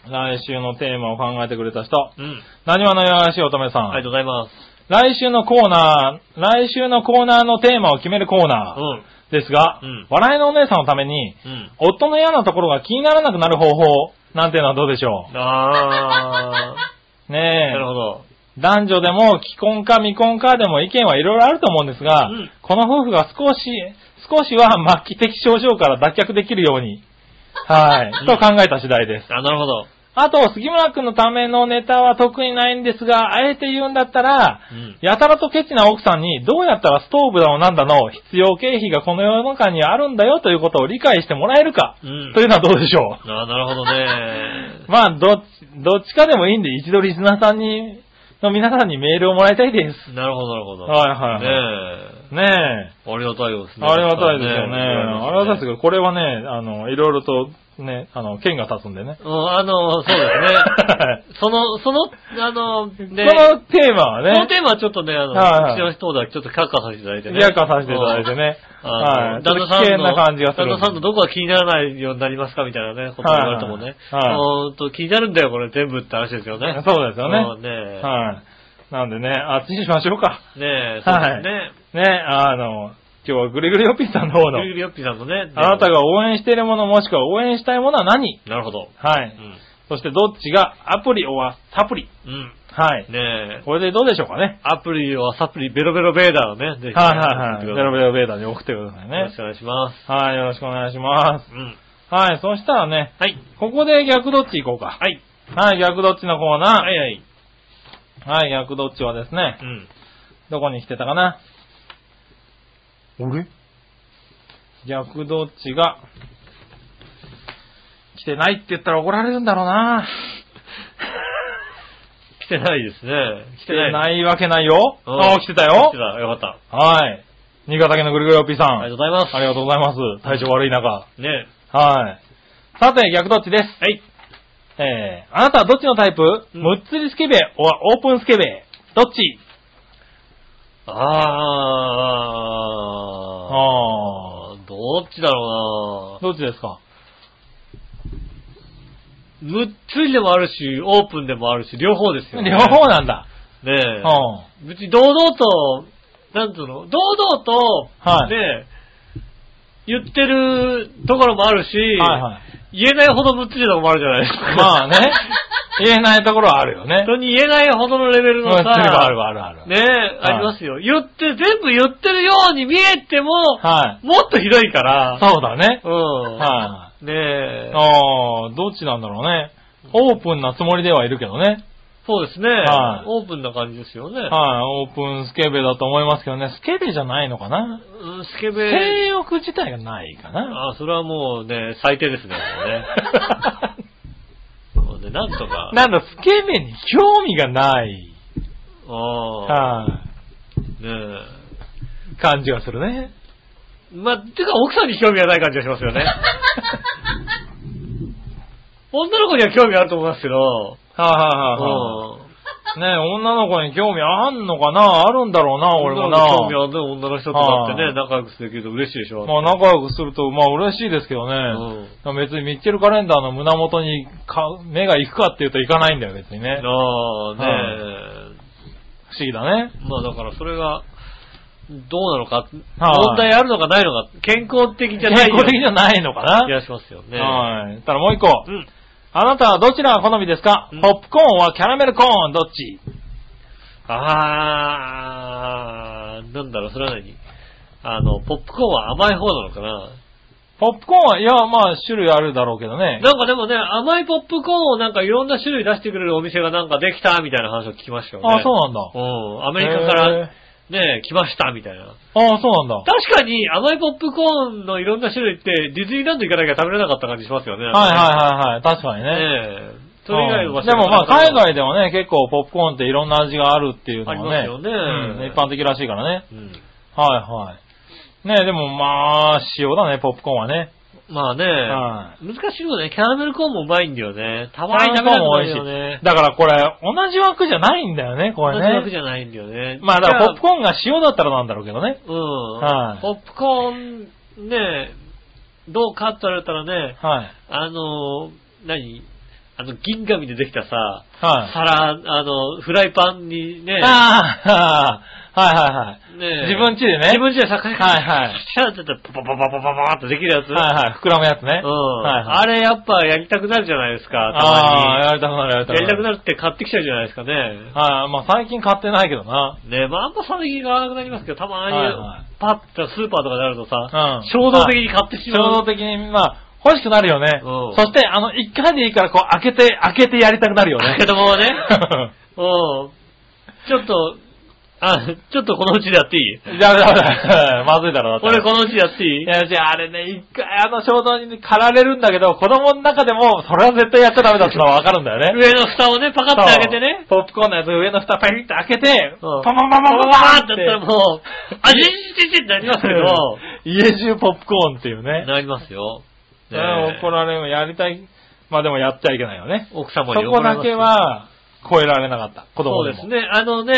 S3: 来週のテーマを考えてくれた人。
S2: うん。
S3: 何話のよやしおとめさん。
S2: ありがとうございます。
S3: 来週のコーナー、来週のコーナーのテーマを決めるコー
S2: う
S3: ナ
S2: ん。
S3: ーですが、
S2: うん
S3: 笑いのお姉さんのために、
S2: うん。
S3: 夫の嫌なところが気にならなくなる方法なんていうのはどうでしょ
S2: あ
S3: う。
S2: あ、
S3: ね
S2: なるほど。
S3: え、男女でも既婚か未婚かでも意見はいろいろあると思うんですが、
S2: うん
S3: この夫婦が少し、少しは末期的症状から脱却できるように、はい、
S2: うん
S3: と考えた次第です。
S2: あ、なるほど。
S3: あと、杉村くんのためのネタは特にないんですが、あえて言うんだったら、
S2: うん。
S3: やたらとケチな奥さんに、どうやったらストーブだのなんだの、必要経費がこの世の中にあるんだよということを理解してもらえるか、
S2: うん
S3: というのはどうでしょ
S2: ああ、なるほ どね
S3: う。。まあ、どっち、どっちかでもいいんで、一度リスナーさんに、の皆さんにメールをもらいたいです。
S2: なるほど、なるほど。
S3: はいはい
S2: ね
S3: ね
S2: ありがたいです
S3: え。
S2: ね。
S3: ありがたいですよね。ありがたいですけ
S2: よ。
S3: ど、これはね、あの、いろいろとね、あの、剣が立つんでね。
S2: うん、あの、そうです
S3: はい
S2: ね。その、その、あの、ね、
S3: このテーマは
S2: その
S3: ね、
S2: テーマはちょっとね、あの、
S3: はいはいう
S2: ちの人だけちょっと却下させていただいてね。
S3: リアカさせていただいてね。
S2: うん。
S3: は。
S2: はいい。
S3: ち
S2: 旦
S3: ょっ
S2: 那
S3: と危
S2: さん
S3: 険
S2: の、
S3: な感じがす
S2: 旦
S3: るんで。
S2: 那さんのどこが気にならないようになりますかみたいなね、ことを言われてもね。
S3: はいはい
S2: うんと気になるんだよ、これ全部って話ですよね。
S3: そうですよね
S2: うんね
S3: はい。なんでね、あっちにしましょうか。
S2: ねえ、そうですね。
S3: ね、あの、今日はグリグリヨッピーさんの方の
S2: ゆ、りりよっぴさんのね。
S3: あなたが応援しているものもしくは応援したいものは何
S2: なるほど。
S3: は
S2: う
S3: い。
S2: ん。
S3: そしてどっちがアプリはサプリ
S2: うん。
S3: はい。
S2: ねえ、
S3: これでどうでしょうかね。
S2: アプリはサプリ、ベロベロベーダーをね、ぜひね。
S3: はいはいはい。ベロベ
S2: ロ
S3: ロベータに送ってください
S2: よろし
S3: ね
S2: く。お願いしま。
S3: はい、よろしくお願いします
S2: うん。
S3: す。はい、そしたらね、
S2: はい。
S3: ここで逆どっち行こうか。
S2: はい。
S3: はい、逆どっちのコーナー。
S2: はいはい。
S3: はい、逆どっちはですね
S2: う、ん。
S3: どこに来てたかな
S2: 俺
S3: 逆どっちが、来てないって言ったら怒られるんだろうな
S2: 来てないですね。。
S3: 来てないいわけないよ。
S2: うん
S3: ああ、来てた
S2: 来
S3: よ
S2: て。た。よかった。
S3: はい。新潟県のぐるぐるよっぴーさん。
S2: ありがとうございます。
S3: ありがとうございます。体調悪い中。
S2: ねえ。
S3: はい。さて、逆どっちです。
S2: はい。
S3: えー、あなたはどっちのタイプ、
S2: うん
S3: むっつりスケベ、おオープンスケベ。どっち
S2: あー。
S3: ああ。
S2: あーどっちだろ
S3: どっちですか
S2: うなむっつりでもあるし、オープンでもあるし、両方ですよ、ね。
S3: 両方なんだ。
S2: ね
S3: う
S2: え
S3: ん。。は
S2: 別に堂々と、なんつうの堂々と、
S3: はい
S2: ね言ってるところもあるし、
S3: いはい。
S2: 言えないほどむっつりのもあるじゃないですか。
S3: ま あね。言えないところはあるよね。
S2: 人に言えないほどのレベル
S3: む
S2: の
S3: っつ
S2: さ、
S3: りはあるあるある。
S2: ねえ、ありますよ。言って、全部言ってるように見えても、
S3: は
S2: もっとひどいから
S3: い。、そうだね
S2: う。ん。
S3: は
S2: ねえ
S3: い。、ああ、どっちなんだろうね。オープンなつもりではいるけどね。
S2: そうですね、
S3: はい
S2: オープンな感じですよね。
S3: はい、オープンスケベだと思いますけどね。スケベじゃないのかな
S2: うん、スケベ。
S3: 性欲自体がないかな。
S2: あ、それはもうね、最低ですね。 もうねもうねなんとか。
S3: なんだ、スケベに興味がない、
S2: ああ、
S3: は
S2: ね
S3: い、感じがするね。
S2: え。まあ、てか奥さんに興味がない感じがします よね。女の子には興味あると思いますけど、
S3: はいは
S2: うん。
S3: いはい。ね女の子に興味あんのかなあるんだろうな、俺もな。
S2: 興味あるね、女の人とだって
S3: は
S2: ね、
S3: い
S2: 仲良くできると嬉しいでしょ。
S3: まあ仲良くすると、まあ嬉しいですけどね。別にミッチェルカレンダーの胸元にか目が行くかっていうと行かないんだよ、別にね。
S2: ああ、ね
S3: 不思議だね。
S2: え。まあだからそれが、どうなのか、
S3: はい
S2: 問題あるのかないのか、健康的じゃ
S3: 健
S2: ないよ
S3: 康的じゃないのか
S2: 気
S3: な、
S2: がしますよね。
S3: はい。ただもう一個。
S2: うん。
S3: あなたはどちらが好みですか、
S2: うん
S3: ポップコーンはキャラメルコーンどっち
S2: あー、なんだろう、それは何あの、ポップコーンは甘い方なのかな
S3: ポップコーンは、いや、まあ種類あるだろうけどね。
S2: なんかでもね、甘いポップコーンをなんかいろんな種類出してくれるお店がなんかできたみたいな話を聞きましたよね。
S3: ああ、そうなんだ。
S2: うん。アメリカからね、来ましたみたいな。
S3: へー。ああ、そうなんだ。
S2: 確かに甘いポップコーンのいろんな種類ってディズニーランド行かなきゃ食べれなかった感じしますよね。
S3: はい
S2: い
S3: はいはいはい。確かにね。
S2: ねえ。それ以外の場所
S3: でもまあ海外でもね、結構ポップコーンっていろんな味があるっていうのもね。
S2: ありますよね
S3: うん一般的らしいからね。
S2: うん。
S3: はいはい。ねでもまあ、塩だね、ポップコーンはね。
S2: まあね、
S3: は
S2: 難しいよね。キャラメルコーンもうまいんだよね。たまに食べなくなるよね。
S3: だからこれ、同じ枠じゃないんだよね、これ
S2: 同じわけ
S3: ね。
S2: じゃないんだよね。
S3: まあだからポッ
S2: ーン
S3: プコーンが塩だったらなんだろうけどね。
S2: うん、
S3: はい
S2: ポップコーン、ねどうかって言われたらね、
S3: はい。
S2: あのー、何あの、銀紙でできたさ、
S3: はい。
S2: 皿、あの、フライパンにね、
S3: ああ、はいはいはい。
S2: ね
S3: 自分家でね。
S2: 自分ちでさ、カシャカシャ
S3: はいはい
S2: カシャってやったら、パパパパパパパってできるやつ。
S3: はいはい。膨らむやつね。
S2: うん、あ
S3: はいはい。
S2: れやっぱやりたくなるじゃないですか、
S3: ああ、
S2: た
S3: やりたくなるやりた
S2: まに。やり
S3: くなる。
S2: たくなるって買ってきちゃうじゃないですかね。
S3: はい。まあ最近買ってないけどな。
S2: ねまああんま最近買わなくなりますけど、たまに
S3: はいはい
S2: パッとスーパーとかであるとさ
S3: うん、
S2: 衝動的に買ってし
S3: 衝
S2: ま
S3: 動
S2: う。
S3: 的に、まあ、欲しくなるよね。
S2: うん
S3: そして、あの、一回でいいから、こう、開けて、開けてやりたくなるよね
S2: だ。けどもね、
S3: は
S2: うん。ちょっと、あ、ちょっとこのうちでやっていい
S3: ダメダメダメ。まずいだろ、だって
S2: 俺このうちでやってい
S3: い
S2: い
S3: や、じゃああれね、一回あの衝動に駆られるんだけど、子供の中でも、それは絶対やっちゃダメだってのはわかるんだよね。
S2: 上の蓋をね、パカッて開けてね。
S3: そう。ポップコーンのやつ上の蓋パリッと開けて、パ
S2: うん
S3: ンパンパンパン
S2: パ
S3: パン
S2: ワ
S3: パン
S2: ー
S3: パン
S2: っ
S3: ってて
S2: やったらもう、あ、じんじんじんってなりますけど、
S3: 家中ポップコーンっていうね。
S2: なりますよ。ねえ
S3: うん怒られるやりたい。まあでもやっちゃいけないよね。
S2: 奥
S3: そ
S2: 様に怒
S3: こ
S2: られま
S3: だ
S2: す
S3: け
S2: よ、
S3: は、超えられなかった。子供
S2: そう
S3: で
S2: で
S3: も。
S2: すね。あのね、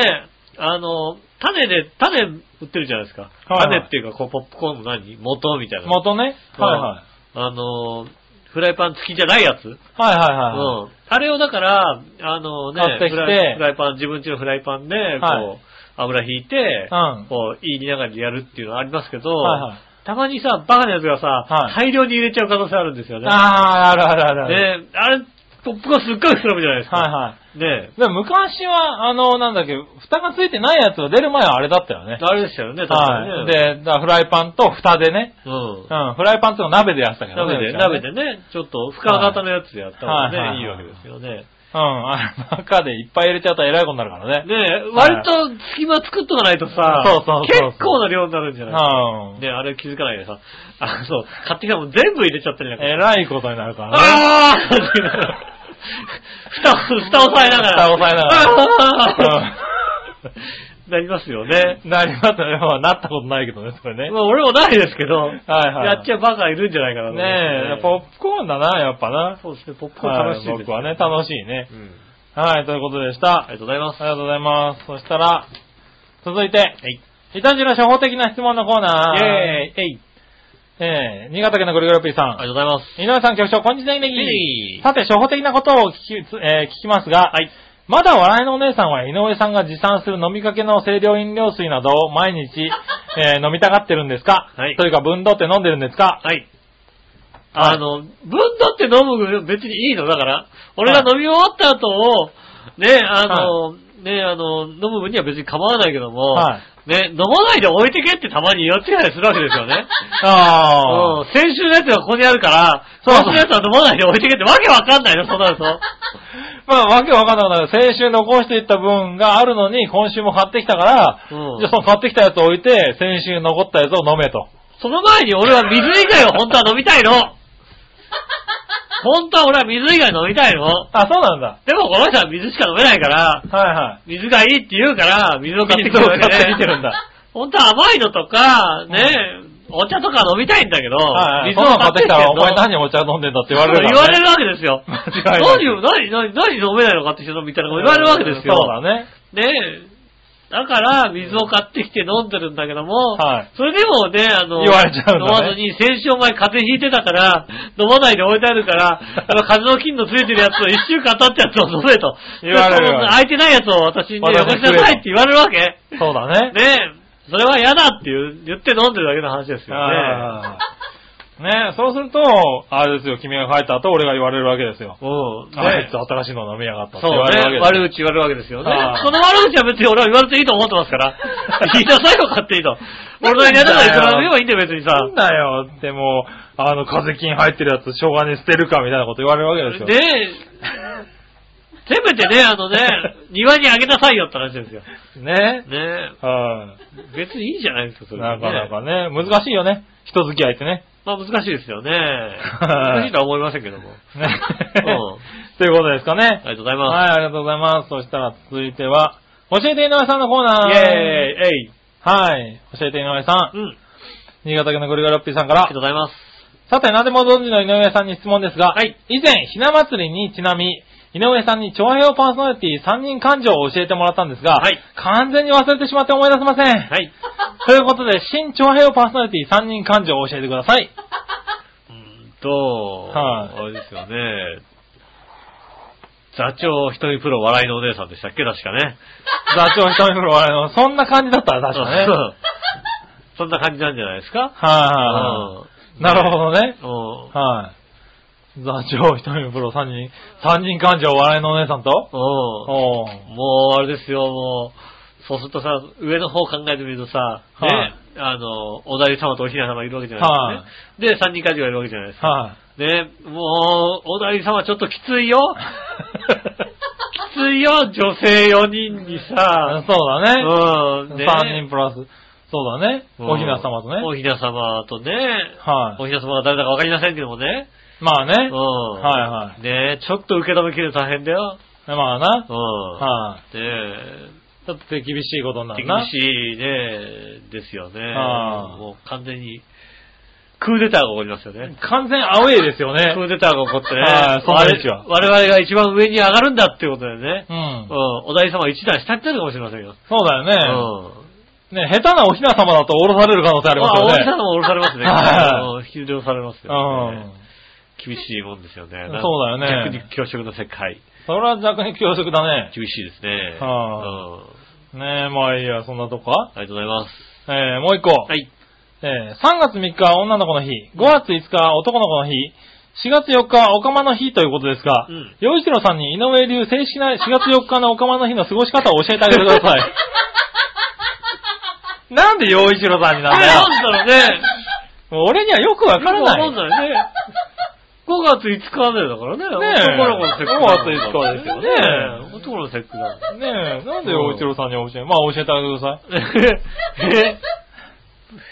S2: あの、種で、種売ってるじゃないですか。
S3: はいはい
S2: 種っていうか、こう、ポップコーンの何元みたいな。
S3: 元ね。はいはい。
S2: あの、フライパン付きじゃないやつ。
S3: はいはいうはい。
S2: ん。あれをだから、あのね、
S3: 買ってきて
S2: フライフライパン、自分家のフライパンで、こう、
S3: はい
S2: 油引いて、
S3: うん
S2: こう、いいながらやるっていうのはありますけど、
S3: はいはい
S2: たまにさ、バカなやつがさ、
S3: はい
S2: 大量に入れちゃう可能性あるんですよね。
S3: ああ、あるあるあるある。
S2: ねあれ、ポップがすっごい膨らむじゃないですか。
S3: はいはい。
S2: ね
S3: でも昔は、あの、なんだっけ、蓋がついてないやつは出る前はあれだったよね。
S2: あれでしたよね、確かにね。
S3: はい。で、だからフライパンと蓋でね。
S2: うん。
S3: うん、フライパンっていうのは鍋でやってたけどね。
S2: 鍋で、
S3: うちは
S2: 鍋
S3: ね
S2: でね、ちょっと深型のやつでやった方がね、
S3: はい
S2: い
S3: はいい
S2: わ
S3: はい
S2: けですよね。
S3: うん、あの中でいっぱい入れちゃったらえらいことになるからね。
S2: ね割と隙間作っとかないとさ、
S3: そうそうそうそう
S2: 結構な量になるんじゃ
S3: う
S2: ない
S3: ん。
S2: ねあれ気づかないでさ、あそう、買ってきたもん全部入れちゃったりなんか。
S3: えらいことになるからね。
S2: あーって言いながら蓋を、蓋を押さえながら。
S3: 蓋を押さえながら
S2: あーなりますよね。
S3: なりますね。まあなったことないけどね、それね。
S2: まあ俺もないですけど、
S3: はいはい
S2: やっちゃうバカいるんじゃないかなと思い
S3: ねえ、
S2: ますね
S3: ポップコーンだな、やっぱな。
S2: そうですね、ポップコーン
S3: は
S2: 楽しい
S3: い
S2: です、
S3: 僕はね、楽しいね。
S2: うん。
S3: はい、ということでした。
S2: ありがとうございます。
S3: ありがとうございます。そしたら、続いて、
S2: い
S3: いたじら初歩的な質問のコーナー。
S2: イェーイえい
S3: えー、新潟県のぐるぐるピーさ
S2: ありが
S3: ん。
S2: とうございます。
S3: 井上さん局長、こんにちは、ネギ
S2: ネギ
S3: さて、初歩的なことを聞き,つ、えー聞きますが、
S2: はい。
S3: まだ笑いのお姉さんは井上さんが持参する飲みかけの清涼飲料水などを毎日、えー飲みたがってるんですか
S2: はい
S3: というか、分度って飲んでるんですか
S2: はい。あの、分度って飲む別にいいのだから、俺が飲み終わった後を、ね、あの、ね、あの、飲む分には別に構わないけども、
S3: は
S2: ね、飲まないで置いてけってたまに言ってたりするわけですよね。 う
S3: あ
S2: ん、先週のやつがここにあるから、
S3: そう
S2: 今週のやつは飲まないで置いてけってわけわかんないの、そうなると。
S3: まあ、わけわかんなくなる。先週残していった分があるのに、今週も買ってきたから、
S2: うん
S3: じゃあその買ってきたやつを置いて、先週残ったやつを飲めと。
S2: その前に俺は水以外を本当は飲み たいの。本当は俺は水以外飲みたいの。
S3: あ、そうなんだ。
S2: でもこの人は水しか飲めないから、
S3: はいはい。
S2: 水がいいって言うから、水を買ってきて
S3: 水
S2: る
S3: を
S2: わけ
S3: 買
S2: ね
S3: ってきてるんだ。
S2: 本当は甘いのとか、ね、お茶とか飲みたいんだけど、
S3: はいはい。
S2: 水
S3: そ
S2: を
S3: んなの買
S2: 買ってきて
S3: ってきた
S2: る
S3: ら、
S2: の
S3: お前何お茶飲んでんだって言われる
S2: 言わ
S3: からね、
S2: れるわけですよ。
S3: 間違いない
S2: 何を、何、何、何飲めないのかって人みたいなこと言われるわけですよ。
S3: そうだね。
S2: ねだから、水を買ってきて飲んでるんだけども、
S3: はい
S2: それでもね、あの、
S3: 言われちゃうんだね
S2: 飲まずに、先週お前風邪ひいてたから、飲まないで置いてある から、あの風邪の菌のついてるやつを一週間経ったやつを飲めと。
S3: 言われ
S2: で
S3: る
S2: その空いてないやつを私にねよこしなさいって言われるわけ。ね
S3: そうだね。
S2: それは嫌だって言う言って飲んでるだけの話ですよね。
S3: あーねそうすると、あれですよ、君が帰った後俺が言われるわけですよ。
S2: うん。ね
S3: あいつ新しいの飲みやがったって
S2: そう
S3: 言われ
S2: ね。
S3: るわけ
S2: 悪
S3: で
S2: 口言われるわけですよね
S3: あ。あ
S2: その悪口は別に俺は言われていいと思ってます から。言いなさいよ、勝手にと。俺の嫌ならいくらでも言えばいいんだよ、別に
S3: すよ。
S2: さ
S3: なん。だよ、でも、あの、風邪菌入ってるやつ、しょうがね捨てるかみたいなこと言われるわけですよ。
S2: で、せめてね、あのね、庭にあげなさいよって話ですよ。
S3: ね。
S2: ね
S3: は
S2: 別にいいじゃないですか、そ
S3: い。
S2: れ
S3: な
S2: はね
S3: かなかね、難しいよね。人付き合いってね。
S2: まあ難しいですよね。難しいとは思いませんけども。
S3: ね
S2: うん。
S3: ということですかね
S2: あ。りがとうござい
S3: は
S2: ま
S3: い、ありがとうございます。そしたら続いては、教えて井上さんのコーナー。
S2: す。イェーイ、えい。
S3: はい、教えて井上さん
S2: う。ん。
S3: 新潟県のゴリガラッピーさんか
S2: ありがとう。ご
S3: ら
S2: ざいます。
S3: さて、何でもご存知の井上さんに質問ですが、
S2: はい
S3: 以前、ひな祭りにちなみ、井上さんに長平パーソナリティ3人感情を教えてもらったんですが、
S2: はい
S3: 完全に忘れてしまって思い出せません。
S2: はい。
S3: ということで、新長平パーソナリティ3人感情を教えてください。
S2: うーんと、
S3: はい
S2: あれですよね。座長、瞳プロ、笑いのお姉さんでしたっけ確かね。
S3: 座長一人風呂笑いの、そんな感じだったら確かね。はい、
S2: うん そんな感じなんじゃないですか
S3: はいはい
S2: うん
S3: なるほどね。
S2: うん
S3: はい。座長、一人プロ、三人、三人患者、お笑いのお姉さんと
S2: うん
S3: おー
S2: もう、あれですよ、もう、そうするとさ、上の方考えてみるとさ、ね
S3: はい
S2: あの、おだり様とおひな様いるわけじゃないですかね。で、三人家事がいるわけじゃないですか。
S3: はい。
S2: ね、もう、おだり様ちょっときついよ。ついよ、女性4人にさ。
S3: そうだ
S2: う
S3: ね。
S2: ん。ね
S3: 3人プラス。そうだね。
S2: うん
S3: おひな様とね。
S2: おひな様とね。
S3: は
S2: おひな様が誰だかわかりませんけどもね。
S3: い。まあ
S2: う
S3: ね
S2: ん。。。
S3: はい
S2: ねえ、ちょっと受け止めきるの大変だよ。
S3: まあな。
S2: うん。
S3: はい。
S2: ねえ、
S3: ちょっと厳しいことになるな。
S2: 厳しいね、ですよね。
S3: ああ
S2: もう完全に、クーデターが起こりますよね。
S3: 完全アウェイですよ
S2: ク
S3: ね。
S2: ーデターが起こってね。
S3: はいそうなんですよ
S2: 我々我々が一番上に上がるんだっていうことでね。
S3: うん
S2: うん。。お大様一段下になるかもしれませんよ。
S3: そうだよ
S2: う
S3: ね。ね、下手なおひな様だと降ろされる可能性あり
S2: ま
S3: ます
S2: あ、
S3: よ
S2: お
S3: ね。
S2: 大様も降ろされますね。
S3: はい
S2: うん引き出されますよね。
S3: うん。
S2: 厳しいもんですよね。
S3: そうだよね
S2: 逆に教職の世界。
S3: それは逆に強食だね。
S2: 厳しいですね。
S3: は
S2: うん
S3: ねえ、まあいいや、そんなとこか
S2: ありがとうございます。
S3: えー、もう一個。
S2: はい。
S3: えー、3月3日は女の子の日、5月5日は男の子の日、4月4日はオカマの日ということですが
S2: うん、
S3: 洋、一郎さんに井上流正式な4月4日のオカマの日の過ごし方を教えてあげてく ださい。なんで洋一郎さんになんだよ。
S2: なんだろうね。
S3: 俺にはよくわからな
S2: そう
S3: い。
S2: んだよね。5月5日までだからね。
S3: ねえ
S2: 男の子の節句。
S3: 5月5日ですよね
S2: え男の節句だ。
S3: ねえ、なんで洋一郎さんに教え、まあ教えてあげてくださ い。
S2: え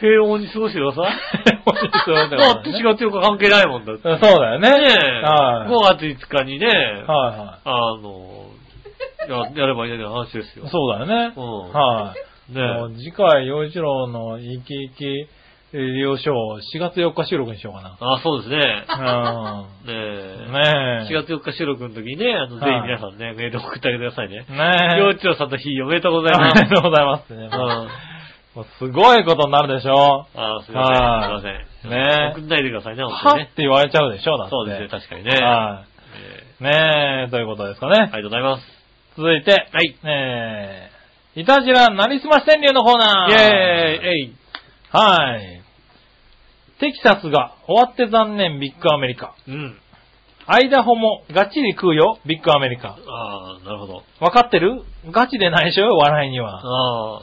S2: 平穏に過ごしてください。
S3: 平穏に過ごしてくださいね
S2: だって4月4日関係ないもんだって。ね
S3: そうだよね。
S2: え
S3: はい。はい
S2: 5月5日にね、
S3: は
S2: あの、ややればいいだけの話ですよ
S3: い。。そうだよね。
S2: うん
S3: はい。
S2: ね
S3: も
S2: え
S3: う次回、洋一郎の生き生き療養を4月4日収録にしようか
S2: あ、そうですね。
S3: な。
S2: ね
S3: う
S2: え
S3: ん。ね
S2: 4
S3: え。
S2: 月4日収録の時にね、あの、ぜ
S3: はい
S2: ひ皆さんね、メール送ってあげてくださいね。
S3: ねえ。
S2: 幼稚園さんの日おめでとうござい
S3: あ
S2: ます
S3: り。がとうございますね。
S2: うん
S3: もうすごいことになるでしょ。
S2: あーすいません。
S3: はい
S2: すいません。
S3: ねえ
S2: 送んないでくださいね、本
S3: は
S2: 当にね
S3: って。言われちゃうでしょ、だって。
S2: そうですね、確かにね。
S3: は
S2: え
S3: い。ねえ、ということですか
S2: ー
S3: ね。
S2: ありがとうございます。
S3: 続いて、
S2: はい。
S3: えー、いたじらなりすまし川柳のコーナー。
S2: イェーイえい
S3: はい。テキサスが終わって残念、ビッグアメリカ。
S2: うん。
S3: アイダホもがっちり食うよ、ビッグアメリカ。
S2: ああ、なるほど。
S3: わかってるガチで内緒よ、笑いには。
S2: ああ。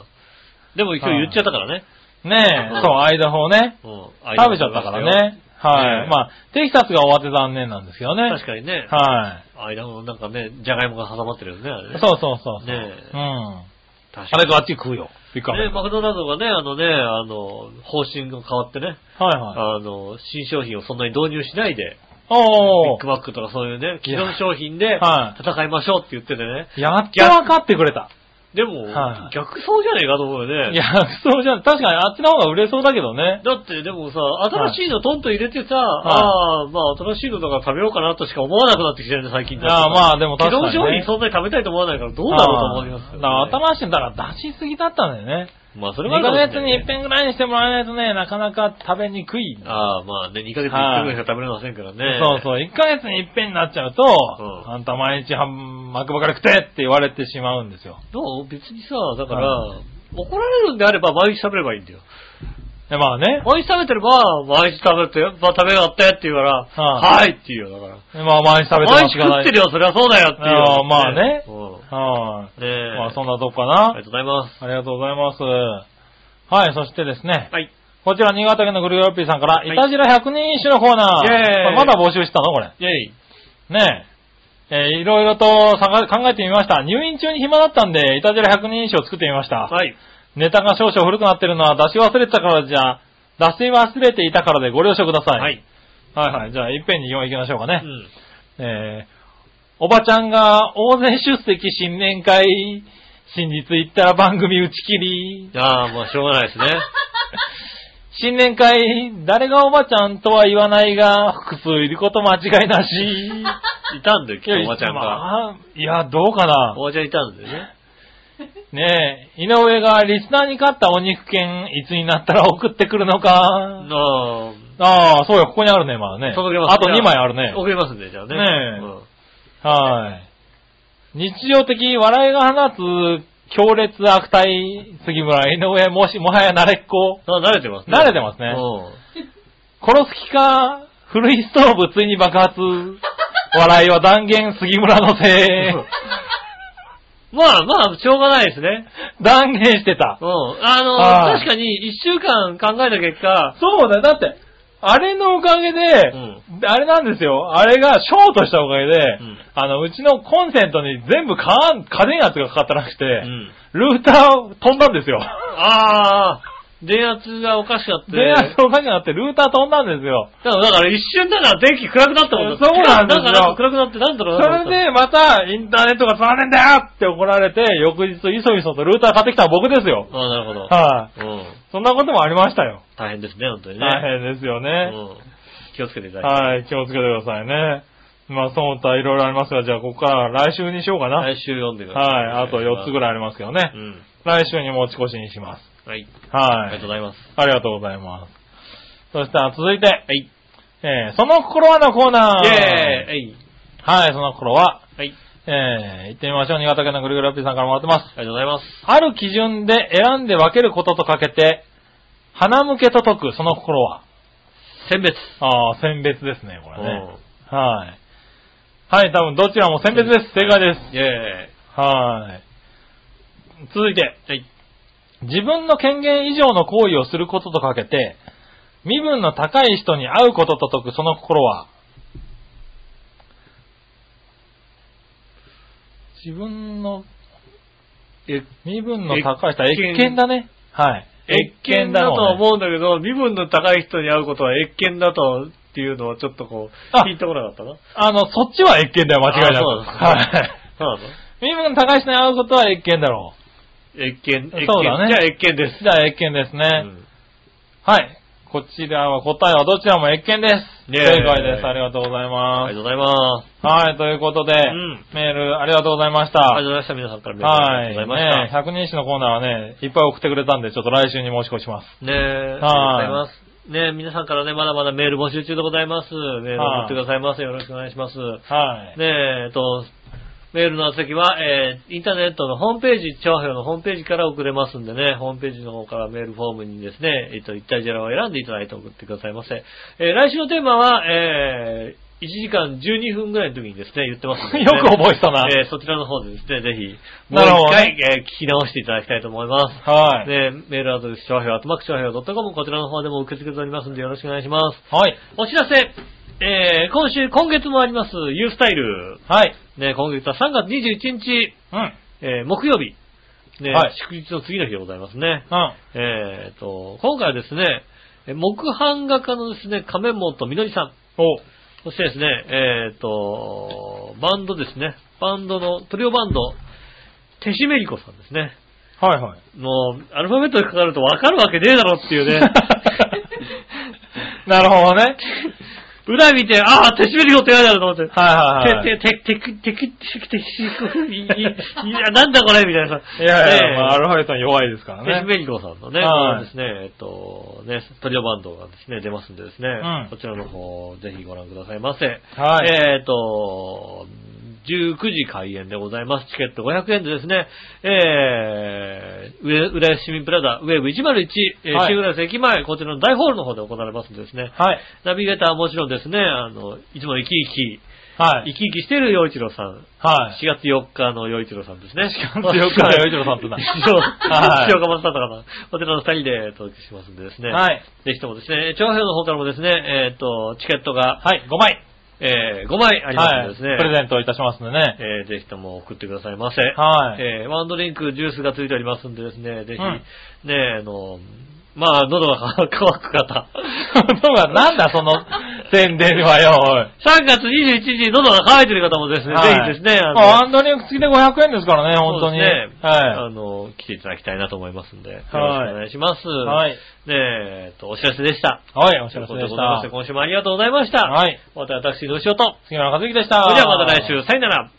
S2: でも今日言っちゃったからね。
S3: ね
S2: うん
S3: え、そう、アイダホをね、
S2: うん。
S3: 食べちゃったから。ね。は
S2: ねえ
S3: い。まあ、テキサスが終わって残念なんですけどね。
S2: 確かにね。
S3: は
S2: 間のなんかね、じゃがいもが挟まってるよね、あれ
S3: い。
S2: ね。
S3: そうそうそう。
S2: ねえ
S3: うん。あ
S2: 確
S3: れ
S2: かに。
S3: があっち食うよ。びっくり。
S2: ね、マクドナルドがね、あのね、あの、方針が変わってね、
S3: はいはい。
S2: あの、新商品をそんなに導入しないで、ビ
S3: お
S2: ッグマックとかそういうね、既存商品で
S3: は
S2: 戦いましょうって言っててね。
S3: ー。やっとわかってくれた。
S2: でも、
S3: はい
S2: 逆走じゃねえかと思うよ
S3: い
S2: ね。
S3: や、そうじゃん。確かにあっちの方が売れそうだけどね。
S2: だってでもさ、新しいのトントン入れてさ、
S3: い
S2: ああ、まあ新しいのとか食べようかなとしか思わなくなってきてるね、最近
S3: ああまあでも確かにね
S2: 既存商品そんなに食べたいと思わないからどうだろうと思いますよね、
S3: あーだから新しいの、だから出しすぎだったんだよね。
S2: まあそれは
S3: 2ヶ月に一
S2: に
S3: 遍ぐらいにしてもらえないとね、なかなか食べにくい。
S2: ああ、まあね、2ヶ月に1回ぐらいしか食べれませんからね。
S3: そうそう、1ヶ月に一遍になっちゃうと、
S2: ん
S3: あんた毎日ハンマクばかり食ってって言われてしまうんですよ。
S2: どう別にさ、だから、
S3: は
S2: 怒られるんであれば毎日食べればいいんだよ。
S3: でまあね、
S2: 毎日食べてれば、毎日食べて、まあ食べやがってって言うから、
S3: は
S2: はいって言うよ、だから。
S3: でまあ毎日食べて
S2: 毎
S3: ます
S2: 日
S3: が
S2: 食
S3: な
S2: っ
S3: い
S2: てるよ、そりゃそうだよっていう。
S3: あーまあね
S2: うん。
S3: はい、
S2: ねえ。
S3: まあそんなとこか
S2: ありがと
S3: な。
S2: うございます。
S3: ありがとうございます。はい、そしてですね、
S2: はい。
S3: こちら新潟県のグルーピーさんから、
S2: い
S3: い、たじら100人一首のコーナー。
S2: イェーイ
S3: これまだ募集してたのこれ。
S2: イェイ。
S3: ねえ。えーいろいろと探考えてみました。入院中に暇だったんで、いたじら100人一首を作ってみました。
S2: はい。
S3: ネタが少々古くなってるのは出し忘れてたからじゃ、出し忘れていたからでご了承ください。
S2: はい。
S3: はいはい。じゃあ、いっぺんに4行きましょうか
S2: う
S3: ね。
S2: ん。
S3: えー、おばちゃんが大勢出席新年会、新日行ったら番組打ち切り、
S2: ああ、まあしょうがない ですね。
S3: 新年会、誰がおばちゃんとは言わないが、複数いること間違いな し。
S2: いたんだよ、今日おばちゃんが。
S3: まあいや、どうかな
S2: お。ばちゃんいたんだよね。
S3: ねえ、井上がリスナーに勝ったお肉券、いつになったら送ってくるのか。
S2: あ
S3: ああ、そうよ、ここにあるね、まだ
S2: あ、
S3: ね。
S2: 届けます
S3: あと2枚あるね。
S2: 送りますんで、じゃあね。
S3: ねえ
S2: うん
S3: はい。日常的笑いが放つ強烈悪態、杉村、井上、もし、もはや慣れっこ。
S2: あ慣れてます
S3: 慣れてますね
S2: うん。
S3: 殺す気か、古いストーブついに爆発。笑いは断言杉村の せ
S2: まあまあ、しょうがないですね。
S3: い。断言してた
S2: う。ん。あの、
S3: はい
S2: 確かに、一週間考えた結果、
S3: そうだよ、だって、あれのおかげで、
S2: ん
S3: あれなんですよ。あれがショートしたおかげで、
S2: ん
S3: あの、うちのコンセントに全部カーン家電圧がかかってなくて、
S2: うん。
S3: ルーター飛んだんですよ。
S2: あー、電圧がおかしかった。
S3: 電圧おかしくなってルーター飛んだんですよ。
S2: だから、だから一瞬だから電気暗くなったもんだ
S3: そうなんですよ
S2: だから暗くなってなんだろ
S3: そう
S2: なと思った
S3: れでまたインターネットがつまんねえんだよって怒られて、翌日いそいそとルーター買ってきたの僕ですよ。
S2: ああ、なるほど。
S3: はい、
S2: うん。
S3: そんなこともありましたよ。
S2: 大変ですね、本当にね。
S3: 大変ですよね。
S2: うん。気をつけていただき
S3: はい、気をつけてくださいね。まあ、その他いろいろありますが、じゃあ、ここから来週にしようかな。はい、
S2: 来週読んでください。
S3: あと4つぐらいありますけどね
S2: う。ん。
S3: 来週に持ち越しにします。
S2: はい。ありが
S3: は
S2: とう
S3: い。
S2: ございます。
S3: ありがとうございます。そしたら続いて、
S2: はい。
S3: えー、その心はのコーナー。
S2: イェーイ
S3: はい、その心は、
S2: はい。はい。
S3: えー、行ってみましょう。新潟県のぐるぐるアッピーさんからもらってます。
S2: ありがとうございます。
S3: ある基準で選んで分けることとかけて、鼻向けと解く、その心は。
S2: 選別。
S3: ああ、選別ですね、これね。
S2: う
S3: はい。はい、多分どちらも選別です。正解です。
S2: んイェーイ
S3: はい。続いて、
S2: はい。
S3: 自分の権限以上の行為をすることとかけて、身分の高い人に会うことと解くその心は、自分の、
S2: え
S3: 身分の高い人は
S2: 越見
S3: 越見だね。はい。
S2: 越見だとは
S3: ろうね
S2: 思うんだけど、身分の高い人に会うことは越見だとっていうのはちょっとこう、
S3: あ
S2: 聞いてこなかったな。
S3: あの、そっちは越見だよ、間違いなく。
S2: あそうなんです
S3: はい。
S2: そうなの
S3: 身分の高い人に会うことは越見だろ
S2: 越見、越見。
S3: そうだね
S2: じゃあ越見です
S3: う。。じゃあ越見ですね。
S2: うん
S3: はい。こちらは答えはどちらも越見です。
S2: イェーイ
S3: 正解です。ありがとうござい
S2: あ
S3: ま
S2: りが
S3: す。
S2: とうございます。
S3: はい、ということで、
S2: ん
S3: メールありがとうございました。
S2: ありがとうございました。皆さんからメールあ
S3: は
S2: り
S3: い。
S2: がとうございま
S3: ね
S2: し
S3: 百人一首のコーナーはね、いっぱい送ってくれたんで、ちょっと来週に申し越します。
S2: た。ねえ、
S3: はい
S2: ありがとうございます。ねえ、皆さんからね、まだまだメール募集中でございます。メール送ってくださいませ。よろしくお願いします。
S3: はい。
S2: ねえ、えっと、メールの宛先は、えーインターネットのホームページ、調和表のホームページから送れますんでね、ホームページの方からメールフォームにですね、えっと、一体ジェラを選んでいただいて送ってくださいませ。えー来週のテーマは、えー1時間12分ぐらいの時にですね、言ってますんでね、
S3: よく覚えてたな
S2: えーそちらの方でですね、ぜひ、もう
S3: なるほ
S2: 一
S3: ど
S2: 回、
S3: ね
S2: えー聞き直していただきたいと思います。
S3: はい。
S2: ね、メールアドレス、長平、アットマーク長平 .com、こちらの方でも受け付けておりますんでよろしくお願いします。
S3: はい。
S2: お知らせ、えー、今週、今月もあります、ユースタイル。
S3: はい。
S2: ね、今月は3月21日、
S3: うん。
S2: えー、木曜日。ね、
S3: はい
S2: 祝日の次の日でございますね。
S3: うん。
S2: えーと、今回はですね、えー木版画家のですね、亀本みのりさん。
S3: お
S2: そしてですね、えーと、バンドですね。バンドの、トリオバンド、手締めりこさんですね。
S3: はいはい。
S2: もう、アルファベットで書かれるとわかるわけねえだろっていうね。
S3: なるほどね。
S2: 裏見て、ああ、手締めりこって書いてあると思って。
S3: はいはいは
S2: て、
S3: い。
S2: て、て、てく、てく、てく、てく、いいいや、なんだこれみたいなさ。
S3: いやいや、
S2: ね
S3: まあ、アルファベットに弱いですから
S2: ペシ
S3: ね。
S2: メリコさんのね、
S3: は
S2: こ
S3: い
S2: れですね、えっと、ね、トリオバンドがですね、出ますんでですね、
S3: ん
S2: こちらの方、ぜひご覧くださいませ。
S3: はい
S2: えっと、19時開演でございます。チケット500円でですね、えー、上浦安市民プラザ、ウェーブ101、えー
S3: はい
S2: 新浦安駅前、こちらの大ホールの方で行われますんでですね、
S3: はい。
S2: ナビゲーターはもちろんですね、あの、いつも生き生き、
S3: は
S2: 生
S3: い。
S2: き生きしてる洋一郎さん、
S3: はい。
S2: 4月4日の洋一郎さんですね。
S3: 4月4日の陽一郎さんってな
S2: そう。
S3: はい
S2: 塩釜さんとかな。こちらの2人でお届けしますんでですね。
S3: はい。
S2: ぜひともですね、長編の方からもですね、えっ、と、チケットが、
S3: はい、5枚。
S2: えー5枚ありますの
S3: はい。
S2: で
S3: プ
S2: ですね。
S3: レゼントいたしますんでね。
S2: えーぜひとも送ってくださいませ。
S3: はい。
S2: えーワンドリンク、ジュースがついておりますんでですね、ぜひ、
S3: うん
S2: ね、あの、まあ、喉が乾く 方。
S3: そうか、なんだ その宣伝はよ、おい。
S2: 3月21日、喉が乾いてる方もですね、
S3: はい
S2: ぜひですね、あの
S3: まあワンドリンク付きで500円ですからね、本当
S2: そうで
S3: に。
S2: すね。あ
S3: は
S2: の、来ていただきたいなと思いますんで、よろしくお
S3: はい
S2: 願いします。
S3: い。はい。
S2: ねえ、えっと、お知らせでした。
S3: はい、お知らせ
S2: とい
S3: で
S2: う
S3: し
S2: ことでご
S3: た。
S2: ざいまして今週もありがとうございました。
S3: はい。
S2: また私、どうしようと。
S3: 杉村和樹でした。
S2: それではまた来週、さよなら。